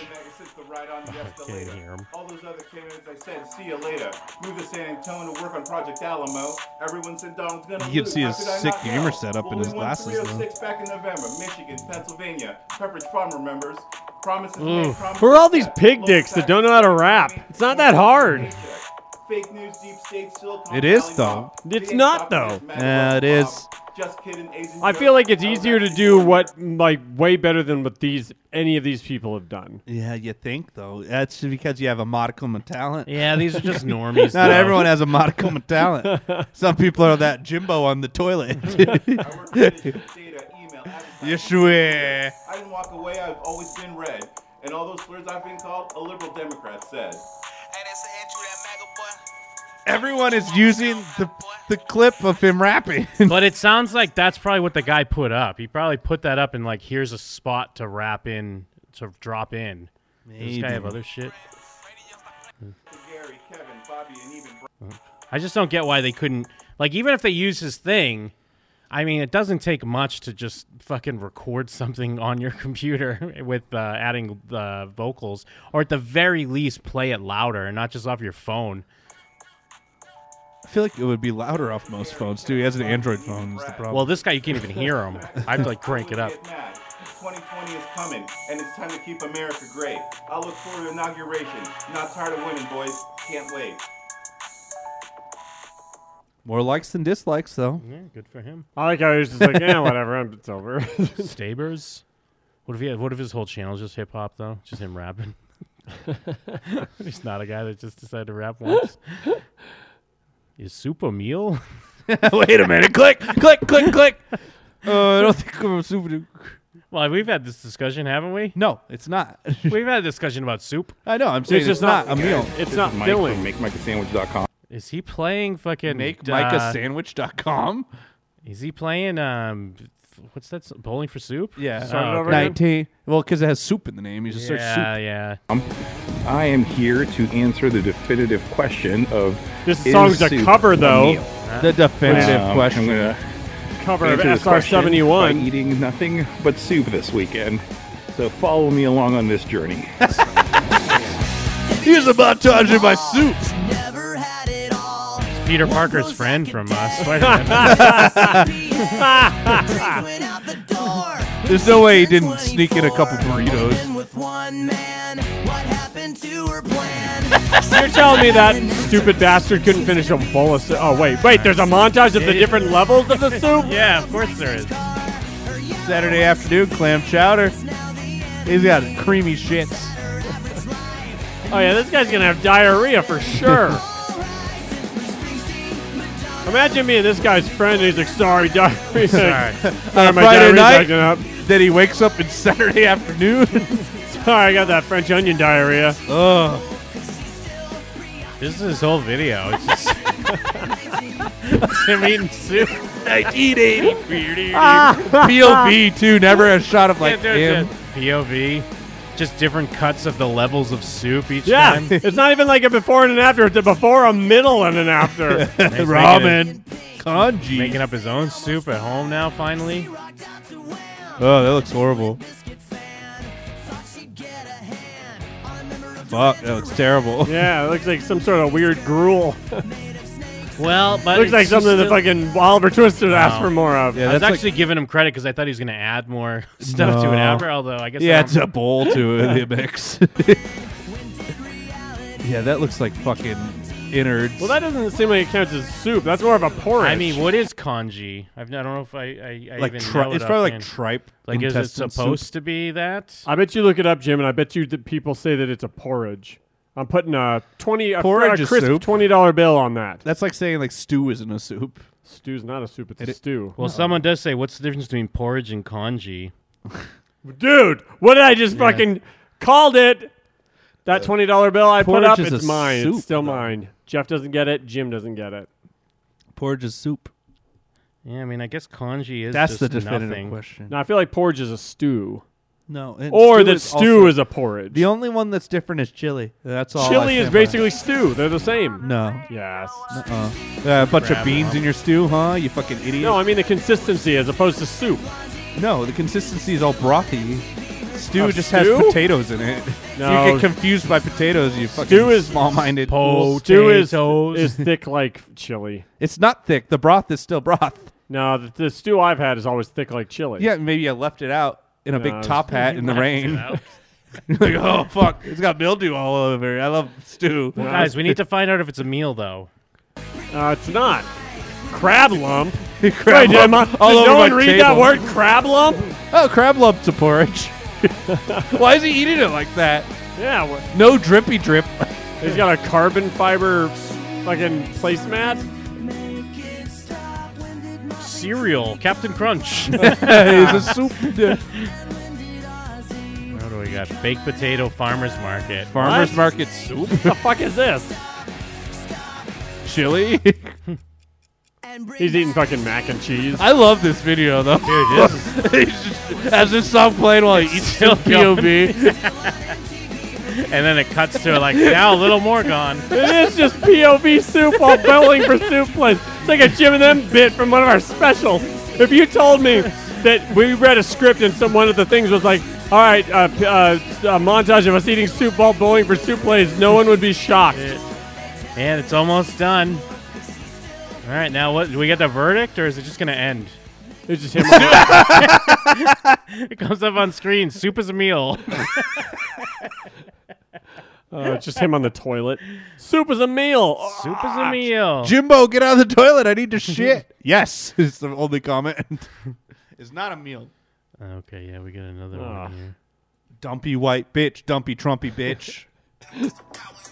Speaker 11: All those other candidates, I said, see you later. Move to San Antonio to work on Project Alamo. Everyone said Donald's gonna
Speaker 4: You can
Speaker 11: lose.
Speaker 4: see
Speaker 11: How
Speaker 4: his
Speaker 11: could I
Speaker 4: sick
Speaker 11: not know?
Speaker 4: humor set up in
Speaker 11: Well,
Speaker 4: his
Speaker 11: we won
Speaker 4: glasses, though.
Speaker 11: 306 back in November. Michigan, Pennsylvania. Pepperidge Farm remembers. Promises
Speaker 5: Ooh.
Speaker 11: made, promises
Speaker 5: Who are all these pig dicks that don't know how to rap? It's not that hard.
Speaker 11: Fake news, deep state, Silicon
Speaker 4: It is
Speaker 11: Valley
Speaker 4: though.
Speaker 11: mob.
Speaker 5: It's not though.
Speaker 4: Yeah, it is.
Speaker 11: Just kidding, Asian
Speaker 5: I feel like it's easier to do what like way better than what these any of these people have done.
Speaker 4: Yeah, you think though. That's because you have a modicum of talent.
Speaker 10: Yeah, these are just normies,
Speaker 4: Not
Speaker 10: though.
Speaker 4: everyone has a modicum of talent. Some people are that Jimbo on the toilet. you swear.
Speaker 11: I didn't walk away. I've always been red. And all those slurs I've been called, a liberal Democrat said.
Speaker 4: Everyone is using the the clip of him rapping.
Speaker 10: but it sounds like that's probably what the guy put up. He probably put that up and like, here's a spot to wrap in, to drop in. Does this guy have
Speaker 4: Maybe.
Speaker 10: other shit?
Speaker 11: Gary, Kevin, Bobby, and even
Speaker 10: I just don't get why they couldn't like even if they use his thing. I mean, it doesn't take much to just fucking record something on your computer with uh, adding the vocals, or at the very least, play it louder and not just off your phone.
Speaker 4: I feel like it would be louder off most phones too. He has an Android phone. Is the problem.
Speaker 10: Well, this guy you can't even hear him. I have to like crank it up.
Speaker 11: get mad. 2020 is coming, and it's time to keep America great. I look forward to inauguration. Not tired of winning, boys. Can't wait.
Speaker 4: More likes than dislikes though.
Speaker 10: Yeah, good for him.
Speaker 5: I like how he's just like, yeah, whatever, I'm- it's over.
Speaker 10: Stabers. What if he had, what if his whole channel is just hip hop though? Just him rapping. He's not a guy that just decided to rap once. Is soup a meal?
Speaker 4: Wait a minute. Click, click, click, click. Uh, I don't think I'm a super. duper-
Speaker 10: Well, we've had this discussion, haven't we?
Speaker 4: No, it's not.
Speaker 10: we've had a discussion about soup.
Speaker 4: I know. I'm saying it's, not, a meal.
Speaker 10: MakeMicasandwich.com. Is he playing fucking
Speaker 4: Make
Speaker 10: uh,
Speaker 4: micasandwich.com?
Speaker 10: Is he playing um? What's that? s- Bowling for soup?
Speaker 4: Yeah. Uh,
Speaker 10: Start it over again?
Speaker 4: Nineteen. Well, because it has soup in the name, you just search soup.
Speaker 10: Oh,
Speaker 5: Eh.
Speaker 10: Yeah, yeah.
Speaker 8: Um, I am here to answer the definitive question of
Speaker 5: This
Speaker 8: is
Speaker 5: song's a
Speaker 8: soup
Speaker 5: cover, though. Eh.
Speaker 8: meal?
Speaker 4: The definitive question.
Speaker 8: I'm gonna
Speaker 5: Cover of
Speaker 8: answer this
Speaker 5: SR71.
Speaker 8: question by Eating nothing but soup this weekend. So follow me along on this journey.
Speaker 4: Here's a montage of my soup.
Speaker 10: It's Peter Parker's friend from uh, Spider-Man.
Speaker 4: There's no way he didn't sneak in a couple burritos.
Speaker 5: You're telling me that stupid bastard couldn't finish a bowl of soup. Oh, wait, wait, there's a montage of the different levels of the soup?
Speaker 10: yeah, of course there is.
Speaker 4: Saturday afternoon clam chowder. He's got creamy shits.
Speaker 5: Oh, yeah, this guy's going to have diarrhea for sure. Imagine being this guy's friend and he's like, sorry, diarrhea.
Speaker 4: Sorry.
Speaker 5: Sorry,
Speaker 4: On
Speaker 5: my
Speaker 4: Friday
Speaker 5: diarrhea's
Speaker 4: night,
Speaker 5: acting up.
Speaker 4: then he wakes up and Saturday afternoon.
Speaker 5: sorry, I got that French onion diarrhea.
Speaker 4: Ugh.
Speaker 10: This is his whole video. It's just it's him eating soup.
Speaker 4: 1980. POV too. Never a shot of like
Speaker 10: Yeah,
Speaker 4: him.
Speaker 10: there's a POV. Just different cuts of the levels of soup each
Speaker 5: Yeah,
Speaker 10: time.
Speaker 5: it's not even like a before and an after. It's a before, a middle, and an after.
Speaker 10: He's
Speaker 5: Robin,
Speaker 10: making it- Making up his own soup at home now, finally.
Speaker 4: Oh, that looks horrible. Fuck, that looks terrible.
Speaker 5: Yeah, it looks like some sort of weird gruel.
Speaker 10: Well, but
Speaker 5: looks like
Speaker 10: it's just
Speaker 5: something that
Speaker 10: still-
Speaker 5: fucking Oliver Twist would ask
Speaker 10: Wow.
Speaker 5: for more of.
Speaker 10: I was actually giving him credit because I thought he was going to add more stuff to it
Speaker 4: No.
Speaker 10: after. Although I guess
Speaker 4: he
Speaker 10: I
Speaker 4: adds
Speaker 10: don't-
Speaker 4: a bowl to the mix. yeah, that looks like fucking innards.
Speaker 5: Well, that doesn't seem like it counts as soup. That's more of a porridge.
Speaker 10: I mean, what is kanji? I've, I don't know if I, I, I
Speaker 4: Like
Speaker 10: even
Speaker 4: tri-
Speaker 10: know it
Speaker 4: it's probably like
Speaker 10: offhand.
Speaker 4: tripe
Speaker 10: Like, is it
Speaker 4: intestine soup.
Speaker 10: supposed to be that?
Speaker 5: I bet you look it up, Jim, and I bet you that people say that it's a porridge. I'm putting a twenty a,
Speaker 4: Porridge
Speaker 5: a
Speaker 4: is
Speaker 5: crisp
Speaker 4: soup.
Speaker 5: twenty dollar bill on that.
Speaker 4: That's like saying like stew isn't a soup.
Speaker 5: Stew's not a soup; it's
Speaker 4: It
Speaker 5: a
Speaker 4: i-
Speaker 5: stew.
Speaker 10: Well, someone does say, what's the difference between porridge and kanji?
Speaker 5: dude, what did I just
Speaker 10: Yeah.
Speaker 5: fucking called it? That twenty dollar bill I put
Speaker 4: Porridge
Speaker 5: up,
Speaker 4: is
Speaker 5: it's
Speaker 4: a
Speaker 5: mine.
Speaker 4: soup,
Speaker 5: it's still mine. Jeff doesn't get it. Jim doesn't get it.
Speaker 4: Porridge is soup.
Speaker 10: Yeah, I mean, I guess kanji is.
Speaker 4: That's the
Speaker 10: just
Speaker 4: definitive
Speaker 10: nothing.
Speaker 4: question.
Speaker 5: Now I feel like porridge is a stew.
Speaker 4: No, and
Speaker 5: or
Speaker 4: stew
Speaker 5: that
Speaker 4: is
Speaker 5: stew
Speaker 4: also-
Speaker 5: is a porridge.
Speaker 4: The only one that's different is chili. That's all. I
Speaker 5: Chili is
Speaker 4: stand by.
Speaker 5: basically stew. They're the same.
Speaker 4: No.
Speaker 5: Yes.
Speaker 4: Uh-uh. Yeah, a bunch of beans in your stew, huh? You fucking idiot.
Speaker 5: No, I mean the consistency as opposed to soup.
Speaker 4: No, the consistency is all brothy. Stew
Speaker 5: Of
Speaker 4: just
Speaker 5: stew?
Speaker 4: has potatoes in it.
Speaker 5: No.
Speaker 4: You get confused by potatoes, you fucking
Speaker 5: Stew is
Speaker 4: small-minded.
Speaker 5: Stew is is thick like chili.
Speaker 4: it's not thick. The broth is still broth.
Speaker 5: No, the, the stew I've had is always thick like chili.
Speaker 4: Yeah, maybe I left it out in a
Speaker 5: No,
Speaker 4: big top hat in the
Speaker 5: left it
Speaker 4: rain.
Speaker 5: out.
Speaker 4: like, oh fuck, it's got mildew all over. it. I love stew.
Speaker 10: Well, guys, we need to find out if it's a meal, though.
Speaker 5: Uh, it's not. Crab lump.
Speaker 4: Crab
Speaker 5: Wait, did
Speaker 4: lump
Speaker 5: my-
Speaker 4: all
Speaker 5: did
Speaker 4: over
Speaker 5: no
Speaker 4: my
Speaker 5: one read that
Speaker 4: table.
Speaker 5: word crab lump?
Speaker 4: Oh, crab lump to porridge. Why is he eating it like that?
Speaker 5: Yeah. wha-
Speaker 4: No drippy drip.
Speaker 5: He's got a carbon fiber fucking placemat.
Speaker 10: Cereal, Captain Crunch.
Speaker 4: It's a soup.
Speaker 10: What do we got? Baked potato farmers market.
Speaker 4: Farmers market soup.
Speaker 5: the fuck is this?
Speaker 4: Chili.
Speaker 5: He's eating fucking mac and cheese.
Speaker 4: I love this video though. Dude, As this song played while he eats
Speaker 10: still
Speaker 4: the POV.
Speaker 10: and then it cuts to like now a little more gone.
Speaker 5: It is just POV soup while bowling for soup plays. It's like a Jim and them bit from one of our specials. If you told me that we read a script and some one of the things was like, all right, uh, p- uh, s- a montage of us eating soup while bowling for soup plays, no one would be shocked.
Speaker 10: And it's almost done. All right, now what? Do we get the verdict, or is it just gonna end?
Speaker 5: It's just him.
Speaker 10: it comes up on screen. Soup is a meal.
Speaker 5: Uh, just him on the toilet. Soup is a meal.
Speaker 10: Soup is a meal.
Speaker 4: Jimbo, get out of the toilet. I need to shit. yes, is the only comment. it's not a meal.
Speaker 10: Okay, yeah, we got another
Speaker 4: Ah.
Speaker 10: one here.
Speaker 4: Dumpy white bitch, dumpy trumpy bitch.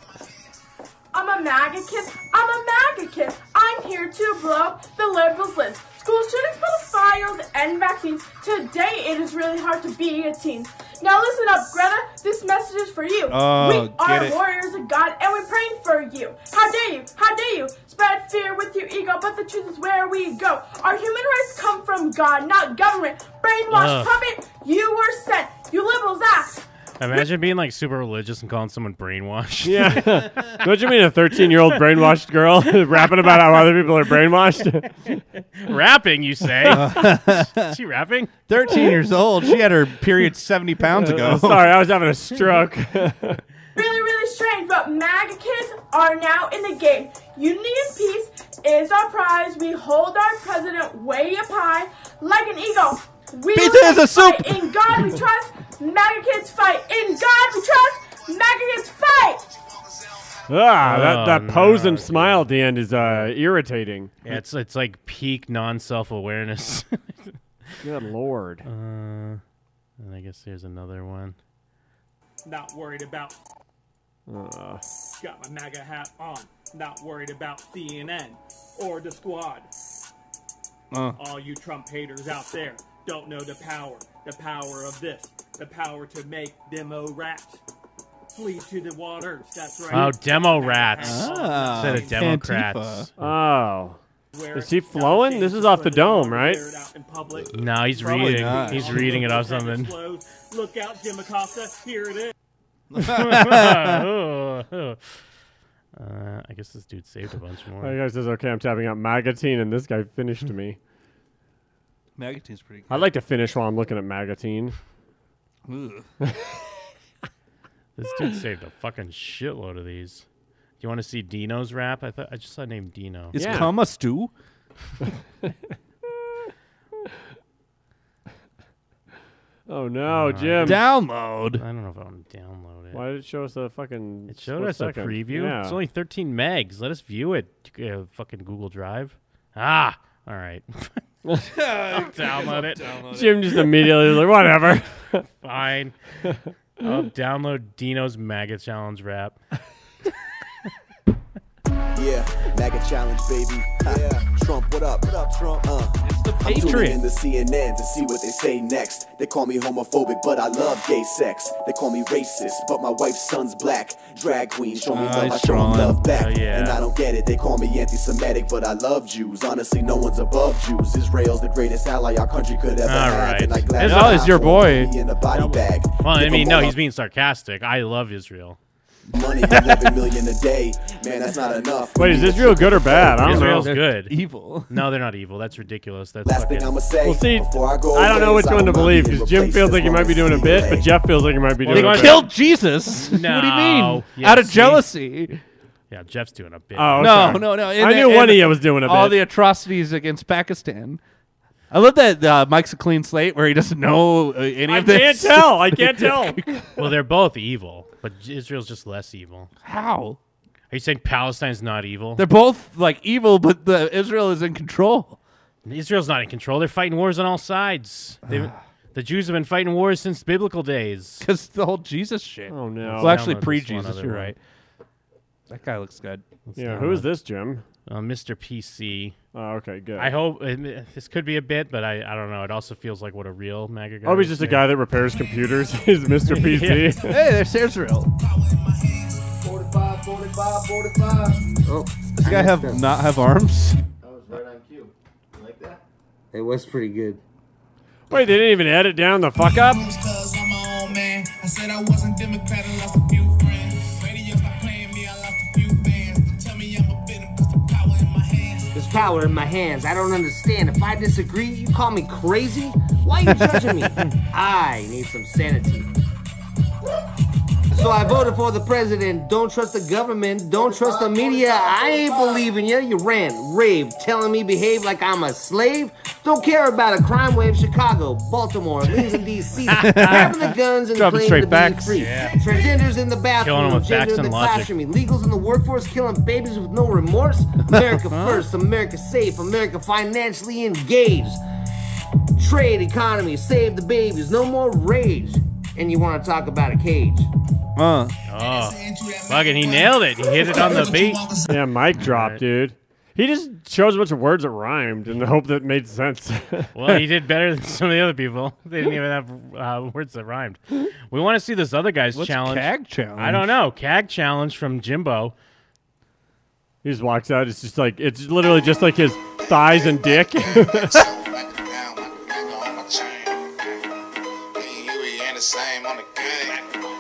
Speaker 3: I'm a MAGA kid. I'm a MAGA kid. I'm here to blow up the liberals' lids. School shootings, pedophiles, and vaccines. Today it is really hard to be a teen. Now listen up, Greta. This message is for you.
Speaker 9: Oh,
Speaker 3: we are
Speaker 9: get it.
Speaker 3: warriors of God, and we're praying for you. How dare you? How dare you spread fear with your ego? But the truth is where we go. Our human rights come from God, not government. Brainwashed
Speaker 10: Ugh.
Speaker 3: puppet, you were sent. You liberals act.
Speaker 10: Imagine being like super religious and calling someone brainwashed.
Speaker 5: Yeah. Don't you mean a 13 year old brainwashed girl rapping about how other people are brainwashed?
Speaker 10: rapping, you say?
Speaker 4: Uh.
Speaker 10: Is she rapping?
Speaker 4: 13 years old. She had her period 70 pounds ago.
Speaker 5: Uh, Sorry, I was having a stroke.
Speaker 3: really, really strange, but MAGA kids are now in the game. Unity and peace is our prize. We hold our president way up high, like an eagle. We
Speaker 4: Pizza is a
Speaker 3: fight In God we trust. MAGA kids fight. In God we trust. MAGA kids fight.
Speaker 5: Ah,
Speaker 10: Oh,
Speaker 5: that, that pose and smile at the end is uh, irritating.
Speaker 10: Yeah, it's it's like peak non self awareness.
Speaker 5: Good lord. Uh,
Speaker 10: and I guess there's another one.
Speaker 23: Not worried about.
Speaker 5: Uh,
Speaker 23: Got my MAGA hat on. Not worried about CNN or the squad.
Speaker 4: Uh.
Speaker 23: All you Trump haters out there don't know the power, the power of this, the power to make demo rats flee to the waters. That's right.
Speaker 10: Oh, demo rats
Speaker 5: Ah.
Speaker 10: instead of democrats.
Speaker 5: oh. Is he flowing? This is off the dome, right?
Speaker 10: No, he's
Speaker 5: Probably
Speaker 10: reading.
Speaker 5: not.
Speaker 10: He's reading it off something.
Speaker 23: Close. Look out, Jim Acosta. Here it is.
Speaker 10: uh, I guess this dude saved a bunch more.
Speaker 5: That guy says, okay, I'm tapping out Magatine, and this guy finished me.
Speaker 4: Magazine's pretty
Speaker 5: I'd like to finish while I'm looking at Magatine.
Speaker 4: good.
Speaker 10: This dude saved a fucking shitload of these. you want to see Dino's rap? I thought I just saw the name Dino.
Speaker 4: Is Kama stew?
Speaker 5: Oh no,
Speaker 10: Uh,
Speaker 5: Jim!
Speaker 4: Download.
Speaker 10: I don't know if I want to download it.
Speaker 5: Why did it show us a fucking?
Speaker 10: It showed
Speaker 5: split
Speaker 10: us
Speaker 5: second?
Speaker 10: a preview.
Speaker 5: Yeah.
Speaker 10: It's only 13 megs. Let us view it. Uh, fucking Google Drive. Ah, all right. I'll download it.
Speaker 5: Download it. Jim just immediately was like, "Whatever."
Speaker 10: Fine. I'll download Dino's Maggot Challenge rap.
Speaker 2: Yeah, MAGA challenge, baby. Yeah. Trump, what up? What up, Trump? Uh. It's the I'm
Speaker 10: Patriot.
Speaker 2: tuning into CNN to see what they say next. They call me homophobic, but I love gay sex. They call me racist, but my wife's son's black. Drag queen, show me
Speaker 4: Ah,
Speaker 2: love,
Speaker 4: he's
Speaker 2: I show 'em
Speaker 4: drawing.
Speaker 2: love back.
Speaker 4: Hell yeah.
Speaker 2: And I don't get it, they call me anti-Semitic, but I love Jews. Honestly, no one's above Jews. Israel's the greatest ally our country could ever
Speaker 10: All
Speaker 2: have.
Speaker 10: right.
Speaker 2: And I
Speaker 10: As
Speaker 2: gladly
Speaker 10: always,
Speaker 2: die
Speaker 10: your
Speaker 2: for a
Speaker 10: boy.
Speaker 2: homie in a body bag.
Speaker 10: Well, I
Speaker 2: Give 'em
Speaker 10: mean,
Speaker 2: all
Speaker 10: no,
Speaker 2: I
Speaker 10: he's being sarcastic. I love Israel.
Speaker 2: money, 11 million a day. Man, that's not enough.
Speaker 5: Wait, is Israel good or bad? I don't
Speaker 10: Israel's
Speaker 5: know.
Speaker 10: good. Evil. No, they're not evil. That's ridiculous. That's
Speaker 2: Last thing
Speaker 10: fucking-
Speaker 2: I'ma say
Speaker 5: Well, see,
Speaker 2: before I go
Speaker 5: I don't know
Speaker 2: away is
Speaker 5: which one to
Speaker 2: will not
Speaker 5: believe
Speaker 2: be
Speaker 5: because Jim
Speaker 2: replaced
Speaker 5: feels
Speaker 2: as
Speaker 5: like he
Speaker 2: long
Speaker 5: might be
Speaker 2: as
Speaker 5: doing a
Speaker 2: you
Speaker 5: bit,
Speaker 2: play.
Speaker 5: but Jeff feels like he might be doing.
Speaker 4: They
Speaker 5: a bit.
Speaker 4: killed Jesus. What do you mean?
Speaker 10: No. Yeah,
Speaker 4: Out of
Speaker 10: see?
Speaker 4: jealousy.
Speaker 10: Yeah, Jeff's doing a bit.
Speaker 5: Oh,
Speaker 4: no,
Speaker 5: sorry.
Speaker 4: no, no.
Speaker 5: I knew
Speaker 4: in
Speaker 5: one of you was doing a
Speaker 4: all
Speaker 5: bit.
Speaker 4: the atrocities against Pakistan. I love that uh, Mike's a clean slate where he doesn't know uh, any
Speaker 5: I
Speaker 4: of this.
Speaker 5: can't tell. I can't tell.
Speaker 10: well, they're both evil, but Israel's just less evil.
Speaker 4: How?
Speaker 10: Are you saying Palestine's not evil?
Speaker 4: They're both like evil, but the Israel is in control.
Speaker 10: Israel's not in control. They're fighting wars on all sides. They, the Jews have been fighting wars since biblical days.
Speaker 4: Because the whole Jesus shit.
Speaker 5: Oh no.
Speaker 4: Well, actually, pre-Jesus. You're right. That guy looks good.
Speaker 5: Yeah, who is this, Jim?
Speaker 10: Uh, Mr. PC.
Speaker 5: Oh, okay, good.
Speaker 10: I hope I mean, this could be a bit, but I, I don't know. It also feels like what a real MAGA guy.
Speaker 5: Oh, he's
Speaker 10: would
Speaker 5: just a
Speaker 10: say.
Speaker 5: guy that repairs computers. He's Mr.
Speaker 10: Yeah.
Speaker 5: PC.
Speaker 4: Hey, there's Israel.
Speaker 2: 45, 45, 45.
Speaker 9: Oh,
Speaker 4: Does this guy have not have arms?
Speaker 2: That was right on cue. You like that?
Speaker 9: It was pretty good.
Speaker 5: Wait, they didn't even edit down the fuck up.
Speaker 19: Cause I'm my own man. I said I wasn't Democrat, I lost a few friends. Radio by playing me, I lost a few fans. Tell me I'm a villain, put the power in my hands.
Speaker 9: There's power in my hands. I don't understand. If I disagree, you call me crazy? Why are you judging me? I need some sanity. So I voted for the president. Don't trust the government. Don't trust the media. I ain't believing you. You ran, raved, telling me behave like I'm a slave. Don't care about a crime wave. Chicago, Baltimore, Leeds, D.C. Grabbing the guns and
Speaker 5: Dropping
Speaker 9: claiming
Speaker 5: straight
Speaker 9: to be
Speaker 5: facts.
Speaker 9: free.
Speaker 5: Yeah.
Speaker 9: Transgenders in the bathroom.
Speaker 5: Killing 'em with
Speaker 9: gender
Speaker 5: facts
Speaker 9: in the
Speaker 5: and logic.
Speaker 9: classroom. Illegals in the workforce killing babies with no remorse. America first. America safe. America financially engaged. Trade economy. Save the babies. No more rage. And you want to talk about a cage.
Speaker 4: Huh.
Speaker 10: Oh, fucking, he nailed it. He hit it on the beat.
Speaker 5: Yeah, mic drop, dude. He just chose a bunch of words that rhymed in the hope that it made sense.
Speaker 10: Well, he did better than some of the other people. They didn't even have uh, words that rhymed. We want to see this other guy's
Speaker 4: What's
Speaker 10: challenge.
Speaker 4: CAG challenge?
Speaker 10: I don't know. Cag challenge from Jimbo.
Speaker 5: He just walks out. It's just like it's literally just like his thighs and dick.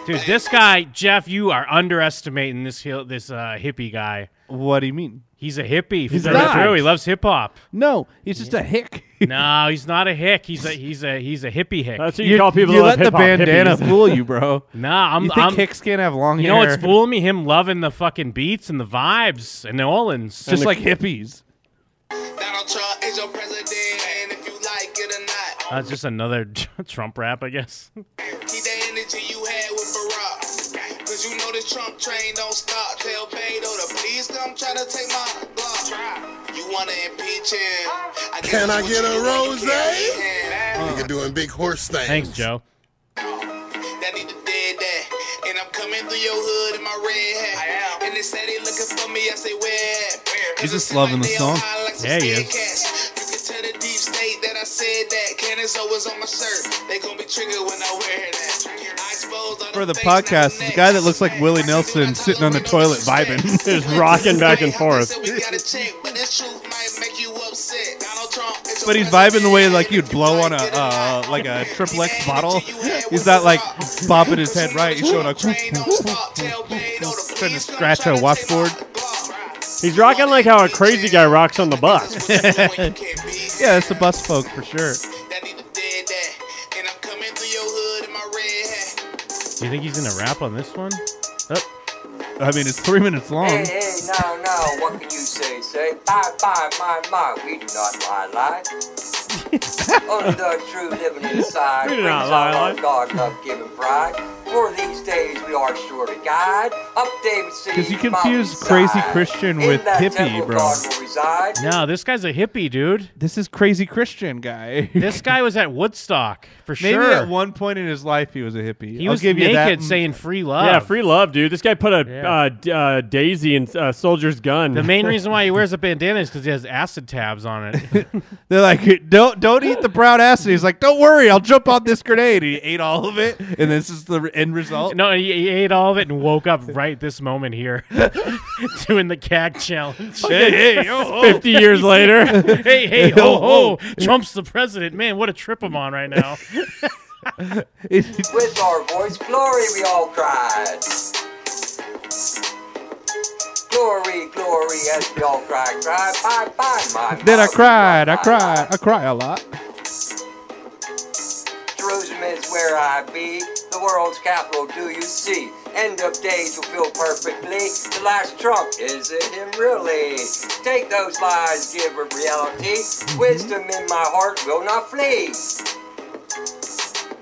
Speaker 10: Dude, this guy Jeff, you are underestimating this hill, this uh, hippie guy.
Speaker 4: What do you mean?
Speaker 10: He's a hippie.
Speaker 4: He's
Speaker 10: through and
Speaker 4: not.
Speaker 10: through. He loves hip hop.
Speaker 4: No, he's just a hick.
Speaker 10: no, he's not a hick. He's a he's a he's a hippie hick.
Speaker 5: That's
Speaker 4: You- you let the bandana fool you, bro.
Speaker 10: Nah, I'm.
Speaker 4: You think
Speaker 10: I'm,
Speaker 4: hicks can't have long
Speaker 10: you
Speaker 4: hair?
Speaker 10: know what's fooling me? Him loving the fucking beats and the vibes and New Orleans,
Speaker 4: Just like hippies.
Speaker 10: That's just another Trump rap, I guess.
Speaker 19: Keep that energy you had with Barack. Cause you know this Trump train don't stop. Tell Beto to please come try to take my block. You wanna impeach him?
Speaker 12: Can I get a rose?
Speaker 19: Uh.
Speaker 12: Nigga doing big horse things.
Speaker 10: Thanks, Joe.
Speaker 19: That need to dead that. And I'm coming through your hood in my red hat. And they say they looking for me. I say where? at?
Speaker 4: He's just loving the song.
Speaker 10: Yeah, he is.
Speaker 19: Tell the deep state that I said that. Cannons always on my shirt. They gonna be triggered when I wear that. I exposed all
Speaker 4: For the podcast, the guy that looks like Willie Nelson sitting on the toilet vibing.
Speaker 5: Just rocking back and forth.
Speaker 19: We gotta check, but this truth might make you upset. Donald Trump is
Speaker 4: But he's vibing the way like you'd blow on a uh, like a triple X bottle. He's not like bopping his head right. He's showing a trying to scratch a washboard.
Speaker 5: He's rocking like how a crazy guy rocks on the bus.
Speaker 4: yeah, that's the bus folk for sure.
Speaker 10: Do you think he's gonna rap on this one? Oh.
Speaker 4: I mean, it's three minutes long.
Speaker 6: Hey, hey, now, now, what can you say? Say, bye, bye, my, my. We do not lie, lie. Only the true living inside
Speaker 5: We do
Speaker 6: brings
Speaker 5: not
Speaker 6: all
Speaker 5: lie,
Speaker 6: our
Speaker 5: lie.
Speaker 6: God love given pride. For these days we are sure to guide up David Sea.
Speaker 4: Because you confuse crazy Christian with hippie, bro.
Speaker 10: No, this guy's a hippie, dude.
Speaker 4: This is crazy Christian guy.
Speaker 10: this guy was at Woodstock for
Speaker 4: Maybe
Speaker 10: sure.
Speaker 4: at one point in his life he was a hippie.
Speaker 10: He
Speaker 4: I'll
Speaker 10: was
Speaker 4: give you that.
Speaker 10: naked saying free love.
Speaker 5: Yeah, free love, dude. This guy put a
Speaker 10: Yeah.
Speaker 5: uh, d- uh, daisy in uh, soldier's gun.
Speaker 10: the main reason why he wears a bandana is because he has acid tabs on it.
Speaker 4: They're like, don't don't eat the brown acid. He's like, don't worry, I'll jump on this grenade. He ate all of it, and this is the end result.
Speaker 10: no, he, he ate all of it and woke up right this moment here, doing the CAG challenge.
Speaker 5: Hey, hey, yo, ho. 50 years later.
Speaker 10: hey, hey, ho, ho! Trump's the president. Man, what a trip I'm on right now.
Speaker 6: With our voice, glory we all cried. Glory, glory, as we all cried, cried, bye, bye, my,
Speaker 4: Then I
Speaker 6: my.
Speaker 4: cried, I cried, I cry a lot.
Speaker 6: Jerusalem is where I be, the world's capital do you see? End of days will feel perfectly. The last trump is it him really? Take those lies, give a reality. Wisdom in my heart will not flee.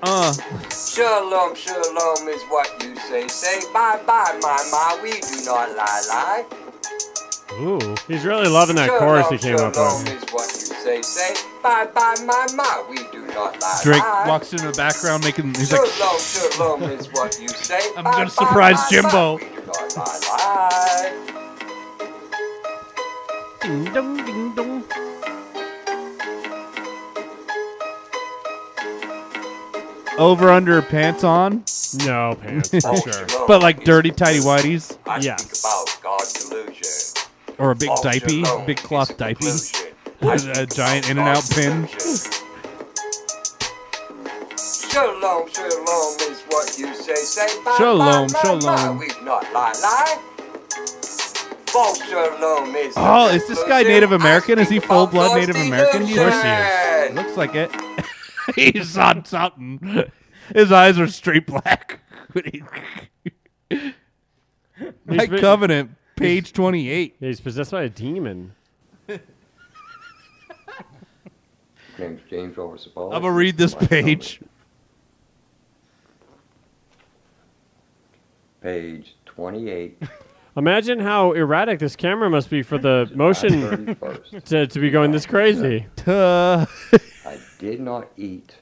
Speaker 4: Uh,
Speaker 6: Shalom, shalom is what you say. Say bye bye, my my, we do not lie, lie.
Speaker 5: Ooh, he's really loving that
Speaker 6: shalom,
Speaker 5: chorus he came up
Speaker 6: shalom
Speaker 5: with.
Speaker 6: is what you say. Say bye bye, my my, we do not lie,
Speaker 4: Drake
Speaker 6: lie.
Speaker 4: walks in the background making. He's like,
Speaker 6: Shalom, shalom is what you say.
Speaker 4: I'm
Speaker 6: Bye,
Speaker 4: gonna
Speaker 6: bye,
Speaker 4: surprise
Speaker 6: bye,
Speaker 4: Jimbo.
Speaker 6: bye, we do not lie, lie.
Speaker 10: ding dong, ding dong.
Speaker 4: over under pants on. Oh,
Speaker 5: No pants, for sure.
Speaker 4: but like dirty tidy whities
Speaker 6: I
Speaker 5: Yeah.
Speaker 6: speak about God's delusion.
Speaker 4: or a big
Speaker 6: All
Speaker 4: diaper,
Speaker 6: shalom
Speaker 4: big cloth diaper,
Speaker 6: Conclusion.
Speaker 4: a giant in and out pin.
Speaker 6: Shalom, shalom is what you say. Say bye,
Speaker 4: Shalom,
Speaker 6: bye, bye,
Speaker 4: shalom.
Speaker 6: Bye. We do not lie, lie. False shalom is. the
Speaker 4: Oh, is this guy
Speaker 6: conclusion.
Speaker 4: Native
Speaker 6: I
Speaker 4: American? Is he
Speaker 6: speak
Speaker 4: full
Speaker 6: about
Speaker 4: blood
Speaker 6: God's
Speaker 4: Native American? Do you
Speaker 6: delusion.
Speaker 4: think? Looks like it. He's on something. His eyes are straight black. My
Speaker 5: He's been-
Speaker 4: covenant, page twenty-eight.
Speaker 5: He's possessed by a demon.
Speaker 6: James, James Robert Sapolsky.
Speaker 4: I'm gonna read this
Speaker 6: My company.
Speaker 4: page.
Speaker 6: Page 28.
Speaker 5: Imagine how erratic this camera must be for the motion to, to be going this crazy.
Speaker 6: I did not eat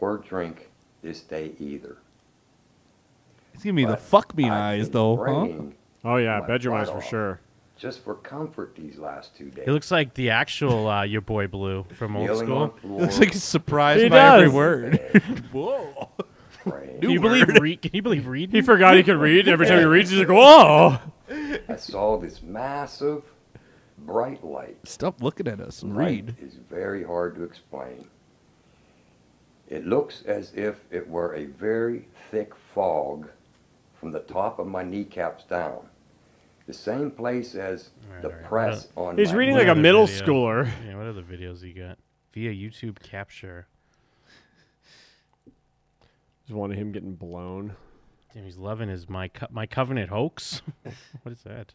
Speaker 6: or drink this day either.
Speaker 4: It's giving me the fuck me eyes though, huh?
Speaker 6: Praying
Speaker 5: Oh yeah,
Speaker 6: my
Speaker 5: bedroom eyes
Speaker 6: butt
Speaker 5: for
Speaker 6: off
Speaker 5: sure.
Speaker 6: Just for comfort these last two days.
Speaker 10: He looks like the actual uh, your boy Blue from old
Speaker 6: Kneeling
Speaker 10: school.
Speaker 6: on floor. Looks
Speaker 4: like he's surprised
Speaker 5: He
Speaker 4: by every
Speaker 5: does.
Speaker 4: word.
Speaker 10: Whoa.
Speaker 6: Praying.
Speaker 10: Can you believe re- Can you believe reading?
Speaker 5: He forgot he could read. Every time he reads, he's like, "Whoa!"
Speaker 6: I saw this massive bright light.
Speaker 4: Stop looking at us and
Speaker 6: Light
Speaker 4: read.
Speaker 6: is very hard to explain. It looks as if it were a very thick fog from the top of my kneecaps down. The same place as the press on
Speaker 5: He's
Speaker 6: my
Speaker 5: reading
Speaker 6: knee.
Speaker 5: like a middle
Speaker 10: video?
Speaker 5: schooler.
Speaker 10: Yeah, what other videos he got via YouTube capture?
Speaker 5: Just wanted him getting blown.
Speaker 10: Damn, he's loving his my co- my covenant hoax. what is that?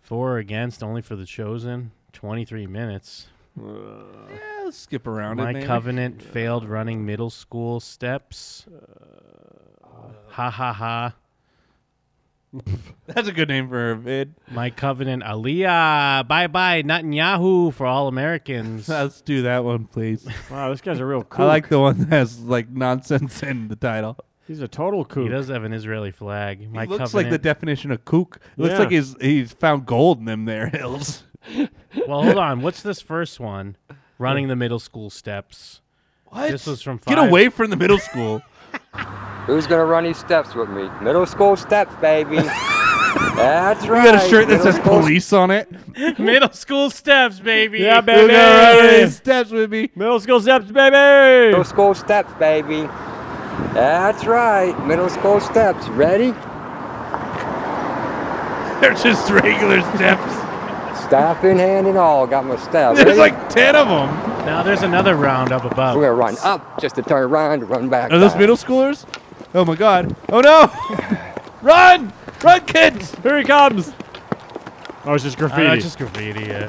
Speaker 10: For or against, only for the chosen. Twenty three minutes.
Speaker 4: Yeah, let's skip around. it,
Speaker 10: My
Speaker 4: maybe.
Speaker 10: covenant failed running middle school steps.
Speaker 5: Uh,
Speaker 10: ha ha ha.
Speaker 4: That's a good name for a vid.
Speaker 10: My covenant Aliyah. Bye bye. Netanyahu for all Americans.
Speaker 4: Let's do that one, please.
Speaker 5: Wow, this guy's a real. Kook.
Speaker 4: I like the one that has like nonsense in the title.
Speaker 5: He's a total kook.
Speaker 10: He does have an Israeli flag. My
Speaker 4: He looks like
Speaker 10: covenant.
Speaker 4: the definition of kook. It Looks
Speaker 5: Yeah.
Speaker 4: like he's he's found gold in them there hills.
Speaker 10: well, hold on. What's this first one? Running the middle school steps.
Speaker 4: What?
Speaker 10: This was from
Speaker 4: Get
Speaker 10: five-
Speaker 4: away from the middle school.
Speaker 6: Who's gonna run these steps with me? Middle school steps, baby. That's
Speaker 4: We
Speaker 6: right.
Speaker 4: got a shirt that
Speaker 6: middle
Speaker 4: says
Speaker 6: school
Speaker 4: police on it.
Speaker 10: middle school steps, baby.
Speaker 5: Yeah,
Speaker 4: We're gonna run
Speaker 5: baby.
Speaker 4: these steps with me.
Speaker 5: Middle school steps, baby.
Speaker 6: Middle school steps, baby. That's right. Middle school steps. Ready?
Speaker 4: They're just regular steps.
Speaker 6: Staff in hand and all. Got my staff.
Speaker 4: There's
Speaker 6: Ready?
Speaker 4: like ten of them.
Speaker 10: Now there's another round up above.
Speaker 6: We're gonna run up just to turn around, run back.
Speaker 4: Are those
Speaker 6: down.
Speaker 4: middle schoolers? Oh my god. Oh no! Run! Run, kids!
Speaker 5: Here he comes. Oh, it's just
Speaker 10: I
Speaker 5: graffiti.
Speaker 10: know, it's just graffiti. Yeah.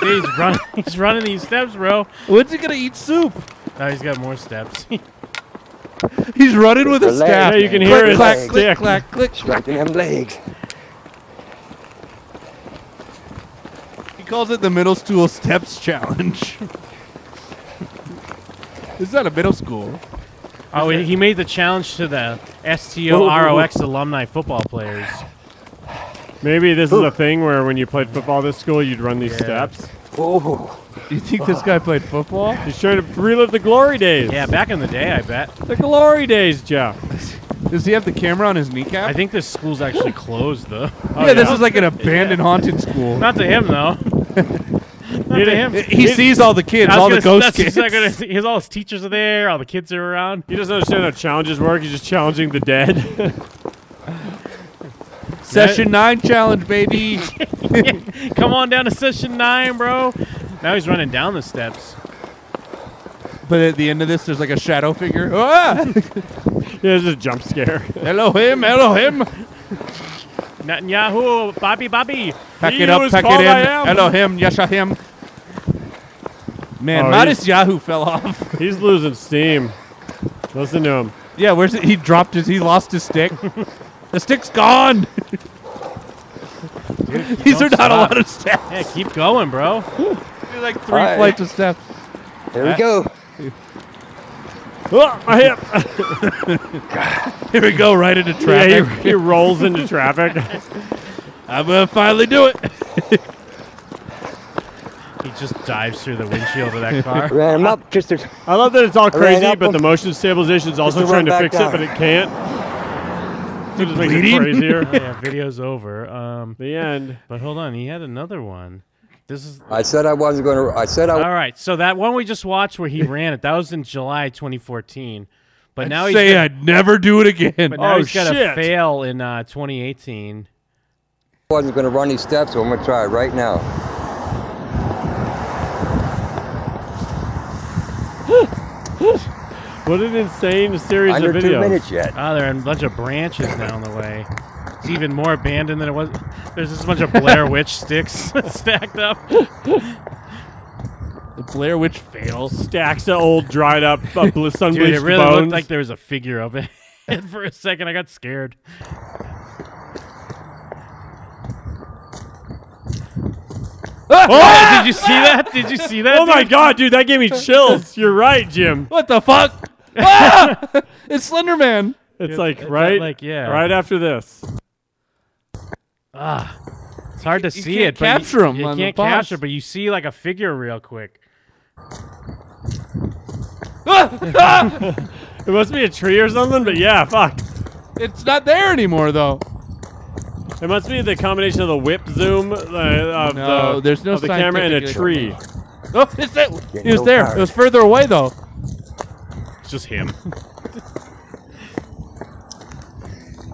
Speaker 10: he's running. He's running these steps, bro.
Speaker 4: When's he gonna eat soup?
Speaker 10: No, he's got more steps.
Speaker 4: He's running with a
Speaker 10: Legs,
Speaker 4: staff.
Speaker 10: Yeah, you can
Speaker 4: Click,
Speaker 10: hear his
Speaker 4: clack, click,
Speaker 10: stick.
Speaker 4: clack, click.
Speaker 10: Strengthen them legs.
Speaker 4: He calls it the middle school steps challenge. Is that a middle school?
Speaker 10: Oh, he he made the challenge to the STOROX alumni football players.
Speaker 5: Maybe this is a thing where when you played football this school, you'd run these steps.
Speaker 10: Oh.
Speaker 4: You think this guy played football?
Speaker 5: He's trying to relive the glory days.
Speaker 10: Yeah, back in the day, I bet.
Speaker 5: The glory days, Jeff.
Speaker 4: Does he have the camera on his kneecap?
Speaker 10: I think this school's actually closed, though.
Speaker 4: yeah, this is like an abandoned haunted school.
Speaker 10: Oh, Not to him, though. Not
Speaker 5: He
Speaker 10: to
Speaker 5: didn't-
Speaker 10: him.
Speaker 4: he sees all the kids,
Speaker 10: I was
Speaker 4: all the ghost
Speaker 10: that's
Speaker 4: kids.
Speaker 10: exactly what I see. His all his teachers are there. All the kids are around.
Speaker 5: He doesn't understand how challenges work. He's just challenging the dead.
Speaker 4: Session nine challenge, baby.
Speaker 10: Come on down to session nine, bro. Now he's running down the steps.
Speaker 4: But at the end of this, there's like a shadow figure. Ah!
Speaker 5: yeah, just a jump scare.
Speaker 4: Elohim, Elohim.
Speaker 10: Netanyahu, Bobby, Bobby.
Speaker 4: Pack
Speaker 10: He
Speaker 4: it up,
Speaker 10: was
Speaker 4: pack
Speaker 10: called
Speaker 4: it
Speaker 10: I
Speaker 4: in.
Speaker 10: am.
Speaker 4: Elohim, Yashahim. Man,
Speaker 5: Oh,
Speaker 4: Modest
Speaker 5: he's-
Speaker 4: Yahoo fell off.
Speaker 5: He's losing steam. Listen to him.
Speaker 4: Yeah, where's it? He dropped his. He lost his stick. the stick's gone.
Speaker 10: Dude,
Speaker 4: These
Speaker 10: don't
Speaker 4: are not a
Speaker 10: stop.
Speaker 4: lot of steps.
Speaker 10: Yeah, keep going, bro.
Speaker 4: Do like three
Speaker 10: All right.
Speaker 4: flights of steps.
Speaker 10: There we go.
Speaker 5: Oh, my hip.
Speaker 4: Here we go, right into
Speaker 5: Yeah,
Speaker 4: traffic.
Speaker 5: he, he rolls into traffic.
Speaker 4: I'm gonna finally do it.
Speaker 10: He just dives through the windshield of that car.
Speaker 5: Ran him up, just I love that it's all
Speaker 10: I ran
Speaker 5: crazy,
Speaker 10: up
Speaker 5: but
Speaker 10: him.
Speaker 5: the motion stabilization is also
Speaker 10: Just to
Speaker 5: trying
Speaker 10: run
Speaker 5: to
Speaker 10: back
Speaker 5: fix
Speaker 10: down.
Speaker 5: it, but it can't. So it just makes it
Speaker 10: Bleeding?
Speaker 5: crazier.
Speaker 10: oh, yeah, video's over. Um,
Speaker 5: the end.
Speaker 10: But hold on, he had another one. This is
Speaker 13: I said I wasn't going to. I said I.
Speaker 10: all right. So that one we just watched where he ran it, that was in July 2014. But
Speaker 4: I'd
Speaker 10: now he's
Speaker 4: say
Speaker 10: gonna-
Speaker 4: I'd never do it again.
Speaker 10: But now
Speaker 4: Oh,
Speaker 10: he's got
Speaker 4: shit.
Speaker 10: a fail in uh, 2018.
Speaker 13: I wasn't going to run these steps, so I'm going to try it right now.
Speaker 5: What an insane series
Speaker 13: Under
Speaker 5: of
Speaker 13: two
Speaker 5: videos.
Speaker 13: minutes yet.
Speaker 10: Oh, there are a bunch of branches down the way. It's even more abandoned than it was. There's just a bunch of Blair Witch sticks stacked up.
Speaker 4: The Blair Witch fail.
Speaker 5: Stacks of old dried up uh, bl- sun
Speaker 10: Dude, it
Speaker 5: bleached
Speaker 10: really
Speaker 5: bones.
Speaker 10: looked like there was a figure of it. And for a second, I got scared. Oh, did you see that? Did you see that?
Speaker 5: Oh my
Speaker 10: dude?
Speaker 5: god, dude, that gave me chills. You're right, Jim.
Speaker 4: What the fuck? Ah! It's Slenderman.
Speaker 5: It's
Speaker 10: Dude,
Speaker 5: like
Speaker 10: that-
Speaker 5: right,
Speaker 10: like, yeah.
Speaker 5: right after this.
Speaker 10: Ah, it's hard to
Speaker 4: you
Speaker 10: see
Speaker 4: can't
Speaker 10: it. but
Speaker 4: capture 'em
Speaker 10: You, you
Speaker 4: on the
Speaker 10: can't
Speaker 4: box.
Speaker 10: capture, but you see like a figure real quick.
Speaker 5: it must be a tree or something, but yeah, fuck.
Speaker 4: It's not there anymore though.
Speaker 5: It must be the combination of the whip zoom uh, of
Speaker 4: No,
Speaker 5: the,
Speaker 4: there's no
Speaker 5: of the camera and a
Speaker 4: scientific-
Speaker 5: tree.
Speaker 4: Oh, it's there. It was there. It was further away though.
Speaker 10: It's just him.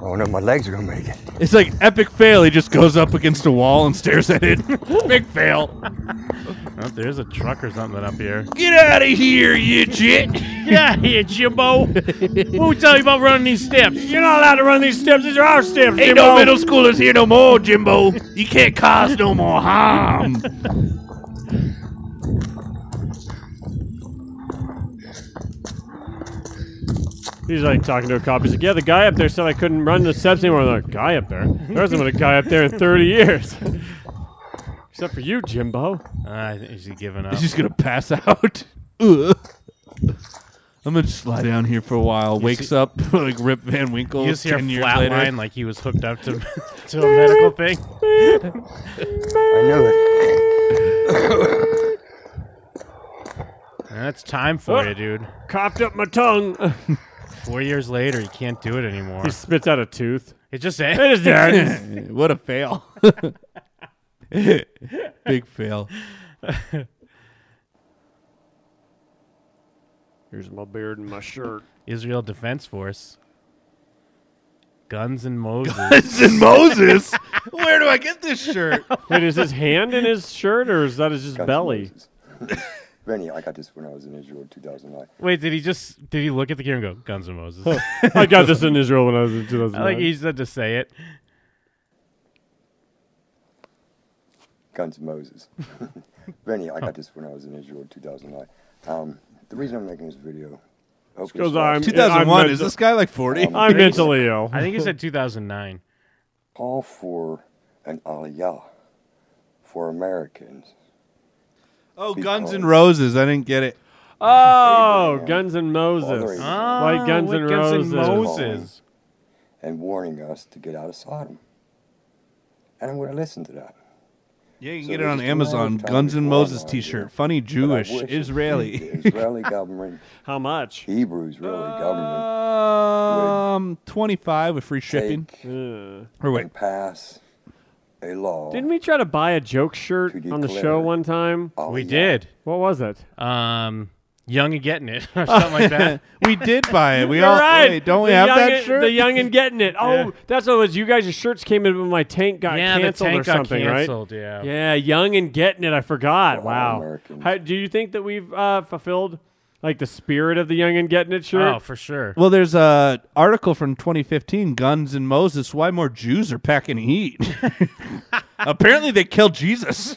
Speaker 13: Oh no, my legs are going to make it.
Speaker 4: It's like epic fail. He just goes up against a wall and stares at it. Big fail.
Speaker 10: Oh, there's a truck or something up here.
Speaker 4: Get out of here, you jit.
Speaker 10: Get out of here, Jimbo. Who tell you about running these steps?
Speaker 5: You're not allowed to run these steps. These are our steps.
Speaker 4: Ain't no middle schoolers here no more, Jimbo. You can't cause no more harm.
Speaker 5: He's like talking to a cop. He's like, "Yeah, the guy up there said I couldn't run the steps anymore." I'm like, "Guy up there? There hasn't been a guy up there in 30 years, except for you, Jimbo."
Speaker 10: Uh, is he giving up?
Speaker 4: He's just gonna pass out. Ugh. I'm gonna just lie down here for a while. Wakes
Speaker 10: see-
Speaker 4: up like Rip Van Winkle.
Speaker 10: You just hear
Speaker 4: 10 years
Speaker 10: flat
Speaker 4: later.
Speaker 10: line like he was hooked up to, to a medical thing. I
Speaker 13: knew
Speaker 10: it. That's time for
Speaker 5: Oh.
Speaker 10: you, dude.
Speaker 5: Coughed up my tongue.
Speaker 10: Four years later, you can't do it anymore.
Speaker 5: he spits out a tooth.
Speaker 10: It just
Speaker 5: It is dead.
Speaker 4: what a fail. Big fail.
Speaker 5: Here's my beard and my shirt.
Speaker 10: Israel Defense Force. Guns and Moses.
Speaker 4: Guns and Moses? Where do I get this shirt?
Speaker 5: Wait, is his hand in his shirt or is that his just
Speaker 13: Got
Speaker 5: belly?
Speaker 13: Rennie, I got this when I was in Israel in 2009.
Speaker 10: Wait, did he just did he look at the camera and go Guns and Moses?
Speaker 5: I got this in Israel when I was in 2009.
Speaker 10: I like he said to say it.
Speaker 13: Guns Moses. but anyhow, I got this when I was in Israel in 2009. Um, the reason I'm making this video. hopefully
Speaker 5: Because
Speaker 13: it's not-
Speaker 5: I'm 2001. I'm Is mental- this guy like 40?
Speaker 13: Um,
Speaker 5: I'm mentally ill.
Speaker 10: I think he said 2009.
Speaker 13: Call for an aliyah for Americans.
Speaker 4: Oh, Guns and Roses. I didn't get it.
Speaker 5: Oh, Guns and Moses.
Speaker 4: Ah,
Speaker 5: like Guns
Speaker 4: with
Speaker 5: and
Speaker 4: Guns N'
Speaker 5: Roses.
Speaker 4: Moses.
Speaker 13: And warning us to get out of Sodom. And I'm going to listen to that.
Speaker 4: Yeah, you can
Speaker 13: So
Speaker 4: get it
Speaker 13: there's
Speaker 4: on
Speaker 13: just a
Speaker 4: Amazon.
Speaker 13: matter of time
Speaker 4: Guns and
Speaker 13: before I
Speaker 4: Moses
Speaker 13: know it.
Speaker 4: T-shirt. Funny Jewish
Speaker 13: But I wish
Speaker 4: Israeli.
Speaker 13: The Israeli government.
Speaker 5: How much?
Speaker 13: Hebrews, really, government.
Speaker 4: Um, twenty-five with free shipping. Or wait,
Speaker 13: And pass a law.
Speaker 5: Didn't we try to buy a joke shirt on the
Speaker 10: declare
Speaker 5: show one time?
Speaker 10: we did.
Speaker 5: What was it?
Speaker 10: Um, young and getting it or something like that.
Speaker 4: we did buy it. We
Speaker 5: You're
Speaker 4: all
Speaker 5: right.
Speaker 4: wait, don't we
Speaker 5: The
Speaker 4: have
Speaker 5: young
Speaker 4: that
Speaker 5: and-
Speaker 4: shirt?
Speaker 5: The young and getting it. Oh,
Speaker 10: Yeah.
Speaker 5: that's what it was. You guys' shirts came in when my tank got
Speaker 10: Yeah, the
Speaker 5: canceled
Speaker 10: tank
Speaker 5: or
Speaker 10: got
Speaker 5: something,
Speaker 10: canceled,
Speaker 5: right?
Speaker 10: yeah.
Speaker 5: Yeah, young and getting it. I forgot. Wow.
Speaker 13: Americans.
Speaker 5: How, do you think that we've uh, fulfilled like the spirit of the young and getting it shirt?
Speaker 10: Oh, for sure.
Speaker 4: Well, there's a article from 2015, Guns and Moses. Why more Jews are packing heat? Apparently, they killed Jesus.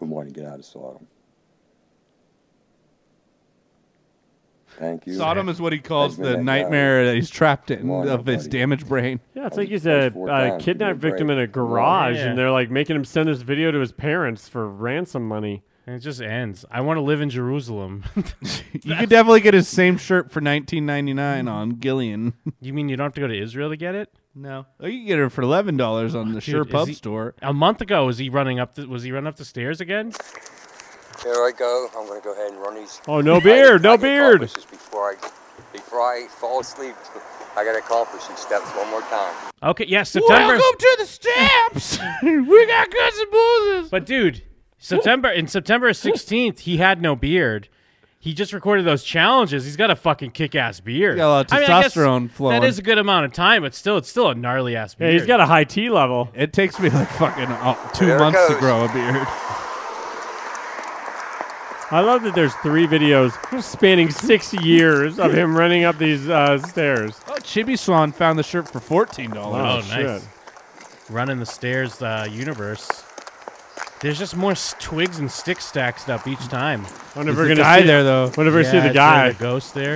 Speaker 13: Who want to get out of Sodom. Thank you.
Speaker 4: Sodom is what he calls
Speaker 13: Thank you,
Speaker 4: the
Speaker 13: that guy.
Speaker 4: nightmare that he's trapped in
Speaker 13: Come on,
Speaker 4: of his damaged brain.
Speaker 5: Yeah, it's like he's a, a kidnapped victim in a garage,
Speaker 10: Yeah.
Speaker 5: and they're like making him send this video to his parents for ransom money.
Speaker 10: And it just ends. I want to live in Jerusalem.
Speaker 4: You could definitely get his same shirt for 19.99 on Gillian.
Speaker 10: you mean you don't have to go to Israel to get it?
Speaker 4: No. Oh, you can get it for eleven dollars on the
Speaker 10: Dude,
Speaker 4: Sure
Speaker 10: is
Speaker 4: Pub
Speaker 10: he-
Speaker 4: store.
Speaker 10: A month ago, was he running up? The, was he running up the stairs again?
Speaker 13: Here I go. I'm going to go ahead and run these.
Speaker 5: Oh, no beard, no
Speaker 13: I gotta
Speaker 5: beard.
Speaker 13: accomplish this Before I, before I fall asleep, I got to accomplish these steps one more time.
Speaker 10: Okay, yes, September.
Speaker 4: Welcome to the steps. we got Guns and Moses.
Speaker 10: But dude, September in September 16th, he had no beard. He just recorded those challenges. He's got a fucking kick-ass beard.
Speaker 4: Got a lot of
Speaker 10: I mean, I guess
Speaker 4: testosterone flowing.
Speaker 10: That is a good amount of time, but still, it's still a gnarly ass
Speaker 5: Yeah,
Speaker 10: beard.
Speaker 5: he's got a high T level.
Speaker 4: It takes me like fucking uh, two
Speaker 10: There it
Speaker 4: months to
Speaker 10: goes.
Speaker 4: grow a beard.
Speaker 5: I love that there's three videos spanning six years of him running up these uh, stairs.
Speaker 4: Oh, Chibi Swan found the shirt for fourteen
Speaker 10: Oh,
Speaker 4: dollars.
Speaker 10: nice. Running the stairs uh, universe. There's just more s- twigs and sticks stacked up each time.
Speaker 5: Wonder if Is we're the gonna guy see- there, though? wonder if we
Speaker 10: Yeah,
Speaker 5: see the
Speaker 10: it's really
Speaker 5: guy.
Speaker 10: the ghost there.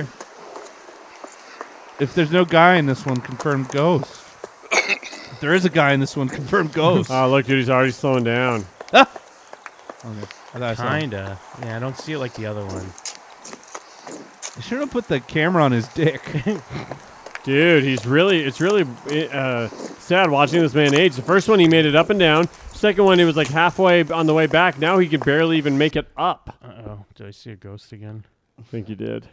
Speaker 4: If there's no guy in this one, confirmed ghost. If there is a guy in this one, confirmed ghost.
Speaker 5: Oh, look, dude, he's already slowing down.
Speaker 4: Okay. I thought I saw him.
Speaker 10: Kinda. Yeah, I don't see it like the other one.
Speaker 4: They should have put the camera on his dick.
Speaker 5: Dude, he's really, it's really uh, sad watching this man age. The first one, he made it up and down. Second one, he was like halfway on the way back. Now he could barely even make it up.
Speaker 10: Uh oh, did I see a ghost again?
Speaker 5: I think he did.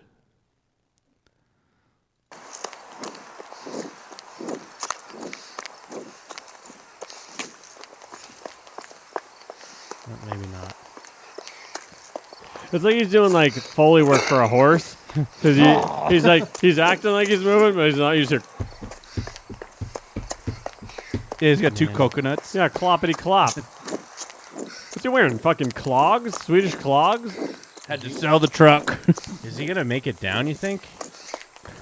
Speaker 10: Uh, Maybe not.
Speaker 5: It's like he's doing like Foley work for a horse. Cause he, he's like, he's acting like he's moving, but he's not. He's here.
Speaker 4: Yeah, he's got two coconuts.
Speaker 5: Yeah, cloppity clop. What's he wearing? Fucking clogs? Swedish clogs?
Speaker 4: Had to sell the truck.
Speaker 10: Is he gonna make it down? You think?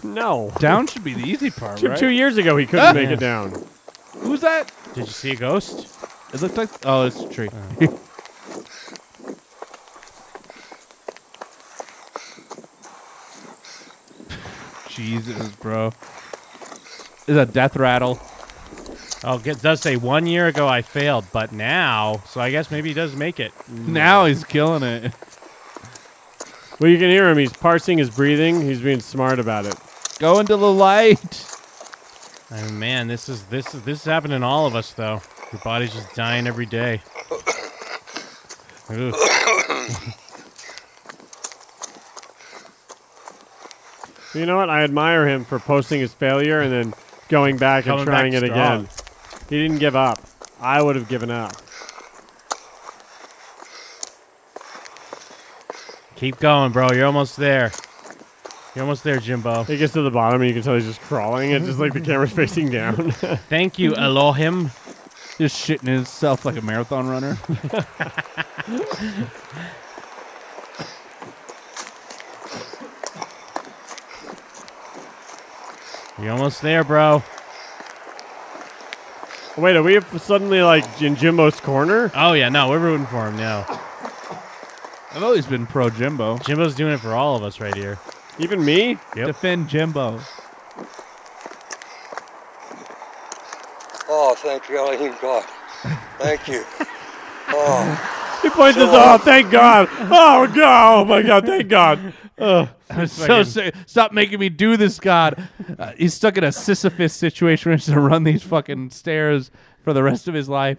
Speaker 5: No.
Speaker 4: Down should be the easy part,
Speaker 5: Two,
Speaker 4: right?
Speaker 5: two years ago, he couldn't make it down.
Speaker 4: Who's that?
Speaker 10: Did you see a ghost?
Speaker 4: It looked like oh, it's a tree. Jesus, bro. Is a death rattle.
Speaker 10: Oh, it does say one year ago I failed, but now, so I guess maybe he does make it.
Speaker 4: Now he's killing it.
Speaker 5: Well, you can hear him. He's parsing his breathing. He's being smart about it.
Speaker 4: Go into the light.
Speaker 10: Oh man, this is this is this is happening to all of us though. Your body's just dying every day. Ugh.
Speaker 5: You know what? I admire him for posting his failure and then going back
Speaker 10: Coming
Speaker 5: and trying
Speaker 10: back
Speaker 5: it
Speaker 10: strong.
Speaker 5: again. He didn't give up. I would have given up.
Speaker 10: Keep going, bro. You're almost there. You're almost there, Jimbo.
Speaker 5: He gets to the bottom and you can tell he's just crawling. It's just like the camera's facing down.
Speaker 10: Thank you, Elohim.
Speaker 4: Just shitting himself like a marathon runner.
Speaker 10: You're almost there, bro.
Speaker 5: Wait, are we suddenly like in Jimbo's corner?
Speaker 10: Oh yeah, no, we're rooting for him now.
Speaker 4: I've always been pro Jimbo.
Speaker 10: Jimbo's doing it for all of us right here.
Speaker 5: Even me?
Speaker 4: Defend Jimbo.
Speaker 14: Oh, thank you, Elohim God. Thank you. Oh.
Speaker 5: He points us off. Thank God. Oh God. Oh my God. Thank God. Ugh.
Speaker 4: I'm so sick. Stop making me do this, God. Uh, he's stuck in a Sisyphus situation where he has to run these fucking stairs for the rest of his life.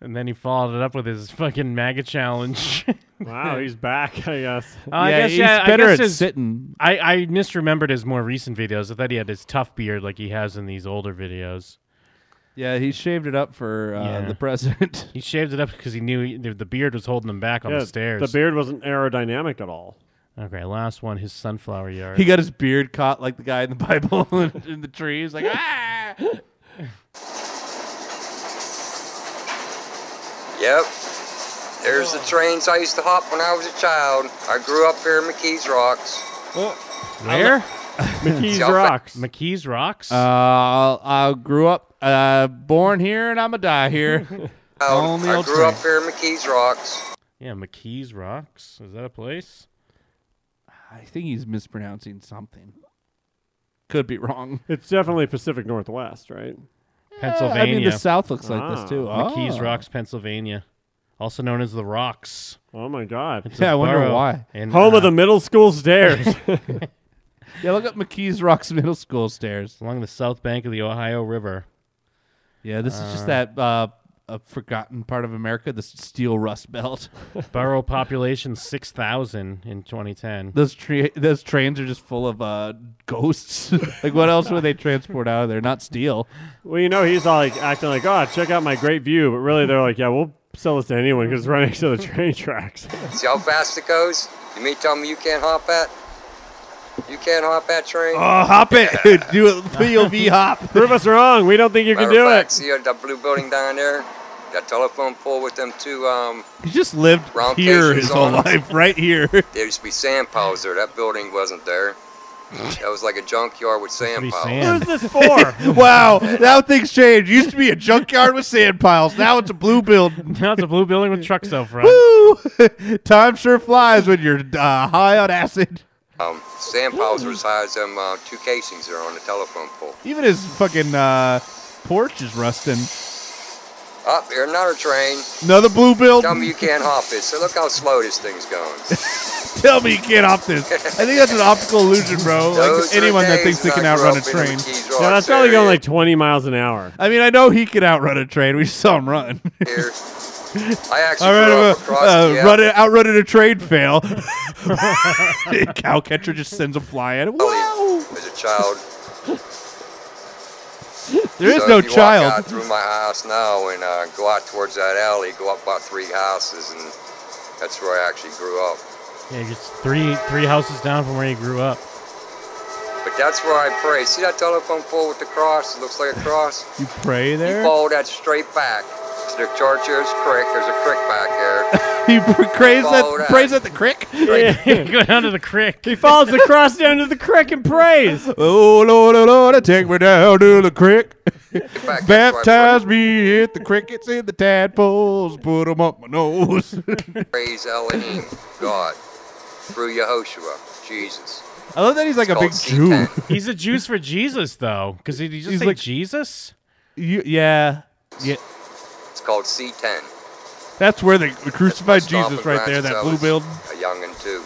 Speaker 10: And then he followed it up with his fucking MAGA challenge.
Speaker 5: Wow, he's back. I guess.
Speaker 10: Uh, I
Speaker 4: Yeah,
Speaker 10: guess,
Speaker 4: he's
Speaker 10: yeah, I
Speaker 4: better
Speaker 10: guess
Speaker 4: at
Speaker 10: his-
Speaker 4: sitting.
Speaker 10: I, I misremembered his more recent videos. I thought he had his tough beard like he has in these older videos.
Speaker 4: Yeah, he shaved it up for uh,
Speaker 10: Yeah.
Speaker 4: the president.
Speaker 10: He shaved it up because he knew he, the the beard was holding him back on
Speaker 5: Yeah,
Speaker 10: the stairs.
Speaker 5: The beard wasn't aerodynamic at all.
Speaker 10: Okay, last one. His sunflower yard.
Speaker 4: He got his beard caught like the guy in the Bible in, in the trees. Like, ah!
Speaker 14: Yep. There's the trains I used to hop when I was a child. I grew up here in McKees Rocks.
Speaker 10: Where?
Speaker 14: McKees Rocks.
Speaker 10: McKees Rocks.
Speaker 4: Uh, I grew up, uh, born here, and I'm going to die here. On the
Speaker 14: I
Speaker 4: old
Speaker 14: grew
Speaker 4: train.
Speaker 14: up here in McKees Rocks.
Speaker 10: Yeah, McKees Rocks. Is that a place?
Speaker 4: I think he's mispronouncing something. Could be wrong.
Speaker 5: It's definitely Pacific Northwest, right?
Speaker 10: Pennsylvania.
Speaker 4: I mean, the South looks like this, too.
Speaker 10: McKees
Speaker 4: Ah.
Speaker 10: Rocks, Pennsylvania, also known as the Rocks.
Speaker 5: Oh my God!
Speaker 4: Yeah, I wonder why.
Speaker 5: Home
Speaker 10: uh,
Speaker 4: uh,
Speaker 5: of the middle school stairs.
Speaker 4: Yeah, look up McKees Rocks Middle School stairs
Speaker 10: along the south bank of the Ohio River.
Speaker 4: Yeah, this is just
Speaker 10: Uh,
Speaker 4: that uh, a forgotten part of America, the s- steel rust belt.
Speaker 10: Borough population six thousand in 2010.
Speaker 4: those tra- those trains are just full of uh, ghosts. like, what else would they transport out of there? Not steel.
Speaker 5: well, you know, he's all like acting like, "Oh, check out my great view," but really, they're like, "Yeah, we'll sell this to anyone because it's right next to the train tracks."
Speaker 14: See how fast it goes? You mean tell me you can't hop that? You can't hop that train?
Speaker 4: Oh, hop it! Do a POV hop.
Speaker 5: Prove us wrong. We don't think you can
Speaker 14: Matter of
Speaker 5: do
Speaker 14: fact,
Speaker 5: it.
Speaker 14: See that blue building down there? That telephone pole with them two um,
Speaker 4: He just lived
Speaker 14: Round
Speaker 4: here
Speaker 14: cases
Speaker 4: his whole
Speaker 14: on 'em.
Speaker 4: life, right here.
Speaker 14: There used to be sand piles there. That building wasn't there. That was like a junkyard with sand piles.
Speaker 5: Who's this for?
Speaker 4: wow, now things change. Used to be a junkyard with sand piles. Now it's a blue building.
Speaker 10: now it's a blue building with trucks out front.
Speaker 4: Woo! Time sure flies when you're uh, high on acid.
Speaker 14: Um, sand piles were as high as them uh, two casings there on the telephone pole.
Speaker 4: Even his fucking uh, porch is rusting.
Speaker 14: Up here, another train.
Speaker 4: Another blue building.
Speaker 14: Tell me you can't hop it. So look how slow this thing's going.
Speaker 4: Tell me you can't hop this. I think that's an optical illusion, bro. Like
Speaker 14: Those are
Speaker 4: anyone that
Speaker 14: days
Speaker 4: thinks they
Speaker 14: when
Speaker 4: can
Speaker 14: I grew
Speaker 4: outrun a
Speaker 14: up in
Speaker 4: train.
Speaker 14: McKees
Speaker 5: Yeah,
Speaker 14: Rocks
Speaker 5: that's probably going
Speaker 14: area.
Speaker 5: like 20 miles an hour.
Speaker 4: I mean, I know he could outrun a train. We just saw him run.
Speaker 14: Here. I actually
Speaker 4: Outrun
Speaker 14: grew
Speaker 4: a-
Speaker 14: up across
Speaker 4: uh,
Speaker 14: the
Speaker 4: run it, outrunning a train fail. Cowcatcher just sends him flying.
Speaker 14: alley as a child.
Speaker 4: There is
Speaker 14: so
Speaker 4: no
Speaker 14: if you Walk
Speaker 4: child.
Speaker 14: out through my house now and uh, go out towards that alley. Go up about three houses, and that's where I actually grew up.
Speaker 10: Yeah, just three three houses down from where you grew up.
Speaker 14: But that's where I pray. See that telephone pole with the cross? It looks like a cross.
Speaker 4: You pray
Speaker 14: You
Speaker 4: there?
Speaker 14: follow that straight back to the Chargers Creek. There's a creek back there.
Speaker 4: He prays
Speaker 14: Follow
Speaker 4: at,
Speaker 14: that.
Speaker 4: prays at the crick?
Speaker 10: Go down to the creek.
Speaker 5: He follows the cross down to the creek and prays.
Speaker 4: Oh, Lord, oh, Lord, take me down to the crick.
Speaker 14: back,
Speaker 4: Baptize me, hit the crickets and the tadpoles, put them up my nose.
Speaker 14: Praise Elohim, God, through Yehoshua, Jesus.
Speaker 4: I love that he's like a
Speaker 14: It's
Speaker 4: big
Speaker 14: called
Speaker 4: Jew.
Speaker 10: He's a Jews for Jesus though, because he, he just
Speaker 4: He's
Speaker 10: say
Speaker 4: like-
Speaker 10: Jesus.
Speaker 4: You, yeah, yeah.
Speaker 14: It's called C10.
Speaker 4: That's where they crucified
Speaker 14: Stomping
Speaker 4: Jesus right there.
Speaker 14: grounds since I
Speaker 4: That blue
Speaker 14: was
Speaker 4: building.
Speaker 14: A youngin' too.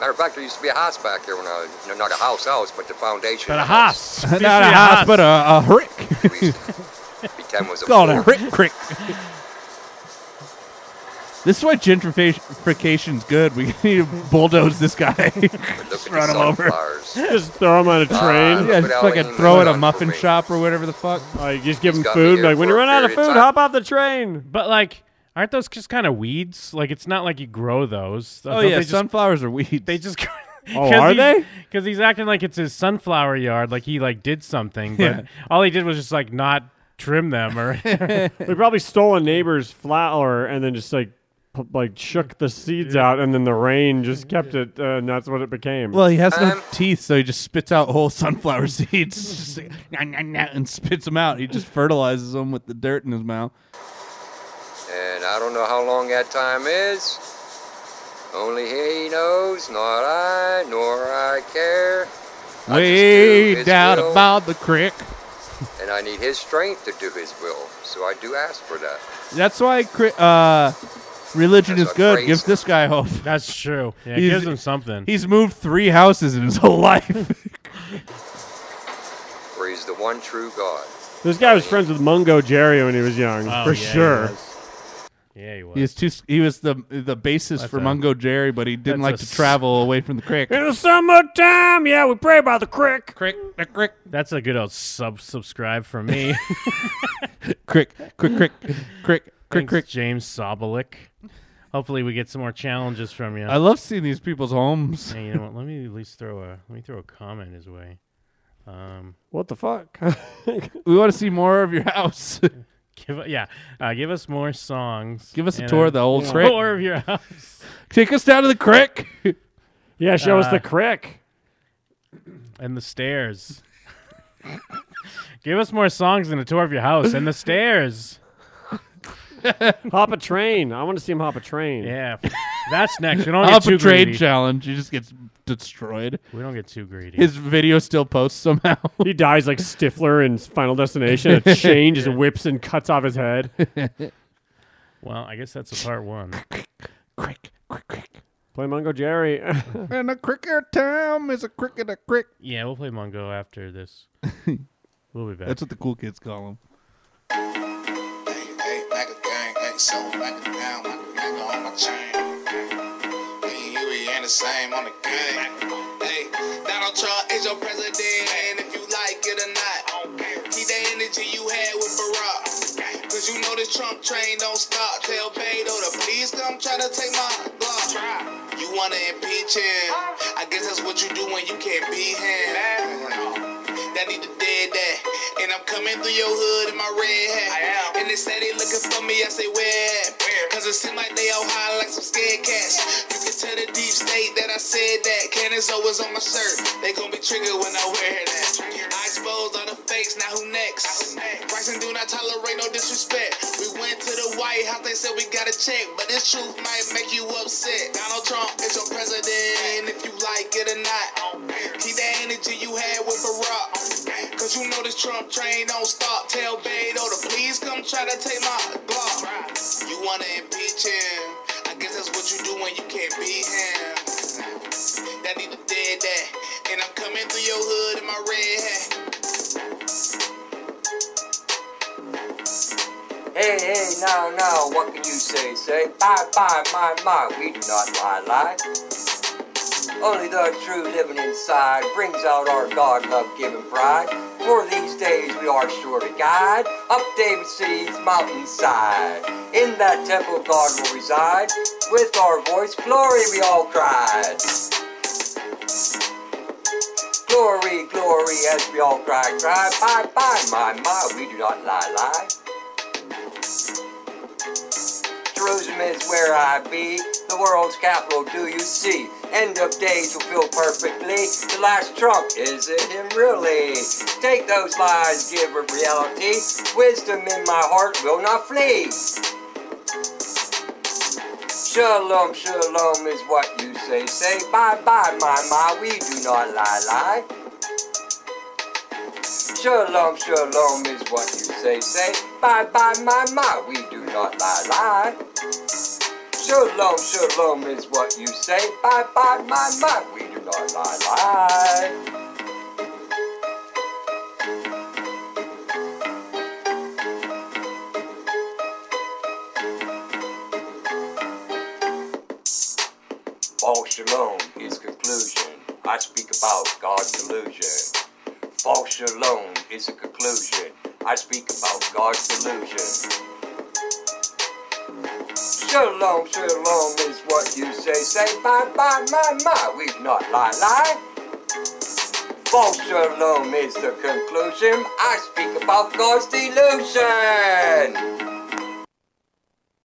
Speaker 14: Matter of fact, there used to be a house back here when I, you know, not a house house, but the foundation.
Speaker 10: But a
Speaker 14: of the house.
Speaker 10: house,
Speaker 4: Not a house, but a, a rick.
Speaker 14: B10 was a
Speaker 4: Called a
Speaker 14: fool.
Speaker 4: rick crick. This is why gentrification's good. We need to bulldoze this guy. Just run him over.
Speaker 5: Just throw him on a train.
Speaker 4: Yeah,
Speaker 14: look
Speaker 4: just
Speaker 14: at
Speaker 4: fucking
Speaker 14: Alan
Speaker 4: throw it
Speaker 14: Moore
Speaker 4: a
Speaker 14: on
Speaker 4: muffin
Speaker 14: parade.
Speaker 4: shop or whatever the fuck.
Speaker 5: Like, just give him
Speaker 14: got me
Speaker 5: food.
Speaker 14: here
Speaker 5: Like, when you
Speaker 14: for a
Speaker 5: run out of
Speaker 14: period of
Speaker 5: food,
Speaker 14: time.
Speaker 5: hop off the train.
Speaker 10: But like, aren't those just kind of weeds? Like, it's not like you grow those.
Speaker 4: Oh yeah, sunflowers are weeds. They
Speaker 10: just.
Speaker 5: Oh, are they?
Speaker 10: Because he's acting like it's his sunflower yard, like he like did something, but
Speaker 4: Yeah.
Speaker 10: all he did was just like not trim them or
Speaker 5: They probably stole a neighbor's flower and then just like p- like shook the seeds out, and then the rain just kept it, uh, and that's what it became.
Speaker 4: Well, he has no teeth, so he just spits out whole sunflower seeds Just like, "Nah, nah, nah," and spits them out. He just fertilizes them with the dirt in his mouth.
Speaker 14: And I don't know how long that time is. Only he knows, not I, nor I care.
Speaker 4: Way
Speaker 14: his
Speaker 4: down
Speaker 14: will.
Speaker 4: about the creek.
Speaker 14: And I need his strength to do his will. So I do ask for that.
Speaker 4: That's why cri- uh, religion
Speaker 14: That's
Speaker 4: is
Speaker 14: a
Speaker 4: good.
Speaker 14: crazy-
Speaker 4: Gives this guy hope.
Speaker 10: That's true. Yeah, it
Speaker 4: He's-
Speaker 10: gives him something.
Speaker 4: He's moved three houses in his whole life.
Speaker 14: For he's the one true God.
Speaker 5: this guy was friends with Mungo Jerry when he was young,
Speaker 10: Oh,
Speaker 5: for
Speaker 10: yeah, he
Speaker 5: sure.
Speaker 10: Yeah, he was.
Speaker 4: He was too. He was the the basis
Speaker 10: That's
Speaker 4: for
Speaker 10: a-
Speaker 4: Mungo Jerry, but he didn't
Speaker 10: that's
Speaker 4: like
Speaker 10: a
Speaker 4: to
Speaker 10: s-
Speaker 4: travel away from the creek.
Speaker 5: In the summertime, yeah, we pray by the creek.
Speaker 4: Crick, crick, crick.
Speaker 10: That's a good old sub subscribe from me.
Speaker 4: crick, crick, crick, crick, crick, crick.
Speaker 10: James Sobolik. Hopefully, we get some more challenges from you.
Speaker 4: I love seeing these people's homes.
Speaker 10: Hey, you know what? Let me at least throw a let me throw a comment his way. Um,
Speaker 5: What the fuck?
Speaker 4: we want to see more of your house.
Speaker 10: give yeah, uh, give us more songs.
Speaker 4: Give us a
Speaker 10: and
Speaker 4: tour of the old crick.
Speaker 10: tour of your house.
Speaker 4: Take us down to the crick.
Speaker 5: Yeah, show us
Speaker 10: Uh,
Speaker 5: the crick.
Speaker 10: and the stairs. Give us more songs and a tour of your house and the stairs.
Speaker 5: hop a train. I want to see him hop a train.
Speaker 10: Yeah, that's next. We don't get
Speaker 4: Hop a
Speaker 10: too
Speaker 4: trade
Speaker 10: greedy.
Speaker 4: challenge. He just gets destroyed.
Speaker 10: We don't get too greedy.
Speaker 4: His video still posts somehow.
Speaker 5: He dies like Stifler in Final Destination. A chain just whips and cuts off his head.
Speaker 10: Well, I guess that's a part one.
Speaker 5: Play Mungo Jerry.
Speaker 4: and a cricket town is a cricket a crick.
Speaker 10: Yeah, we'll play Mungo after this. We'll be back.
Speaker 4: That's what the cool kids call him.
Speaker 19: Hey, like a gang, like so, like a down, like a nigga on my chain. Me and you, we ain't the same on the gang. Hey, Donald Trump is your president, and if you like it or not, keep that energy you had with Barack. Cause you know this Trump train don't stop. Tell Beto to please come try to take my block. You wanna impeach him? I guess that's what you do when you can't beat him. That need to dead that. And I'm coming through your hood in my red hat. And they say they looking for me, I say where at? Cause it seem like they all high like some scared cats. You can tell the deep state that I said that. Cannons always on my shirt. They gon' be triggered when I wear that. I exposed all the fakes, now who next? Bryson do not tolerate no disrespect. We went to the White House, they said we got to check. But this truth might make you upset. Donald Trump is your president, if you like it or not. Keep that energy you had with Barack. Cause you know this Trump train don't stop. Tell Beto to please come try to take my Glock. You wanna impeach him? I guess that's what you do when you can't beat him. That need to dead that. And I'm coming through your hood in my red hat.
Speaker 6: Hey, hey, no, no, what can you say? Say, bye, bye, my, my, we do not lie, lie. Only the true living inside brings out our God love given pride. For these days we are sure to guide up David City's mountainside. In that temple God will reside. With our voice, glory we all cried. Glory, glory, as we all cry, cry, bye, bye, my, my, we do not lie, lie. Jerusalem is where I be, the world's capital do you see. End of days will feel perfectly, the last trump is it him really? Take those lies, give her reality, wisdom in my heart will not flee. Shalom, shalom is what you say, say bye bye my my, we do not lie lie. Shalom, shalom is what you say, say bye bye my my, we do not lie lie. Shalom, shalom is what you say. Bye, bye, my, my. We do not lie, lie. False shalom, is conclusion. I speak about God's delusion. False shalom is a conclusion. I speak about God's delusion. Shalom, shalom is what you say. Say bye, bye, my, my. We've not lie, lie. False shalom is the conclusion. I speak about God's delusion.